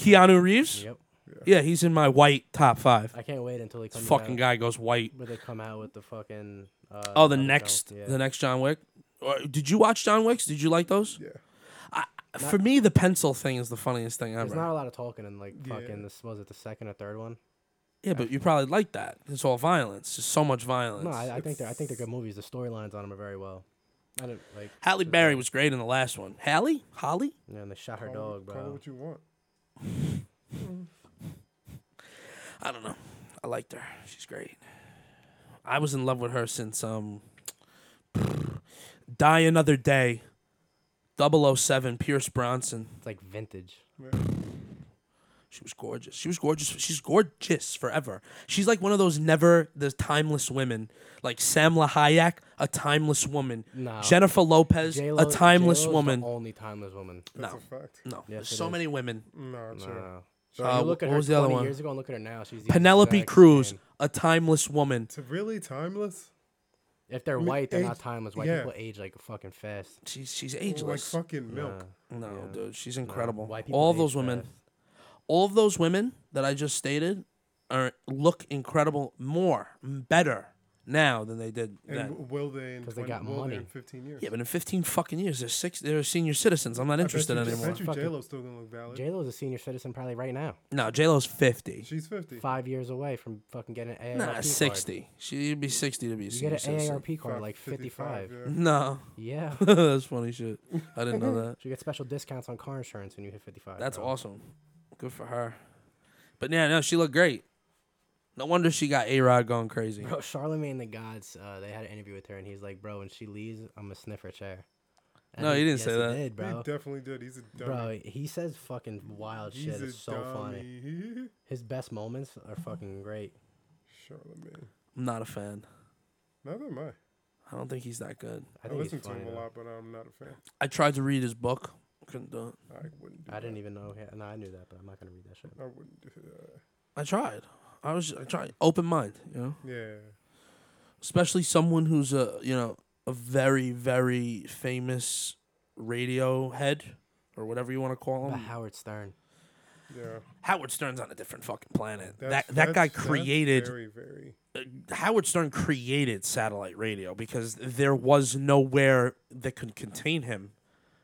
Speaker 2: Keanu Reeves?
Speaker 3: Yep.
Speaker 2: Yeah, he's in my white top five.
Speaker 3: I can't wait until he comes
Speaker 2: Fucking
Speaker 3: out.
Speaker 2: guy goes white.
Speaker 3: Where they come out with the fucking. Uh,
Speaker 2: Oh, the
Speaker 3: other
Speaker 2: next,
Speaker 3: film. Yeah.
Speaker 2: the next John Wick. Or- Did you watch John Wick's? Did you like those?
Speaker 4: Yeah.
Speaker 2: For me, the pencil thing is the funniest thing ever.
Speaker 3: There's not a lot of talking in like
Speaker 4: Yeah.
Speaker 3: fucking. This was it the second or third one.
Speaker 2: Yeah, but you probably like that. It's all violence. There's so much violence.
Speaker 3: No, I, I think they're I think they're good movies. The storylines on them are very well. I don't like.
Speaker 2: Halle Berry was great in the last one. Halle? Holly?
Speaker 3: Yeah, and they shot her
Speaker 4: Call
Speaker 3: dog,
Speaker 4: it- Call it
Speaker 3: bro.
Speaker 4: what you want.
Speaker 2: I don't know. I liked her. She's great. I was in love with her since um Die Another Day. 007 Pierce Bronson.
Speaker 3: It's like vintage.
Speaker 2: She was gorgeous. She was gorgeous. She's gorgeous forever. She's like one of those never the timeless women, like Samla Hayek, a timeless woman.
Speaker 3: No.
Speaker 2: Jennifer Lopez,
Speaker 3: J-Lo
Speaker 2: a timeless
Speaker 3: J-Lo's the
Speaker 2: woman.
Speaker 3: only timeless woman.
Speaker 4: That's
Speaker 2: No.
Speaker 4: a fact.
Speaker 2: No,
Speaker 3: Yes,
Speaker 2: there's
Speaker 3: it
Speaker 2: so
Speaker 3: is.
Speaker 2: many women.
Speaker 4: Nah,
Speaker 3: No.
Speaker 4: sure.
Speaker 3: So
Speaker 2: Uh,
Speaker 3: you look at
Speaker 2: what
Speaker 3: her
Speaker 2: was the other
Speaker 3: 20
Speaker 2: one?
Speaker 3: years ago and look at her now. She's the
Speaker 2: Penelope
Speaker 3: exact
Speaker 2: Cruz,
Speaker 3: same.
Speaker 2: a timeless woman.
Speaker 4: To really timeless?
Speaker 3: If they're
Speaker 4: mean,
Speaker 3: white, they're
Speaker 4: age-
Speaker 3: not timeless. White
Speaker 4: yeah.
Speaker 3: people age like fucking fast.
Speaker 2: She's she's
Speaker 4: Like
Speaker 2: ageless.
Speaker 4: fucking milk.
Speaker 3: Nah.
Speaker 2: no,
Speaker 3: yeah.
Speaker 2: dude, she's
Speaker 3: No,
Speaker 2: incredible.
Speaker 3: white people
Speaker 2: all
Speaker 3: age
Speaker 2: those women,
Speaker 3: fast.
Speaker 2: all of those women that I just stated are look incredible, more, better, now than they did
Speaker 4: And
Speaker 2: then.
Speaker 4: w- will they in
Speaker 3: 'Cause they
Speaker 4: 20
Speaker 3: got
Speaker 4: will
Speaker 3: money.
Speaker 4: in 15 years?
Speaker 2: Yeah, but in 15 fucking years, they're six. They're senior citizens. I'm not interested
Speaker 4: I bet you, I
Speaker 2: anymore.
Speaker 4: bet you
Speaker 3: Fucking-
Speaker 4: J-Lo's still going to look valid.
Speaker 3: J Lo's a senior citizen probably right now,
Speaker 2: No, J Lo's 50.
Speaker 4: She's 50.
Speaker 3: five years away from fucking getting an AARP
Speaker 2: Nah,
Speaker 3: card.
Speaker 2: 60. She'd be 60 to be a
Speaker 3: You
Speaker 2: senior
Speaker 3: get an
Speaker 2: citizen.
Speaker 3: AARP card
Speaker 4: Fuck,
Speaker 3: like 55.
Speaker 4: yeah.
Speaker 2: No,
Speaker 3: Yeah. so
Speaker 2: that's funny shit. I didn't know that.
Speaker 3: you get special discounts on car insurance when you hit 55.
Speaker 2: That's
Speaker 3: bro.
Speaker 2: awesome. Good for her. But yeah, no, she looked great. No wonder she got A Rod going crazy.
Speaker 3: Bro, Charlemagne the Gods, uh, they had an interview with her, and he's like, "Bro, when she leaves, I'm gonna sniff her chair." And
Speaker 2: No, he didn't
Speaker 3: yes,
Speaker 2: say that.
Speaker 3: He did,
Speaker 4: He
Speaker 3: bro.
Speaker 4: definitely did. He's a dummy.
Speaker 3: Bro, he says fucking wild
Speaker 4: He's
Speaker 3: shit.
Speaker 4: a
Speaker 3: It's so funny.
Speaker 4: dummy.
Speaker 3: His best moments are fucking great.
Speaker 4: Charlemagne.
Speaker 2: I'm not a fan.
Speaker 4: Neither am I.
Speaker 2: I don't think he's that good.
Speaker 3: I
Speaker 4: I,
Speaker 3: think
Speaker 4: listen
Speaker 3: he's
Speaker 4: to
Speaker 3: funny.
Speaker 4: him a
Speaker 3: though.
Speaker 4: lot, but I'm not a fan.
Speaker 2: I tried to read his book. Couldn't do it.
Speaker 4: I wouldn't do
Speaker 3: I didn't even know. He, no, I knew that, but I'm not gonna read that shit.
Speaker 4: I wouldn't do that.
Speaker 2: I tried. I was. I tried. Open mind. You know.
Speaker 4: Yeah.
Speaker 2: especially someone who's a you know a very very famous radio head or whatever you want to call
Speaker 3: But
Speaker 2: him.
Speaker 3: Howard Stern.
Speaker 4: Yeah.
Speaker 2: Howard Stern's on a different fucking planet.
Speaker 4: That's-
Speaker 2: that that guy
Speaker 4: that's- that's
Speaker 2: created
Speaker 4: very, very.
Speaker 2: Howard Stern created satellite radio because there was nowhere that could contain him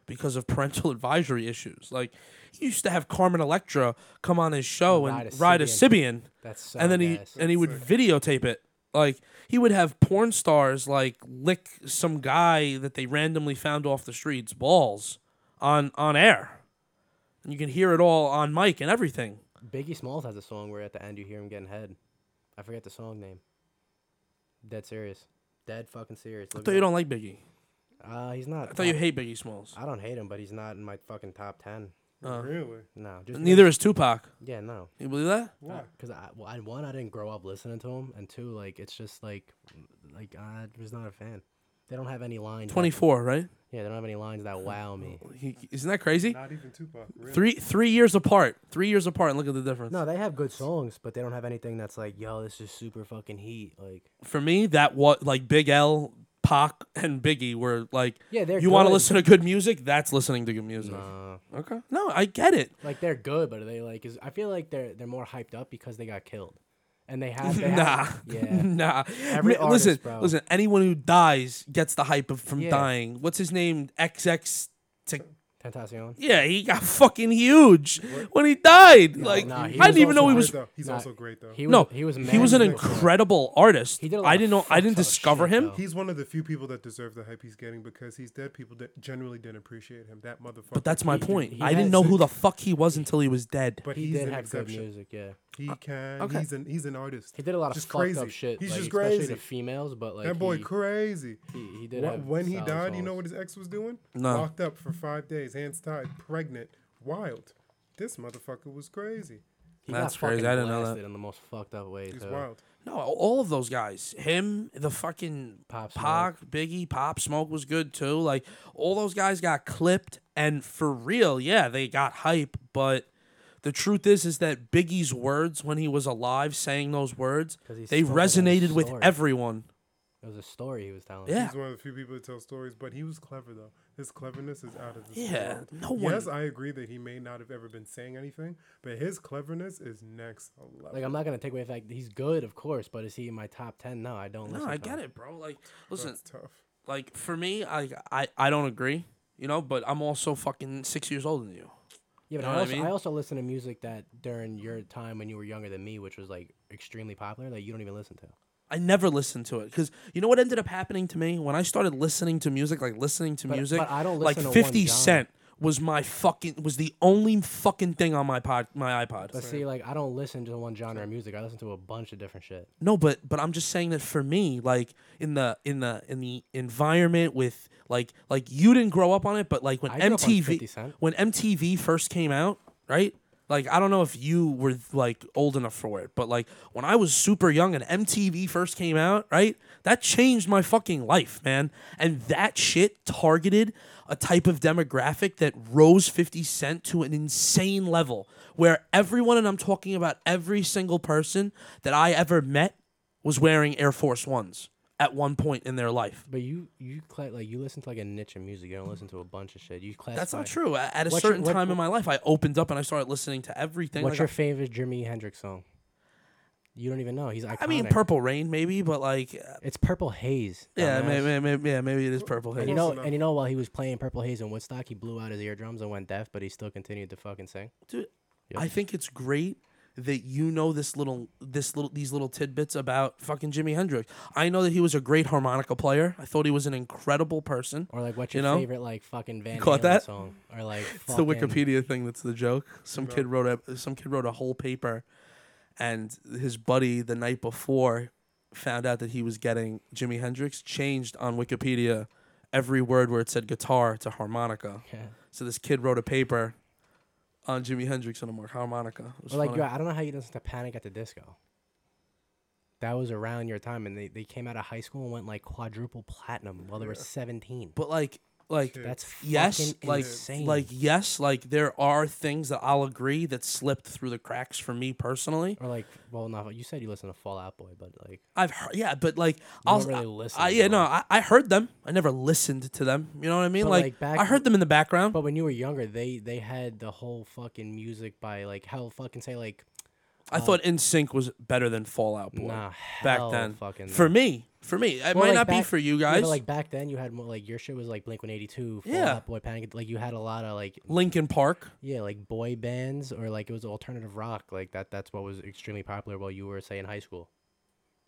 Speaker 2: because of parental advisory issues. Like he used to have Carmen Electra come on his show
Speaker 3: Ride
Speaker 2: and
Speaker 3: a
Speaker 2: ride a Sibian
Speaker 3: That's so.
Speaker 2: and then
Speaker 3: gas.
Speaker 2: he and he would videotape it. Like he would have porn stars like lick some guy that they randomly found off the streets balls on on air, and you can hear it all on mic and everything.
Speaker 3: Biggie Smalls has a song where at the end you hear him getting head. I forget the song name. Dead serious. Dead fucking serious.
Speaker 2: I
Speaker 3: Look
Speaker 2: thought
Speaker 3: it
Speaker 2: you
Speaker 3: up.
Speaker 2: don't like Biggie.
Speaker 3: Uh, he's not.
Speaker 2: I thought you hate Biggie Smalls.
Speaker 3: I don't hate him, but he's not in my fucking top ten.
Speaker 2: Uh.
Speaker 4: really?
Speaker 3: No, just
Speaker 2: Neither is Tupac.
Speaker 3: because- Yeah, no.
Speaker 2: You believe that?
Speaker 4: Why?
Speaker 3: Because I, well, I, one, I didn't grow up listening to him, and two, like it's just like, like I was not a fan. They don't have any lines. that-
Speaker 2: Twenty four, right?
Speaker 3: yeah, they don't have any lines that wow me.
Speaker 2: He, isn't that crazy?
Speaker 4: Not even Tupac. Really?
Speaker 2: Three three years apart. Three years apart. And look at the difference.
Speaker 3: No, they have good songs, but they don't have anything that's like, yo, this is super fucking heat. Like,
Speaker 2: For me, that what like Big L, Pac, and Biggie were like.
Speaker 3: Yeah, they're
Speaker 2: You want to
Speaker 3: good.
Speaker 2: listen to good music? That's listening to good music.
Speaker 3: uh,
Speaker 2: Okay. No, I get it.
Speaker 3: like they're good, but are they like? Is I feel like they're they're more hyped up because they got killed, and they have. They
Speaker 2: Nah.
Speaker 3: have yeah.
Speaker 2: nah.
Speaker 3: Every
Speaker 2: Ma- listen,
Speaker 3: artist, bro.
Speaker 2: listen. Anyone who dies gets the hype of, from
Speaker 3: Yeah.
Speaker 2: dying. What's his name? XX. T-
Speaker 3: Tentacion.
Speaker 2: yeah, he got fucking huge when he died. like
Speaker 3: nah, he
Speaker 2: I
Speaker 3: was
Speaker 2: didn't even know he
Speaker 3: also-
Speaker 2: was.
Speaker 4: Great, though. He's
Speaker 3: Nah,
Speaker 4: also great though.
Speaker 3: He was,
Speaker 2: No,
Speaker 3: he was.
Speaker 2: he was an
Speaker 3: managed to-
Speaker 2: incredible artist.
Speaker 3: He did a lot
Speaker 2: I
Speaker 3: of
Speaker 2: didn't know. I
Speaker 3: fuck
Speaker 2: didn't
Speaker 3: ton of
Speaker 2: discover
Speaker 3: shit,
Speaker 2: him.
Speaker 3: though.
Speaker 4: He's one of the few people that deserve the hype he's getting because he's dead. People that generally didn't appreciate him. That motherfucker.
Speaker 2: But that's my point.
Speaker 3: he
Speaker 2: I didn't
Speaker 3: had
Speaker 2: know who the fuck he was until he was dead.
Speaker 4: But
Speaker 3: He
Speaker 4: he's
Speaker 3: did
Speaker 4: an
Speaker 3: have good
Speaker 4: exception.
Speaker 3: music. Yeah.
Speaker 4: He can.
Speaker 2: okay.
Speaker 4: He's an he's an artist.
Speaker 3: He did a lot of
Speaker 4: Just
Speaker 3: fucked
Speaker 4: crazy.
Speaker 3: up shit.
Speaker 4: He's
Speaker 3: like,
Speaker 4: just
Speaker 3: especially
Speaker 4: crazy.
Speaker 3: to females, but like
Speaker 4: that boy
Speaker 3: he,
Speaker 4: crazy.
Speaker 3: he, he did
Speaker 4: Wh-
Speaker 3: have
Speaker 4: when he
Speaker 3: solid
Speaker 4: died, you
Speaker 3: songs.
Speaker 4: know what his ex was doing?
Speaker 2: No.
Speaker 4: Locked up for five days, hands tied, pregnant, wild. This motherfucker was crazy.
Speaker 3: He got
Speaker 2: That's crazy,
Speaker 3: fucking
Speaker 2: I didn't know that.
Speaker 3: blasted in the most fucked up way.
Speaker 4: He's
Speaker 3: too.
Speaker 4: wild.
Speaker 2: No, all of those guys. Him, the fucking
Speaker 3: Pop
Speaker 2: Pac, Biggie, Pop Smoke was good too. Like all those guys got clipped, and for real, yeah, they got hype. But the truth is, is that Biggie's words when he was alive, saying those words,
Speaker 3: 'Cause he's
Speaker 2: they
Speaker 3: still telling
Speaker 2: resonated
Speaker 3: his
Speaker 2: with
Speaker 3: story.
Speaker 2: everyone.
Speaker 3: It was a story he was telling.
Speaker 2: Yeah,
Speaker 4: He's one of the few people that tell stories, but he was clever though. His cleverness is out of this
Speaker 2: Yeah,
Speaker 4: world.
Speaker 2: no one-
Speaker 4: Yes, I agree that he may not have ever been saying anything, but his cleverness is next level.
Speaker 3: Like I'm not gonna take away the fact that he's good, of course, but is he in my top ten? No, I don't.
Speaker 2: no,
Speaker 3: listen
Speaker 2: I
Speaker 3: to
Speaker 2: get
Speaker 3: him.
Speaker 2: it, bro. Like, listen,
Speaker 4: That's tough.
Speaker 2: like for me, I, I, I don't agree. You know, but I'm also fucking six years older than you.
Speaker 3: Yeah, but
Speaker 2: Know
Speaker 3: I,
Speaker 2: what I
Speaker 3: also, I,
Speaker 2: mean?
Speaker 3: also listen to music that during your time when you were younger than me, which was like extremely popular, that you don't even listen to.
Speaker 2: I never listened to it because you know what ended up happening to me when I started listening to music, like listening to music.
Speaker 3: but I don't
Speaker 2: like
Speaker 3: listen to one
Speaker 2: Fifty
Speaker 3: genre.
Speaker 2: Cent was my fucking was the only fucking thing on my pod my iPod.
Speaker 3: But see, like I don't listen to one genre of music. I listen to a bunch of different shit.
Speaker 2: No, but but I'm just saying that for me, like in the in the in the environment with like like you didn't grow up on it, but like when
Speaker 3: I grew up on 50
Speaker 2: MTV
Speaker 3: Cent.
Speaker 2: when MTV first came out, right? Like I don't know if you were like old enough for it, but like when I was super young and MTV first came out, right? That changed my fucking life, man. And that shit targeted a type of demographic that rose 50 Cent to an insane level where everyone and I'm talking about every single person that I ever met was wearing Air Force 1s at one point in their life.
Speaker 3: But you you cla like you listen to like a niche of music. You don't listen to a bunch of shit. You classify.
Speaker 2: That's not true. A- At a
Speaker 3: What's your-
Speaker 2: certain
Speaker 3: what-
Speaker 2: time in my life, I opened up and I started listening to everything.
Speaker 3: What's
Speaker 2: like,
Speaker 3: your favorite Jimi Hendrix song? You don't even know. He's iconic.
Speaker 2: I mean, Purple Rain maybe, but like, uh,
Speaker 3: It's Purple Haze.
Speaker 2: yeah,
Speaker 3: dumbass.
Speaker 2: maybe, maybe, yeah, maybe it is Purple
Speaker 3: And you
Speaker 2: Haze.
Speaker 4: Close
Speaker 3: know,
Speaker 4: enough.
Speaker 3: and you know, while he was playing Purple Haze in Woodstock, he blew out his eardrums and went deaf, but he still continued to fucking sing.
Speaker 2: Dude,
Speaker 3: Yep.
Speaker 2: I think it's great that you know this little this little these little tidbits about fucking Jimi Hendrix. I know that he was a great harmonica player. I thought he was an incredible person.
Speaker 3: Or like, what's
Speaker 2: You
Speaker 3: your
Speaker 2: know?
Speaker 3: favorite like fucking Van
Speaker 2: caught
Speaker 3: Halen
Speaker 2: that?
Speaker 3: song? Or like,
Speaker 2: It's the
Speaker 3: fucking-
Speaker 2: Wikipedia thing that's the joke. Some
Speaker 4: No.
Speaker 2: kid wrote a some kid wrote a whole paper, and his buddy the night before found out that he was getting Jimi Hendrix changed on Wikipedia every word where it said guitar to harmonica.
Speaker 3: Yeah.
Speaker 2: So this kid wrote a paper on Jimi Hendrix on a mar- harmonica. It was
Speaker 3: Or like,
Speaker 2: funny.
Speaker 3: yo, I don't know how you listen to Panic at the Disco. That was around your time, and they, they came out of high school and went like quadruple platinum while they were seventeen.
Speaker 2: but like like
Speaker 4: Dude.
Speaker 3: That's
Speaker 2: yes,
Speaker 3: fucking
Speaker 2: like
Speaker 3: insane.
Speaker 2: like yes, like there are things that I'll agree that slipped through the cracks for me personally.
Speaker 3: or like, well, not you said you listen to Fallout Boy, but like,
Speaker 2: I've heard, yeah, but like I'll
Speaker 3: don't really
Speaker 2: I-
Speaker 3: listen
Speaker 2: I,
Speaker 3: to
Speaker 2: yeah, no,
Speaker 3: them.
Speaker 2: I, I heard them. I never listened to them. You know what I mean?
Speaker 3: But,
Speaker 2: Like,
Speaker 3: like, back-
Speaker 2: I heard them in the background.
Speaker 3: but when you were younger, they they had the whole fucking music by like how fucking say like
Speaker 2: I thought In Sync was better than Fallout Boy
Speaker 3: uh, nah
Speaker 2: back
Speaker 3: hell
Speaker 2: then.
Speaker 3: fucking
Speaker 2: For me, for me, it
Speaker 3: Well,
Speaker 2: might
Speaker 3: like,
Speaker 2: not be
Speaker 3: back-
Speaker 2: for you
Speaker 3: yeah,
Speaker 2: guys.
Speaker 3: but like back then, you had more like your shit was like Blink One Eighty Two, Fall
Speaker 2: Yeah.
Speaker 3: Out Boy, Panic. at- Like you had a lot of like
Speaker 2: Linkin Park.
Speaker 3: yeah, like boy bands or like it was alternative rock. Like that that's what was extremely popular while you were say in high school.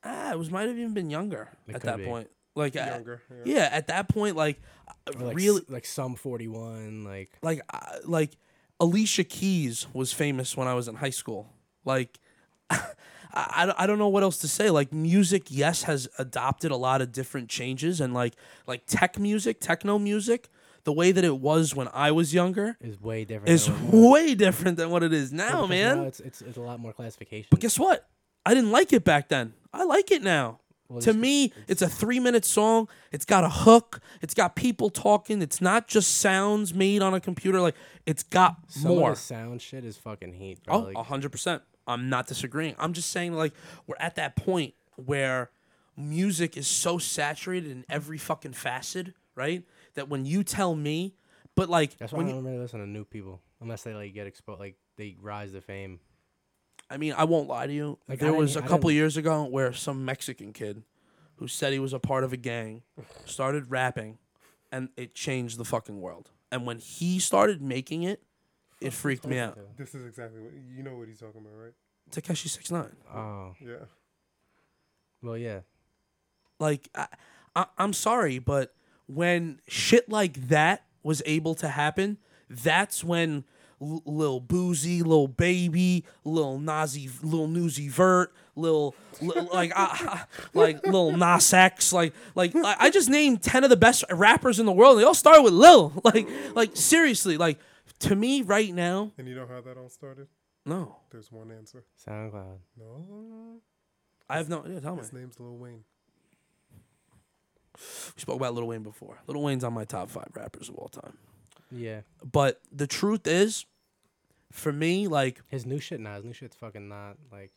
Speaker 2: Ah, it was might have even been younger
Speaker 3: It
Speaker 2: at
Speaker 3: could
Speaker 2: that
Speaker 3: be.
Speaker 2: point. Like I-
Speaker 4: Younger, yeah.
Speaker 2: yeah, at that point, like,
Speaker 3: Or like
Speaker 2: really,
Speaker 3: really like some Forty One, like
Speaker 2: like I like Alicia Keys was famous when I was in high school. Like I, I don't- I don't know what else to say. Like music, yes, has adopted a lot of different changes and like like tech music, techno music, the way that it was when I was younger
Speaker 3: is way different. than
Speaker 2: is
Speaker 3: what it was.
Speaker 2: way different than what it is
Speaker 3: Because
Speaker 2: now,
Speaker 3: now
Speaker 2: man.
Speaker 3: it's, it's it's a lot more classification.
Speaker 2: But guess what? I didn't like it back then. I like it now.
Speaker 3: Well,
Speaker 2: to
Speaker 3: it's-
Speaker 2: me, it's a three minute song. It's got a hook. It's got people talking. It's not just sounds made on a computer. Like it's got
Speaker 3: some
Speaker 2: more.
Speaker 3: of the sound shit is fucking heat, bro.
Speaker 2: Oh,
Speaker 3: like,
Speaker 2: a hundred percent. I'm not disagreeing. I'm just saying like we're at that point where music is so saturated in every fucking facet, right? That when you tell me, but like
Speaker 3: that's why I
Speaker 2: when
Speaker 3: don't
Speaker 2: you,
Speaker 3: really listen to new people unless they like get exposed, like they rise to fame.
Speaker 2: I mean, I won't lie to you.
Speaker 3: Like, I
Speaker 2: there
Speaker 3: didn't-
Speaker 2: was a
Speaker 3: I
Speaker 2: couple
Speaker 3: didn't-
Speaker 2: years ago where some Mexican kid who said he was a part of a gang started rapping and it changed the fucking world. And when he started making it, it freaked me out.
Speaker 4: This is exactly what you know what he's talking about, right?
Speaker 2: Takeshi 69.
Speaker 3: Oh,
Speaker 4: Yeah.
Speaker 3: well, yeah.
Speaker 2: Like, I, I, I'm sorry, but when shit like that was able to happen, that's when L- Lil Boozy, Lil Baby, Lil Nazi, Lil Newsy Vert, Lil, Lil- like, I, I- like Lil Nas X, like, like I I just named ten of the best rappers in the world. They all started with Lil. Like, like seriously, like to me right now,
Speaker 4: And you know how that all started?
Speaker 2: no,
Speaker 4: There's one answer.
Speaker 3: SoundCloud.
Speaker 4: No.
Speaker 2: I have no. Yeah, tell me.
Speaker 4: His name's Lil Wayne.
Speaker 2: We spoke about Lil Wayne before. Lil Wayne's on my top five rappers of all time.
Speaker 3: Yeah,
Speaker 2: But the truth is, for me, like
Speaker 3: his new shit now. His new shit's fucking not like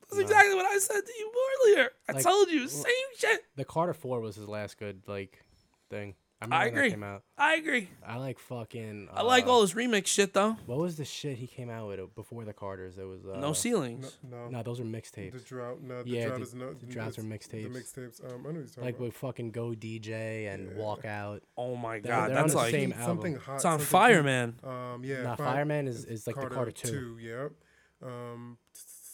Speaker 2: that's
Speaker 3: No.
Speaker 2: exactly what I said to you earlier. I
Speaker 3: Like,
Speaker 2: told you,
Speaker 3: w-
Speaker 2: same shit.
Speaker 3: the Carter Four was his last good like thing. I remember
Speaker 2: I
Speaker 3: when that
Speaker 2: agree.
Speaker 3: came out.
Speaker 2: I agree.
Speaker 3: I like fucking.
Speaker 2: I like
Speaker 3: uh,
Speaker 2: all his remix shit though.
Speaker 3: What was the shit he came out with uh, before the Carters? It was uh,
Speaker 2: no
Speaker 4: No,
Speaker 2: ceilings.
Speaker 4: no.
Speaker 3: No, those are
Speaker 4: the
Speaker 3: mixtapes.
Speaker 4: drought. No, the
Speaker 3: Yeah,
Speaker 4: drought
Speaker 3: the-
Speaker 4: is no.
Speaker 3: the droughts are
Speaker 4: it's The
Speaker 3: mixtapes.
Speaker 4: mixtapes. Um, I know what he's talking
Speaker 3: Like
Speaker 2: Mm-hmm.
Speaker 4: about.
Speaker 3: with fucking Go DJ and Walk Out.
Speaker 2: Oh my
Speaker 3: They're-
Speaker 2: god,
Speaker 3: they're on
Speaker 2: that's
Speaker 3: the
Speaker 2: like
Speaker 3: same
Speaker 4: something
Speaker 3: album.
Speaker 4: hot.
Speaker 2: it's on
Speaker 4: something
Speaker 2: fire,
Speaker 4: heat.
Speaker 2: man.
Speaker 4: Um, yeah.
Speaker 3: Nah,
Speaker 4: fire-
Speaker 3: Fireman is-
Speaker 4: it's
Speaker 3: is like the Carter Two.
Speaker 4: Yep. Um,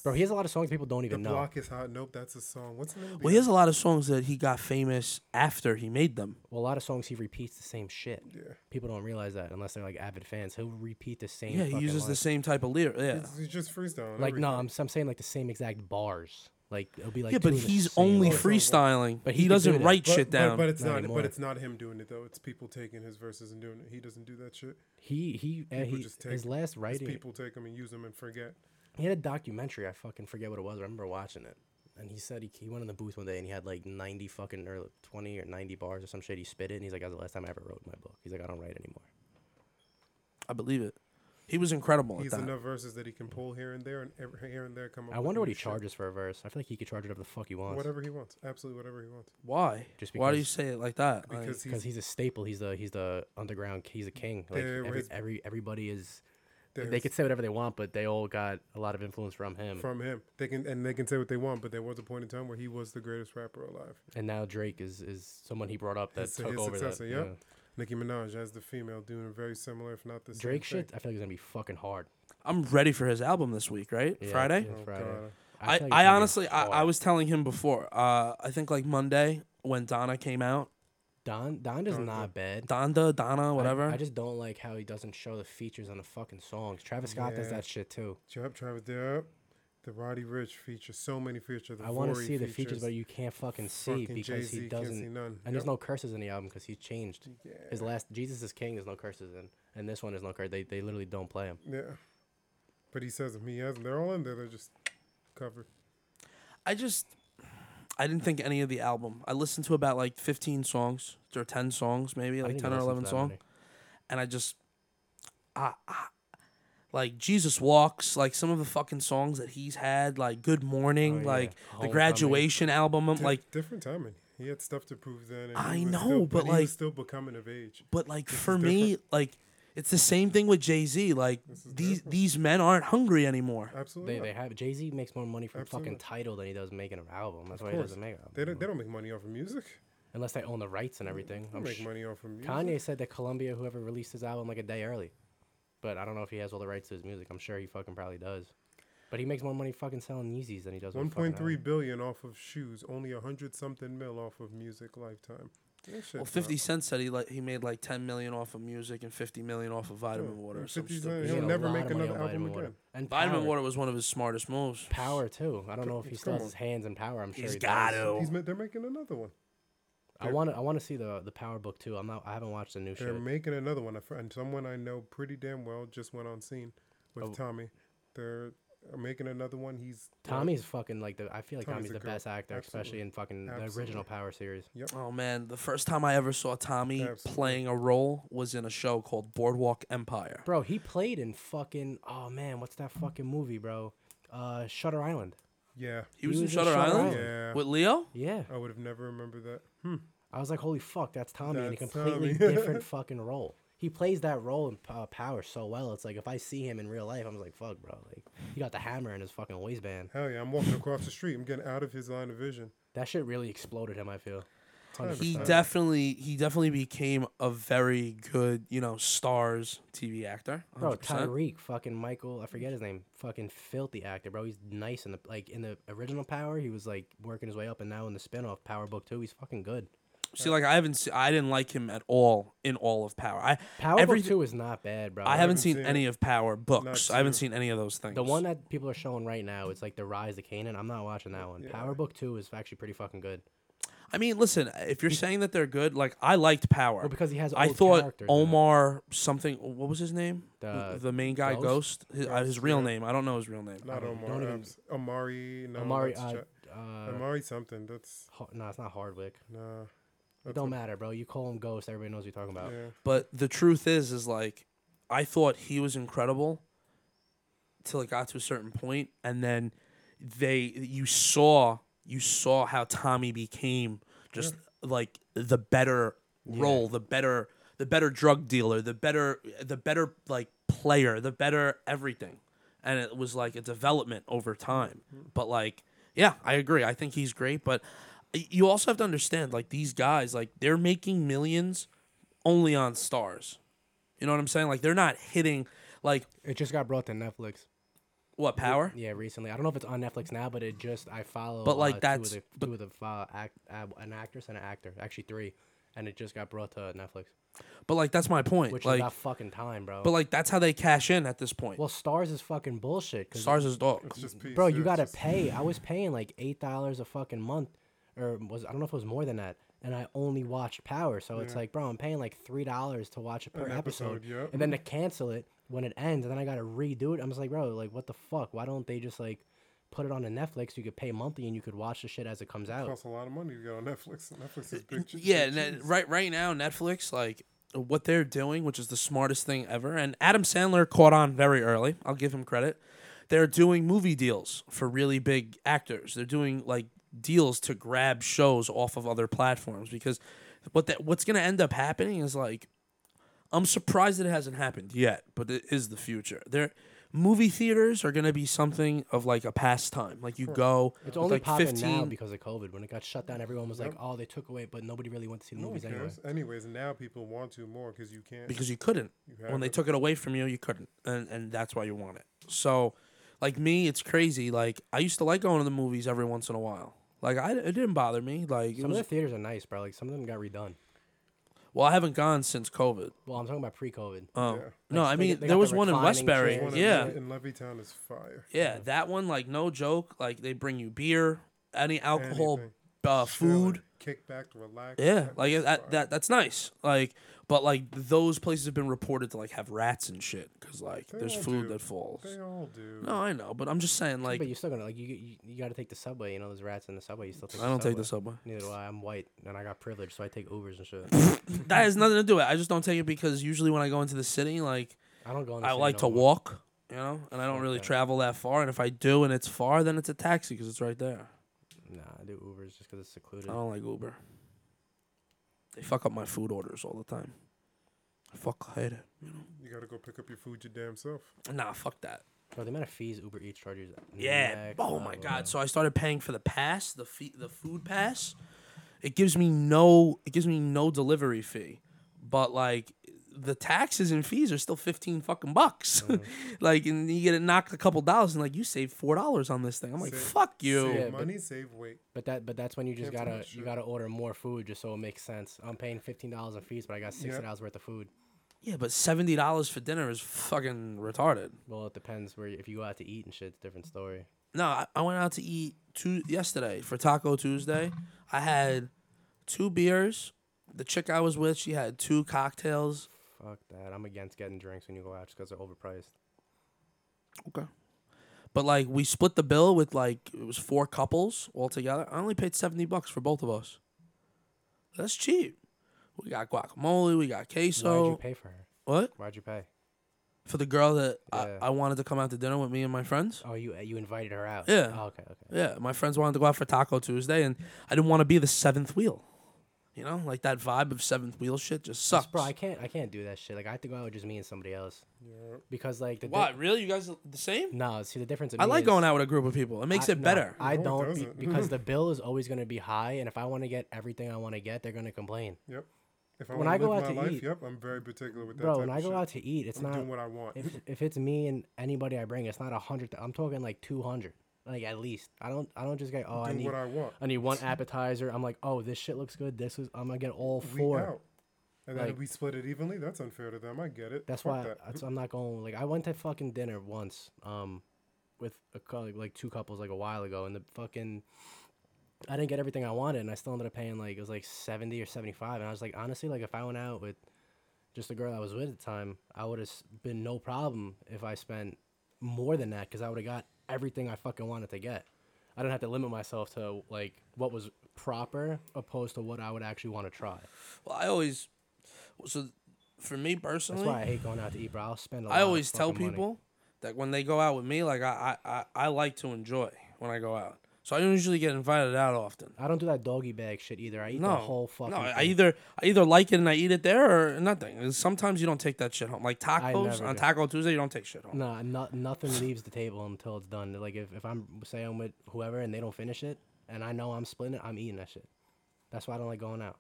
Speaker 3: Bro, he has a lot of songs people don't
Speaker 4: the
Speaker 3: even know.
Speaker 4: block is hot. Nope, that's a song. What's the name? of the
Speaker 2: Well, he has
Speaker 4: other-
Speaker 2: a lot of songs that he got famous after he made them.
Speaker 3: Well, a lot of songs he repeats the same shit.
Speaker 4: Yeah.
Speaker 3: People don't realize that unless they're like avid fans. He'll repeat the same.
Speaker 2: Yeah, he
Speaker 3: fucking
Speaker 2: uses the
Speaker 3: line.
Speaker 2: same type of lyric. Yeah.
Speaker 4: It's, it's just freestyle.
Speaker 3: Like no, I'm, I'm saying like the same exact bars. Like it'll be like.
Speaker 2: yeah,
Speaker 3: two
Speaker 2: but
Speaker 3: of the
Speaker 2: he's
Speaker 3: same
Speaker 2: only
Speaker 3: lines.
Speaker 2: freestyling. But
Speaker 3: But
Speaker 2: he,
Speaker 3: he could do
Speaker 2: doesn't
Speaker 3: that.
Speaker 2: write
Speaker 4: but,
Speaker 2: shit
Speaker 4: but-
Speaker 2: down.
Speaker 4: But, it's
Speaker 3: Not
Speaker 4: not.
Speaker 3: anymore.
Speaker 4: but it's not him doing it though. It's people taking his verses and doing it. He doesn't do that shit.
Speaker 3: He he and
Speaker 4: People
Speaker 3: he
Speaker 4: just take
Speaker 3: his last
Speaker 4: It's
Speaker 3: writing.
Speaker 4: people take them and use them and forget.
Speaker 3: He had a documentary. I fucking forget what it was. I remember watching it. And he said he, he went in the booth one day and he had like 90 fucking or 20 or 90 bars or some shit. He spit it and he's like, that's the last time I ever wrote my book. He's like, I don't write anymore.
Speaker 2: I believe it. He was incredible
Speaker 4: He
Speaker 2: at
Speaker 4: has
Speaker 2: that.
Speaker 4: enough verses that he can pull here and there and ev- here and there. Come up.
Speaker 3: I
Speaker 4: with
Speaker 3: wonder what
Speaker 4: new
Speaker 3: he
Speaker 4: shit.
Speaker 3: charges for a verse. I feel like he could charge whatever the fuck he wants.
Speaker 4: Whatever he wants. Absolutely whatever he wants.
Speaker 2: Why?
Speaker 3: Just
Speaker 2: Why do you
Speaker 3: because-
Speaker 2: say it like that? Like,
Speaker 4: Because
Speaker 3: Because
Speaker 4: he's
Speaker 3: he's a staple. He's the he's the underground. k- He's a king. Like
Speaker 4: Yeah,
Speaker 3: every,
Speaker 4: his-
Speaker 3: every everybody is They
Speaker 4: There's-
Speaker 3: could say whatever they want, but they all got a lot of influence from him.
Speaker 4: from him. They can and they can say what they want, but there was a point in time where he was the greatest rapper alive.
Speaker 3: and now Drake is is someone he brought up that
Speaker 4: His-
Speaker 3: took
Speaker 4: his
Speaker 3: over that.
Speaker 4: successor,
Speaker 3: yeah.
Speaker 4: yep. Nicki Minaj as the female doing very similar, if not the same.
Speaker 3: Drake
Speaker 4: thing.
Speaker 3: shit, I feel like it's gonna be fucking hard.
Speaker 2: I'm ready for his album this week, right?
Speaker 3: Yeah,
Speaker 2: Friday.
Speaker 3: yeah,
Speaker 4: Oh,
Speaker 3: Friday.
Speaker 4: God.
Speaker 2: I,
Speaker 3: feel like it's
Speaker 2: I
Speaker 3: gonna be
Speaker 2: honestly, I, I
Speaker 3: hard.
Speaker 2: was telling him before. Uh, I think like Monday when Donna came out,
Speaker 3: Don Don is not bad.
Speaker 2: Donda, Donna, whatever.
Speaker 3: I, I just don't like how he doesn't show the features on the fucking songs. Travis Scott does
Speaker 4: Yeah.
Speaker 3: that shit too.
Speaker 4: Yep, Travis Yep. The Roddy Rich feature, so many features. The
Speaker 3: I want to
Speaker 4: Vori
Speaker 3: see the features, but
Speaker 4: features.
Speaker 3: you can't fucking see
Speaker 4: Fucking
Speaker 3: because
Speaker 4: Jay-Z
Speaker 3: he
Speaker 4: can't see
Speaker 3: doesn't.
Speaker 4: none.
Speaker 3: And
Speaker 4: Yep.
Speaker 3: there's no curses in the album because he changed. His
Speaker 4: Yeah.
Speaker 3: last Jesus is King, there's no curses in, and this one is no curse. They they literally don't play him.
Speaker 4: yeah. But he says them. He has them. They're all in there. They're just covered.
Speaker 2: I just I didn't think any of the album. I listened to about like 15 songs or 10 songs maybe,
Speaker 3: I
Speaker 2: like
Speaker 3: didn't
Speaker 2: 10 or
Speaker 3: even listen to
Speaker 2: 11
Speaker 3: that
Speaker 2: songs,
Speaker 3: many.
Speaker 2: and I just I, I like Jesus walks, like some of the fucking songs that he's had, like Good Morning,
Speaker 3: Oh, yeah.
Speaker 2: like the
Speaker 3: Homecoming.
Speaker 2: graduation album, I'm
Speaker 4: Di-
Speaker 2: like
Speaker 4: different timing. He had stuff to prove then. and
Speaker 2: I
Speaker 4: he was
Speaker 2: know,
Speaker 4: still-
Speaker 2: but,
Speaker 4: he
Speaker 2: like-
Speaker 4: was still becoming of age.
Speaker 2: but like
Speaker 4: This is
Speaker 2: for me, like it's the same thing with Jay Z. Like
Speaker 4: is
Speaker 2: these
Speaker 4: different.
Speaker 2: these men aren't hungry anymore.
Speaker 4: Absolutely.
Speaker 3: They,
Speaker 4: not.
Speaker 3: they have Jay Z makes more money from
Speaker 4: Absolutely.
Speaker 3: fucking title than he does making an album. That's why he
Speaker 4: course.
Speaker 3: doesn't make an album.
Speaker 4: They don't, they don't make money off of music.
Speaker 3: unless they own the rights and everything.
Speaker 4: They
Speaker 3: I'm
Speaker 4: don't make
Speaker 3: sh-
Speaker 4: money off of music.
Speaker 3: Kanye said that Columbia, whoever released his album, like a day early, but I don't know if he has all the rights to his music. I'm sure he fucking probably does, but he makes more money fucking selling Yeezys than he does. on a
Speaker 4: One
Speaker 3: fucking uh,
Speaker 4: point three
Speaker 3: album.
Speaker 4: billion off of shoes, only a hundred something mil off of music lifetime. That shit's
Speaker 2: Well,
Speaker 4: not-
Speaker 2: 50 Cent said he like he made like 10 million off of music and 50 million off of vitamin water. Or some
Speaker 4: 50
Speaker 2: stupid
Speaker 4: Cent,
Speaker 2: shit.
Speaker 3: He
Speaker 4: He'll
Speaker 3: made a
Speaker 4: never
Speaker 3: lot
Speaker 4: make
Speaker 3: of money
Speaker 4: another
Speaker 3: on Vitamin
Speaker 4: album
Speaker 3: Water.
Speaker 4: again.
Speaker 3: And
Speaker 2: Vitamin
Speaker 3: power.
Speaker 2: Water was one of his smartest moves.
Speaker 3: Power too. I don't know if he still
Speaker 4: Come
Speaker 3: has his hands in power. I'm sure
Speaker 2: He's
Speaker 3: he
Speaker 2: got
Speaker 3: does.
Speaker 2: to.
Speaker 4: He's ma- they're making another one.
Speaker 3: I want to. I want to see the the Power Book too. I'm not. I haven't watched the new
Speaker 4: They're
Speaker 3: shit.
Speaker 4: making another one. A friend, someone I know pretty damn well, just went on scene with
Speaker 3: Oh.
Speaker 4: Tommy. They're making another one. He's
Speaker 3: Tommy's fucking like the. I feel like Tommy's,
Speaker 4: Tommy's the
Speaker 3: the
Speaker 4: goat.
Speaker 3: best actor,
Speaker 4: Absolutely.
Speaker 3: especially in fucking the
Speaker 4: Absolutely.
Speaker 3: original Power series.
Speaker 2: Oh man, the first time I ever saw Tommy
Speaker 4: Absolutely.
Speaker 2: playing a role was in a show called Boardwalk Empire.
Speaker 3: Bro, he played in fucking. Oh man, what's that fucking movie, bro? Uh, Shutter Island.
Speaker 4: yeah.
Speaker 2: He was, in Shutter Island
Speaker 4: Yeah.
Speaker 2: with Leo.
Speaker 3: Yeah,
Speaker 4: I would have never remembered that. Hmm.
Speaker 3: I was like, holy fuck, that's Tommy in a
Speaker 4: That's
Speaker 3: completely
Speaker 4: Tommy.
Speaker 3: different fucking role. He plays that role in uh, Power so well. It's like if I see him in real life, I'm just like, fuck, bro. Like he got the hammer in his fucking waistband.
Speaker 4: Hell yeah! I'm walking across the street. I'm getting out of his line of vision.
Speaker 3: That shit really exploded him. I feel.
Speaker 2: He
Speaker 3: 100%.
Speaker 2: definitely he definitely became a very good you know stars TV actor.
Speaker 3: Bro,
Speaker 2: 100%.
Speaker 3: Tyreek, fucking Michael, I forget his name, fucking filthy actor, bro. He's nice in the like in the original Power, he was like working his way up, and now in the spinoff Power Book Two, he's fucking good.
Speaker 2: See, like I haven't se- I didn't like him at all in all of Power. I
Speaker 3: Power
Speaker 2: everything-
Speaker 3: Book Two is not bad, bro.
Speaker 2: I haven't seen
Speaker 4: seen
Speaker 2: any of Power books.
Speaker 4: Not
Speaker 2: I haven't
Speaker 4: too.
Speaker 2: seen any of those things.
Speaker 3: the one that people are showing right now. It's like the Rise of Canaan. I'm not watching that one.
Speaker 4: Yeah.
Speaker 3: Power Book Two is actually pretty fucking good.
Speaker 2: I mean, listen, if you're saying that they're good, like I liked Power.
Speaker 3: Well, because he has
Speaker 2: I
Speaker 3: old
Speaker 2: thought
Speaker 3: characters in it.
Speaker 2: Omar something. What was his name? The,
Speaker 3: The
Speaker 2: the main guy, Ghost.
Speaker 3: Ghost?
Speaker 2: His, uh, his
Speaker 4: Ghost,
Speaker 2: real
Speaker 4: yeah.
Speaker 2: name. I don't know his real name.
Speaker 4: Not
Speaker 3: don't-
Speaker 4: Omar.
Speaker 3: don't even-
Speaker 4: Abs- Amari. No,
Speaker 3: Amari,
Speaker 4: that's
Speaker 3: uh,
Speaker 4: Ja-
Speaker 3: uh,
Speaker 4: Amari something. That's
Speaker 3: Ho- no, it's not Hardwick.
Speaker 4: nah.
Speaker 3: It don't matter, bro. You call him Ghost, everybody knows what you're talking about.
Speaker 4: Yeah.
Speaker 2: But the truth is, is like, I thought he was incredible till it got to a certain point, and then they you saw you saw how Tommy became just like the better role, the better the better drug dealer, the better the better like player, the better everything, and it was like a development over time. But like, yeah, I agree. I think he's great, but y- you also have to understand like these guys like they're making millions only on stars. You know what I'm saying? Like they're not hitting like
Speaker 3: It just got brought to Netflix.
Speaker 2: what power?
Speaker 3: Yeah, recently. I don't know if it's on Netflix now, but it just I follow.
Speaker 2: But, like,
Speaker 3: uh,
Speaker 2: that's-
Speaker 3: two of the,
Speaker 2: but-
Speaker 3: two of the uh, act, uh, an actress and an actor, actually three, and it just got brought to Netflix,
Speaker 2: But like that's my point.
Speaker 3: which is
Speaker 2: like
Speaker 3: about fucking time, bro.
Speaker 2: but like that's how they cash in at this point.
Speaker 3: well, Stars is fucking bullshit. 'cause-
Speaker 2: stars is dog.
Speaker 4: It's just peace.
Speaker 3: bro,
Speaker 4: yeah,
Speaker 3: you
Speaker 4: it's
Speaker 3: gotta
Speaker 4: just-
Speaker 3: pay. I was paying like eight dollars a fucking month, or was I don't know if it was more than that. And I only watched Power, so it's like, bro, I'm paying like three dollars to watch it per episode,
Speaker 4: episode, yep.
Speaker 3: and then to cancel it when it ends, and then I gotta redo it. I'm just like, bro, like what the fuck? Why don't they just like put it on the Netflix? You could pay monthly and you could watch the shit as it comes out.
Speaker 4: Costs a lot of money to get on Netflix. Netflix is big.
Speaker 2: Yeah,
Speaker 4: big
Speaker 2: and
Speaker 4: cheese.
Speaker 2: right right now Netflix like what they're doing, which is the smartest thing ever, and Adam Sandler caught on very early. I'll give him credit. They're doing movie deals for really big actors. They're doing like deals to grab shows off of other platforms because what that what's going to end up happening is like I'm surprised that it hasn't happened yet, but it is the future. There, movie theaters are gonna be something of like a pastime. Like you go, with,
Speaker 3: It's only
Speaker 2: like
Speaker 3: popping
Speaker 2: 15.
Speaker 3: now because of COVID. When it got shut down, everyone was like, "Oh, they took away," but nobody really went to see the movies anyway.
Speaker 4: Yes. Anyways, now people want to more because you can't.
Speaker 2: because you couldn't. when they
Speaker 4: haven't.
Speaker 2: took it away from you, you couldn't, and and that's why you want it. So, like me, it's crazy. Like I used to like going to the movies every once in a while. Like I, it didn't bother me. Like it
Speaker 3: Some of the
Speaker 2: was,
Speaker 3: theaters are nice, bro. Like some of them got redone.
Speaker 2: well, I haven't gone since COVID.
Speaker 3: Well, I'm talking about pre-COVID.
Speaker 2: Oh
Speaker 4: Yeah.
Speaker 2: no, I
Speaker 3: they-
Speaker 2: mean
Speaker 3: they got
Speaker 2: there
Speaker 3: the
Speaker 2: was one in
Speaker 3: reclining
Speaker 2: Westbury.
Speaker 3: chairs.
Speaker 4: One in
Speaker 2: Yeah,
Speaker 4: Le- in Levittown is fire.
Speaker 2: yeah, that one like no joke. Like they bring you beer, any alcohol,
Speaker 4: Anything.
Speaker 2: uh, food.
Speaker 4: Chilling, kick back, relax.
Speaker 2: Yeah,
Speaker 4: that
Speaker 2: like
Speaker 4: is
Speaker 2: that,
Speaker 4: fire.
Speaker 2: that that's nice. Like, but like those places have been reported to like have rats and shit because like
Speaker 4: They
Speaker 2: there's
Speaker 4: all
Speaker 2: food
Speaker 4: do.
Speaker 2: that falls.
Speaker 4: They all do.
Speaker 2: No, I know, but I'm just saying like
Speaker 3: but you're still gonna like you you, you got to take the subway. You know, there's rats in the subway. You still take.
Speaker 2: I don't take the subway.
Speaker 3: Neither do I. I'm white and I got privilege, so I take Ubers and shit.
Speaker 2: That has nothing to do with it. I just don't take it because usually when I go into the city, like
Speaker 3: I don't go. In the
Speaker 2: I
Speaker 3: city
Speaker 2: like
Speaker 3: no
Speaker 2: to
Speaker 3: more.
Speaker 2: walk, you know, and I don't really travel that far. And if I do, and it's far, then it's a taxi because it's right there.
Speaker 3: Nah, I do Ubers just because it's secluded.
Speaker 2: I don't like Uber. They fuck up my food orders all the time. I fuck hate it.
Speaker 4: You gotta go pick up your food your damn self.
Speaker 2: Nah, fuck that.
Speaker 3: Bro, the amount of fees Uber Eats charges.
Speaker 2: Yeah.
Speaker 3: next
Speaker 2: Oh my
Speaker 3: level.
Speaker 4: um,
Speaker 2: god. So I started paying for the pass, the fee, the food pass. It gives me no. It gives me no delivery fee, but like the taxes and fees are still fifteen fucking bucks.
Speaker 4: Oh.
Speaker 2: like and you get it knocked a couple dollars, and like you save four dollars on this thing. I'm like,
Speaker 4: Save-
Speaker 2: fuck you.
Speaker 4: Save
Speaker 3: Yeah, but-
Speaker 4: money, save weight.
Speaker 3: But that but that's when you just
Speaker 4: Can't
Speaker 3: gotta
Speaker 4: finish
Speaker 3: you
Speaker 4: it.
Speaker 3: gotta order more food just so it makes sense. I'm paying fifteen dollars in fees, but I got sixty dollars worth of food.
Speaker 2: Yeah, but seventy dollars for dinner is fucking retarded.
Speaker 3: Well, it depends where you, if you go out to eat and shit, it's a different story.
Speaker 2: No, I, I went out to eat two yesterday for Taco Tuesday. I had two beers. The chick I was with, she had two cocktails.
Speaker 3: Fuck that. I'm against getting drinks when you go out just because they're overpriced.
Speaker 2: Okay. But like we split the bill with like it was four couples all together. I only paid seventy bucks for both of us. That's cheap. We got guacamole. We got
Speaker 3: Why'd you
Speaker 2: queso.
Speaker 3: pay for her?
Speaker 2: What
Speaker 3: Why'd you pay?
Speaker 2: for the girl that
Speaker 3: Yeah.
Speaker 2: I, I wanted to come out to dinner with me and my friends?
Speaker 3: Oh, you you invited her out.
Speaker 2: Yeah.
Speaker 3: Oh, okay, okay.
Speaker 2: Yeah, my friends wanted to go out for Taco Tuesday, and I didn't want to be the seventh wheel. You know, like that vibe of seventh wheel shit just sucks.
Speaker 3: Bro, I can't I can't do that shit. Like I have to go out with just me and somebody else
Speaker 4: Yeah.
Speaker 3: because like the di-
Speaker 2: Why? Really? You guys are the same?
Speaker 3: no. See the difference.
Speaker 2: I like going out with a group of people. It makes it better.
Speaker 3: I
Speaker 4: No, it
Speaker 3: don't be-
Speaker 4: doesn't.
Speaker 3: because the bill is always gonna be high, and if I want to get everything I want to get, they're gonna complain.
Speaker 4: Yep. If I
Speaker 3: When
Speaker 4: wanna
Speaker 3: I go
Speaker 4: live
Speaker 3: out to
Speaker 4: my life,
Speaker 3: eat-
Speaker 4: yep, I'm very particular with that.
Speaker 3: Bro,
Speaker 4: type
Speaker 3: when
Speaker 4: of
Speaker 3: I go
Speaker 4: shit.
Speaker 3: out to eat, it's
Speaker 4: I'm
Speaker 3: not
Speaker 4: doing what I want.
Speaker 3: if if it's me and anybody I bring, it's not a hundred. I'm talking like two hundred, like at least. I don't I don't just get oh I
Speaker 4: Do
Speaker 3: need
Speaker 4: what I want.
Speaker 3: I need one appetizer. I'm like oh this shit looks good. This is I'm gonna get all
Speaker 4: We
Speaker 3: four.
Speaker 4: out. And then
Speaker 3: Like-
Speaker 4: we split it evenly. That's unfair to them. I get it.
Speaker 3: That's
Speaker 4: Fuck
Speaker 3: why
Speaker 4: that.
Speaker 3: that's, I'm not going. Like I went to fucking dinner once, um, with a colleague, like two couples, like a while ago, and the fucking. I didn't get everything I wanted, and I still ended up paying like it was like seventy or seventy five, and I was like, honestly, like if I went out with just the girl I was with at the time, I would have been no problem if I spent more than that because I would have got everything I fucking wanted to get. I didn't have to limit myself to like what was proper opposed to what I would actually want to try.
Speaker 2: Well, I always so for me personally,
Speaker 3: That's why I hate going out to eat, bro. I'll spend. A lot
Speaker 2: I
Speaker 3: of
Speaker 2: always tell
Speaker 3: fucking money.
Speaker 2: people that when they go out with me, like I, I, I, I like to enjoy when I go out. So I don't usually get invited out often.
Speaker 3: I don't do that doggy bag shit either. I eat
Speaker 2: No,
Speaker 3: the whole fucking.
Speaker 2: no. I I
Speaker 3: thing.
Speaker 2: either I either like it and I eat it there or nothing. And Sometimes you don't take that shit home. Like tacos
Speaker 3: never
Speaker 2: on
Speaker 3: do.
Speaker 2: Taco Tuesday, you don't take shit home.
Speaker 3: Nah, no, nothing leaves the table until it's done. Like if, if I'm say I'm with whoever and they don't finish it, and I know I'm splitting it, I'm eating that shit. That's why I don't like going out,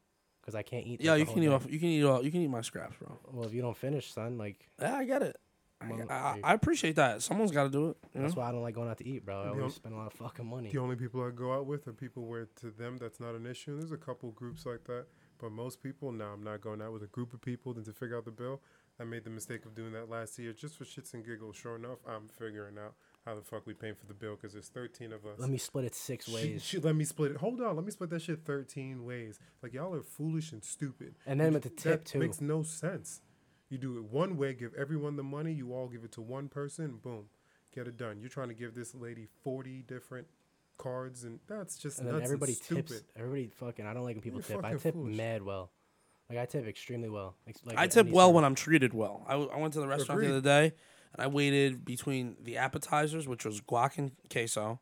Speaker 3: cause I can't eat.
Speaker 2: yeah,
Speaker 3: like,
Speaker 2: you
Speaker 3: the
Speaker 2: can eat
Speaker 3: whole
Speaker 2: off. You can eat all. You can eat my scraps, bro.
Speaker 3: thing. Well, if you don't finish, son, like
Speaker 2: Yeah, I get it. I,
Speaker 3: Well,
Speaker 2: I,
Speaker 3: like-
Speaker 2: I appreciate that. Someone's got to do it. You know?
Speaker 3: that's why I don't like going out to eat, bro. I
Speaker 4: only-
Speaker 3: always spend a lot of fucking money.
Speaker 4: The only people I go out with are people where to them that's not an issue. There's a couple groups like that, but most people, no, I'm not going out with a group of people than to figure out the bill. I made the mistake of doing that last year just for shits and giggles. Sure enough, I'm figuring out how the fuck we paying for the bill because there's 13 of us.
Speaker 3: Let me split it six
Speaker 4: she,
Speaker 3: ways,
Speaker 4: she let me split it. Hold on, let me split that shit 13 ways. Like y'all are foolish and stupid.
Speaker 3: and then
Speaker 4: You-
Speaker 3: with the tip
Speaker 4: that
Speaker 3: too.
Speaker 4: makes no sense. You do it one way, give everyone the money, you all give it to one person, boom, get it done. You're trying to give this lady 40 different cards, and that's just
Speaker 3: and
Speaker 4: nuts
Speaker 3: then everybody
Speaker 4: and stupid.
Speaker 3: tips. Everybody fucking. I don't like when people
Speaker 4: You're
Speaker 3: tip. I
Speaker 4: fucking
Speaker 3: tip
Speaker 4: foolish.
Speaker 3: mad well. Like I tip extremely well. Ex- Like
Speaker 2: I
Speaker 3: with
Speaker 2: tip
Speaker 3: any
Speaker 2: well
Speaker 3: service.
Speaker 2: when I'm treated well. I, w- I went to the restaurant the
Speaker 4: Agreed.
Speaker 2: other day and I waited between the appetizers, which was guac and queso,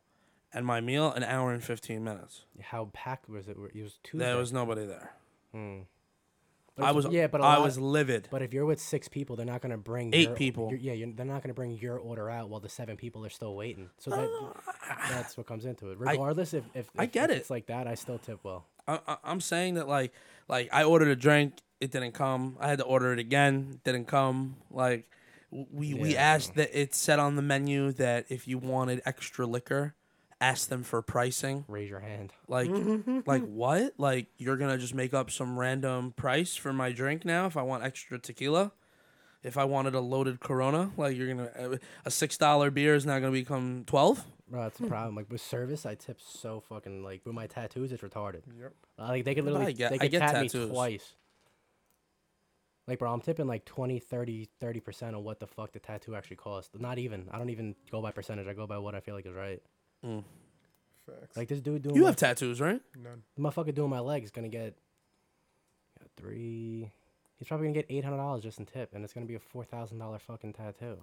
Speaker 2: and my meal an hour and 15 minutes.
Speaker 3: How packed was it? It was Tuesday.
Speaker 2: There was nobody there.
Speaker 3: But
Speaker 2: I
Speaker 3: if-
Speaker 2: was
Speaker 3: yeah, but a
Speaker 2: I
Speaker 3: lot-
Speaker 2: was livid.
Speaker 3: But if you're with six people, they're not gonna bring
Speaker 2: Eight
Speaker 3: your-
Speaker 2: people.
Speaker 3: your- yeah, you're, they're not gonna bring your order out while the seven people are still waiting. So that that's what comes into it. Regardless, if, if
Speaker 2: Oh, ah. I
Speaker 3: if-
Speaker 2: get
Speaker 3: if
Speaker 2: it.
Speaker 3: it's like that, I still tip well.
Speaker 2: I, I, I'm saying that like like I ordered a drink, it didn't come. I had to order it again, it didn't come. Like w- we we
Speaker 3: Yeah.
Speaker 2: asked that it said on the menu that if you wanted extra liquor, ask them for pricing.
Speaker 3: Raise your hand.
Speaker 2: Like like what? Like you're gonna just make up some random price for my drink now if I want extra tequila. If I wanted a loaded Corona, like you're gonna a six dollar beer is now gonna become twelve.
Speaker 3: Bro,
Speaker 2: Hmm.
Speaker 3: that's the problem. Like with service, I tip so fucking like with my tattoos, it's retarded.
Speaker 4: Yep.
Speaker 3: Uh, Like they could
Speaker 2: I
Speaker 3: literally
Speaker 2: get- I
Speaker 3: they could
Speaker 2: get
Speaker 3: tat me
Speaker 2: tattoos.
Speaker 3: twice. Like bro, I'm tipping like 20, 30, 30 percent on what the fuck the tattoo actually cost. Not even. I don't even go by percentage. I go by what I feel like is right.
Speaker 4: Facts.
Speaker 3: Like this dude doing
Speaker 2: You
Speaker 3: my-
Speaker 2: have tattoos, right?
Speaker 4: None.
Speaker 3: the motherfucker doing my legs gonna get got three. He's probably gonna get eight hundred dollars just in tip, and it's gonna be a four thousand dollar fucking tattoo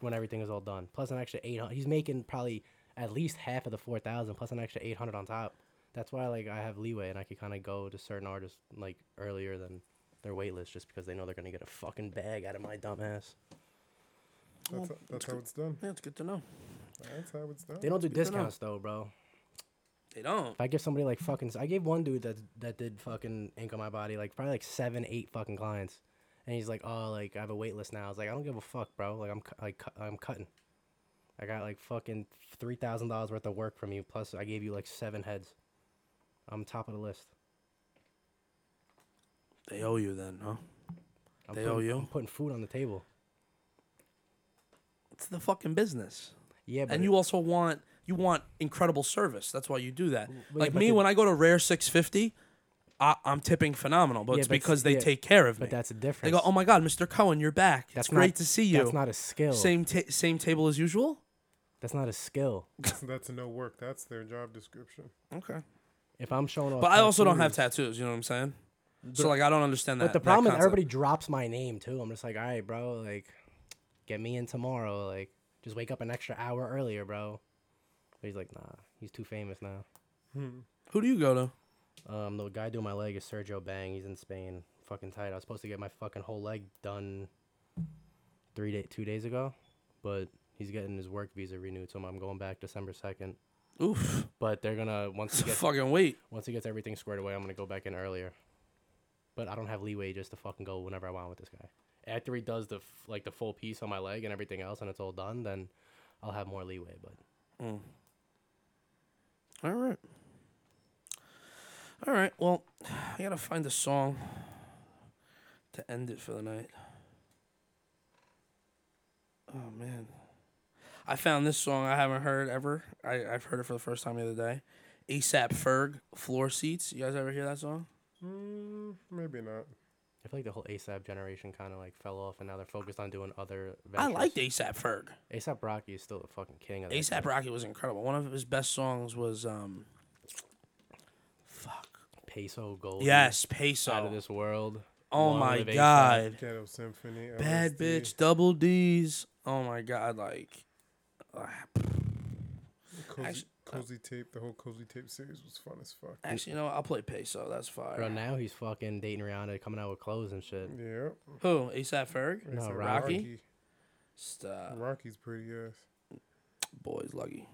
Speaker 3: when everything is all done. Plus an extra eight hundred. He's making probably at least half of the four thousand, plus an extra eight hundred on top. That's why like I have leeway and I could kind of go to certain artists like earlier than their wait list just because they know they're gonna get a fucking bag out of my dumb ass.
Speaker 4: That's, that's how it's done.
Speaker 2: Yeah, it's good to know.
Speaker 4: That's how it's done.
Speaker 3: They don't do
Speaker 2: Good to know.
Speaker 3: discounts though, bro.
Speaker 2: They don't.
Speaker 3: If I give somebody like fucking, I gave one dude that that did fucking ink on my body, like probably like seven, eight fucking clients, and he's like, oh, like I have a wait list now. I was like, I don't give a fuck, bro. Like I'm cu- like cu- I'm cutting. I got like fucking three thousand dollars worth of work from you. Plus, I gave you like seven heads. I'm top of the list.
Speaker 2: They owe you then, huh?
Speaker 3: I'm
Speaker 2: They
Speaker 3: putting,
Speaker 2: owe you?
Speaker 3: I'm putting food on the table.
Speaker 2: It's the fucking business.
Speaker 3: Yeah, but
Speaker 2: and you also want you want incredible service. That's why you do that.
Speaker 3: yeah,
Speaker 2: like
Speaker 3: but
Speaker 2: me,
Speaker 3: the-
Speaker 2: when I go to Rare Six Fifty, I'm tipping phenomenal, but
Speaker 3: Yeah,
Speaker 2: it's
Speaker 3: but it's-
Speaker 2: because they
Speaker 3: yeah,
Speaker 2: take care of me.
Speaker 3: but that's a
Speaker 2: they
Speaker 3: difference.
Speaker 2: go, "Oh my God, Mr. Cohen, you're back.
Speaker 3: That's
Speaker 2: it's great
Speaker 3: not-
Speaker 2: to see you."
Speaker 3: That's not a skill.
Speaker 2: same ta- same table as usual.
Speaker 3: That's not a skill.
Speaker 4: that's no work. That's their job description.
Speaker 2: Okay,
Speaker 3: If I'm showing off,
Speaker 2: but I also don't
Speaker 3: tattoos-
Speaker 2: have tattoos. You know what I'm saying? So like, I don't understand that.
Speaker 3: But the
Speaker 2: that
Speaker 3: problem is
Speaker 2: concept.
Speaker 3: everybody drops my name too. I'm just like, all right, bro, like, get me in tomorrow. Like, just wake up an extra hour earlier, bro. But he's like, nah, he's too famous now.
Speaker 2: Who do you go to?
Speaker 3: Um, the guy doing my leg is Sergio Bang. He's in Spain. Fucking tight. I was supposed to get my fucking whole leg done three day, two days ago, but he's getting his work visa renewed, so I'm going back December second.
Speaker 2: Oof,
Speaker 3: But they're gonna once
Speaker 2: it's
Speaker 3: he
Speaker 2: a
Speaker 3: gets
Speaker 2: fucking wait.
Speaker 3: once he gets everything squared away, I'm gonna go back in earlier. But I don't have leeway just to fucking go whenever I want with this guy. After he does the f- like the full piece on my leg and everything else, and it's all done, then I'll have more leeway. But
Speaker 2: All right. All right. Well, I gotta find a song to end it for the night. Oh man, I found this song I haven't heard ever. I I've heard it for the first time the other day. ASAP Ferg, Floor Seats. You guys ever hear that song?
Speaker 4: Mm, maybe not.
Speaker 3: I feel like the whole ASAP generation kind of like fell off, and now they're focused on doing other.
Speaker 2: I
Speaker 3: Ventures.
Speaker 2: liked ASAP Ferg.
Speaker 3: ASAP Rocky is still the fucking king of that
Speaker 2: ASAP Rocky was incredible. One of his best songs was um. Fuck.
Speaker 3: peso gold.
Speaker 2: Yes,
Speaker 3: out of
Speaker 2: Peso.
Speaker 3: this world.
Speaker 2: Oh
Speaker 3: Long
Speaker 2: my
Speaker 3: Live A$AP.
Speaker 2: god.
Speaker 4: Ghetto Symphony.
Speaker 2: Bad
Speaker 4: LSD.
Speaker 2: bitch, double D's. Oh my god, like ah,
Speaker 4: Cozy,
Speaker 2: Actu-
Speaker 4: cozy tape. The whole cozy tape series was fun as fuck.
Speaker 2: actually, you know, what? I'll play peso. That's fire.
Speaker 3: Bro, now he's fucking dating Rihanna, coming out with clothes and shit.
Speaker 4: Yeah.
Speaker 3: Uh,
Speaker 2: Who? ASAP Ferg?
Speaker 3: No,
Speaker 4: It's a
Speaker 2: Rocky? Stop.
Speaker 4: Rocky's pretty uh, ass.
Speaker 2: Boys, Luggy.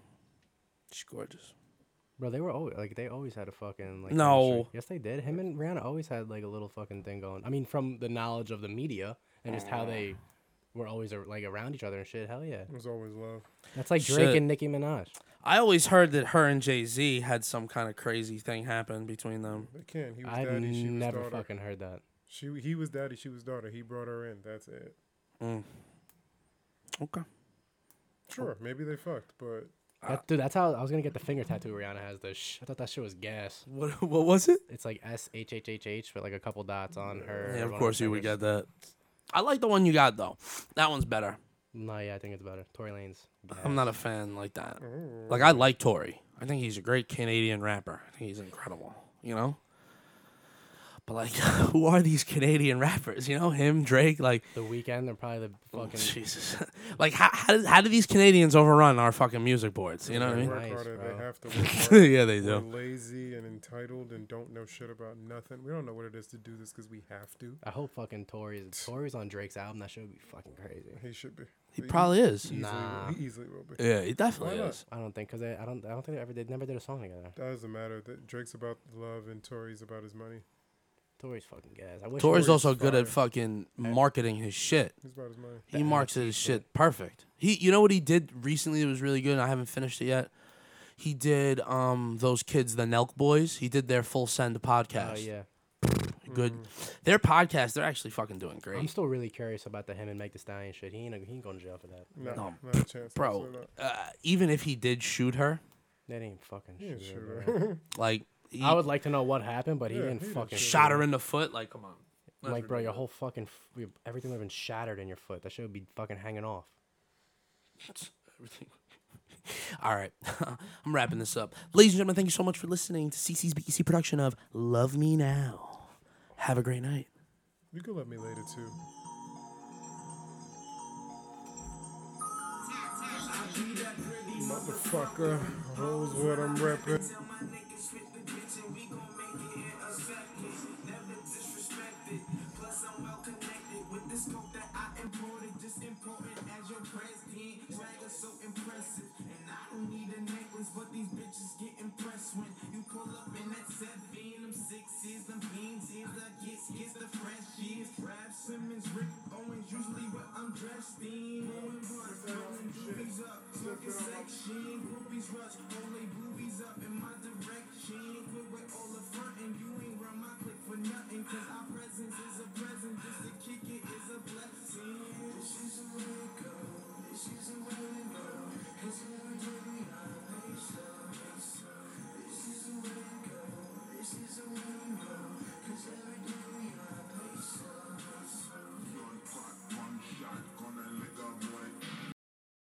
Speaker 2: She's gorgeous.
Speaker 3: Bro, they were always like they always had a fucking like
Speaker 2: No.
Speaker 3: chemistry. Yes, they did. Him and Rihanna always had like a little fucking thing going. I mean, from the knowledge of the media and just how they
Speaker 2: Ah.
Speaker 3: were always ar- like around each other and shit. Hell yeah,
Speaker 4: It was always love.
Speaker 3: that's like Drake
Speaker 2: Shit.
Speaker 3: and Nicki Minaj.
Speaker 2: I always heard that her and Jay Z had some kind of crazy thing happen between them.
Speaker 4: They can. He was
Speaker 3: I've
Speaker 4: daddy. She was
Speaker 3: never
Speaker 4: daughter.
Speaker 3: fucking heard that.
Speaker 4: She he was daddy. She was daughter. He brought her in. That's it.
Speaker 2: Okay.
Speaker 4: Sure. Maybe they fucked, but
Speaker 2: Ah.
Speaker 3: That- dude, that's how I was gonna get the finger tattoo Rihanna has. The sh- I thought that shit was gas.
Speaker 2: What what was it?
Speaker 3: It's like S H H H H with like a couple dots on her.
Speaker 2: Yeah,
Speaker 3: one
Speaker 2: of
Speaker 3: her
Speaker 2: course you would
Speaker 3: fingers.
Speaker 2: get that. I like the one you got though. That one's better.
Speaker 3: No, yeah, I think it's better. Tory Lanez. Uh,
Speaker 2: I'm not a fan like that. Like I like Tory. I think he's a great Canadian rapper. I think he's incredible. You know. But like, who are these Canadian rappers? You know, him, Drake, like
Speaker 3: The weekend, they're probably the
Speaker 2: Oh,
Speaker 3: fucking.
Speaker 2: Jesus. like how how do, how do these Canadians overrun our fucking music boards? You know what I
Speaker 4: They
Speaker 2: mean?
Speaker 4: work
Speaker 3: Nice,
Speaker 4: harder,
Speaker 3: bro.
Speaker 4: They have to work harder.
Speaker 2: yeah, they
Speaker 4: We're
Speaker 2: do.
Speaker 4: lazy and entitled and don't know shit about nothing. We don't know what it is to do this because we have to.
Speaker 3: I hope fucking Tory's Tory's on Drake's album. That shit would be fucking crazy.
Speaker 4: He should be.
Speaker 2: He probably is.
Speaker 4: easily,
Speaker 3: Nah.
Speaker 4: He easily will be.
Speaker 2: Yeah, he definitely
Speaker 4: Why not?
Speaker 2: is.
Speaker 3: I don't think because I don't I don't think they ever they never did a song together.
Speaker 4: Doesn't matter that Drake's about love and Tory's about his money.
Speaker 3: Tory's fucking gas. I wish
Speaker 2: Tory's
Speaker 3: Tory-
Speaker 2: also good at
Speaker 4: fire.
Speaker 2: fucking marketing his shit.
Speaker 4: He's about his money.
Speaker 2: He marks his shit perfect. He, you know what he did recently that was really good. and I haven't finished it yet. He did um those kids, the Nelk Boys. He did their full send podcast.
Speaker 3: Oh yeah. Mm-hmm.
Speaker 2: good. Their podcast, they're actually fucking doing
Speaker 3: I'm
Speaker 2: great,
Speaker 3: still really curious about the him and Meg Thee Stallion shit. He ain't he ain't going to jail for that.
Speaker 4: No,
Speaker 2: No,
Speaker 4: not a chance.
Speaker 2: bro.
Speaker 4: absolutely not.
Speaker 2: Uh, even if he did shoot her,
Speaker 3: That ain't fucking
Speaker 4: He ain't
Speaker 3: shit.
Speaker 4: sure,
Speaker 3: bro.
Speaker 4: right?
Speaker 2: like he
Speaker 3: I would like to know what happened, but he
Speaker 4: Yeah,
Speaker 3: didn't
Speaker 4: he didn't
Speaker 3: fucking
Speaker 2: shot her in the foot. Like, come on. That's
Speaker 3: Like, bro, your
Speaker 2: ridiculous.
Speaker 3: whole fucking f- your- everything would have been shattered in your foot. That shit would be fucking hanging off.
Speaker 2: Everything. All right, I'm wrapping this up, ladies and gentlemen. Thank you so much for listening to CC's BEC E production of Love Me Now. Have a great night.
Speaker 4: You can let me later too. Motherfucker, knows what I'm reppin'.
Speaker 5: Boobies up, looking section. Boobies rush, only boobies up in my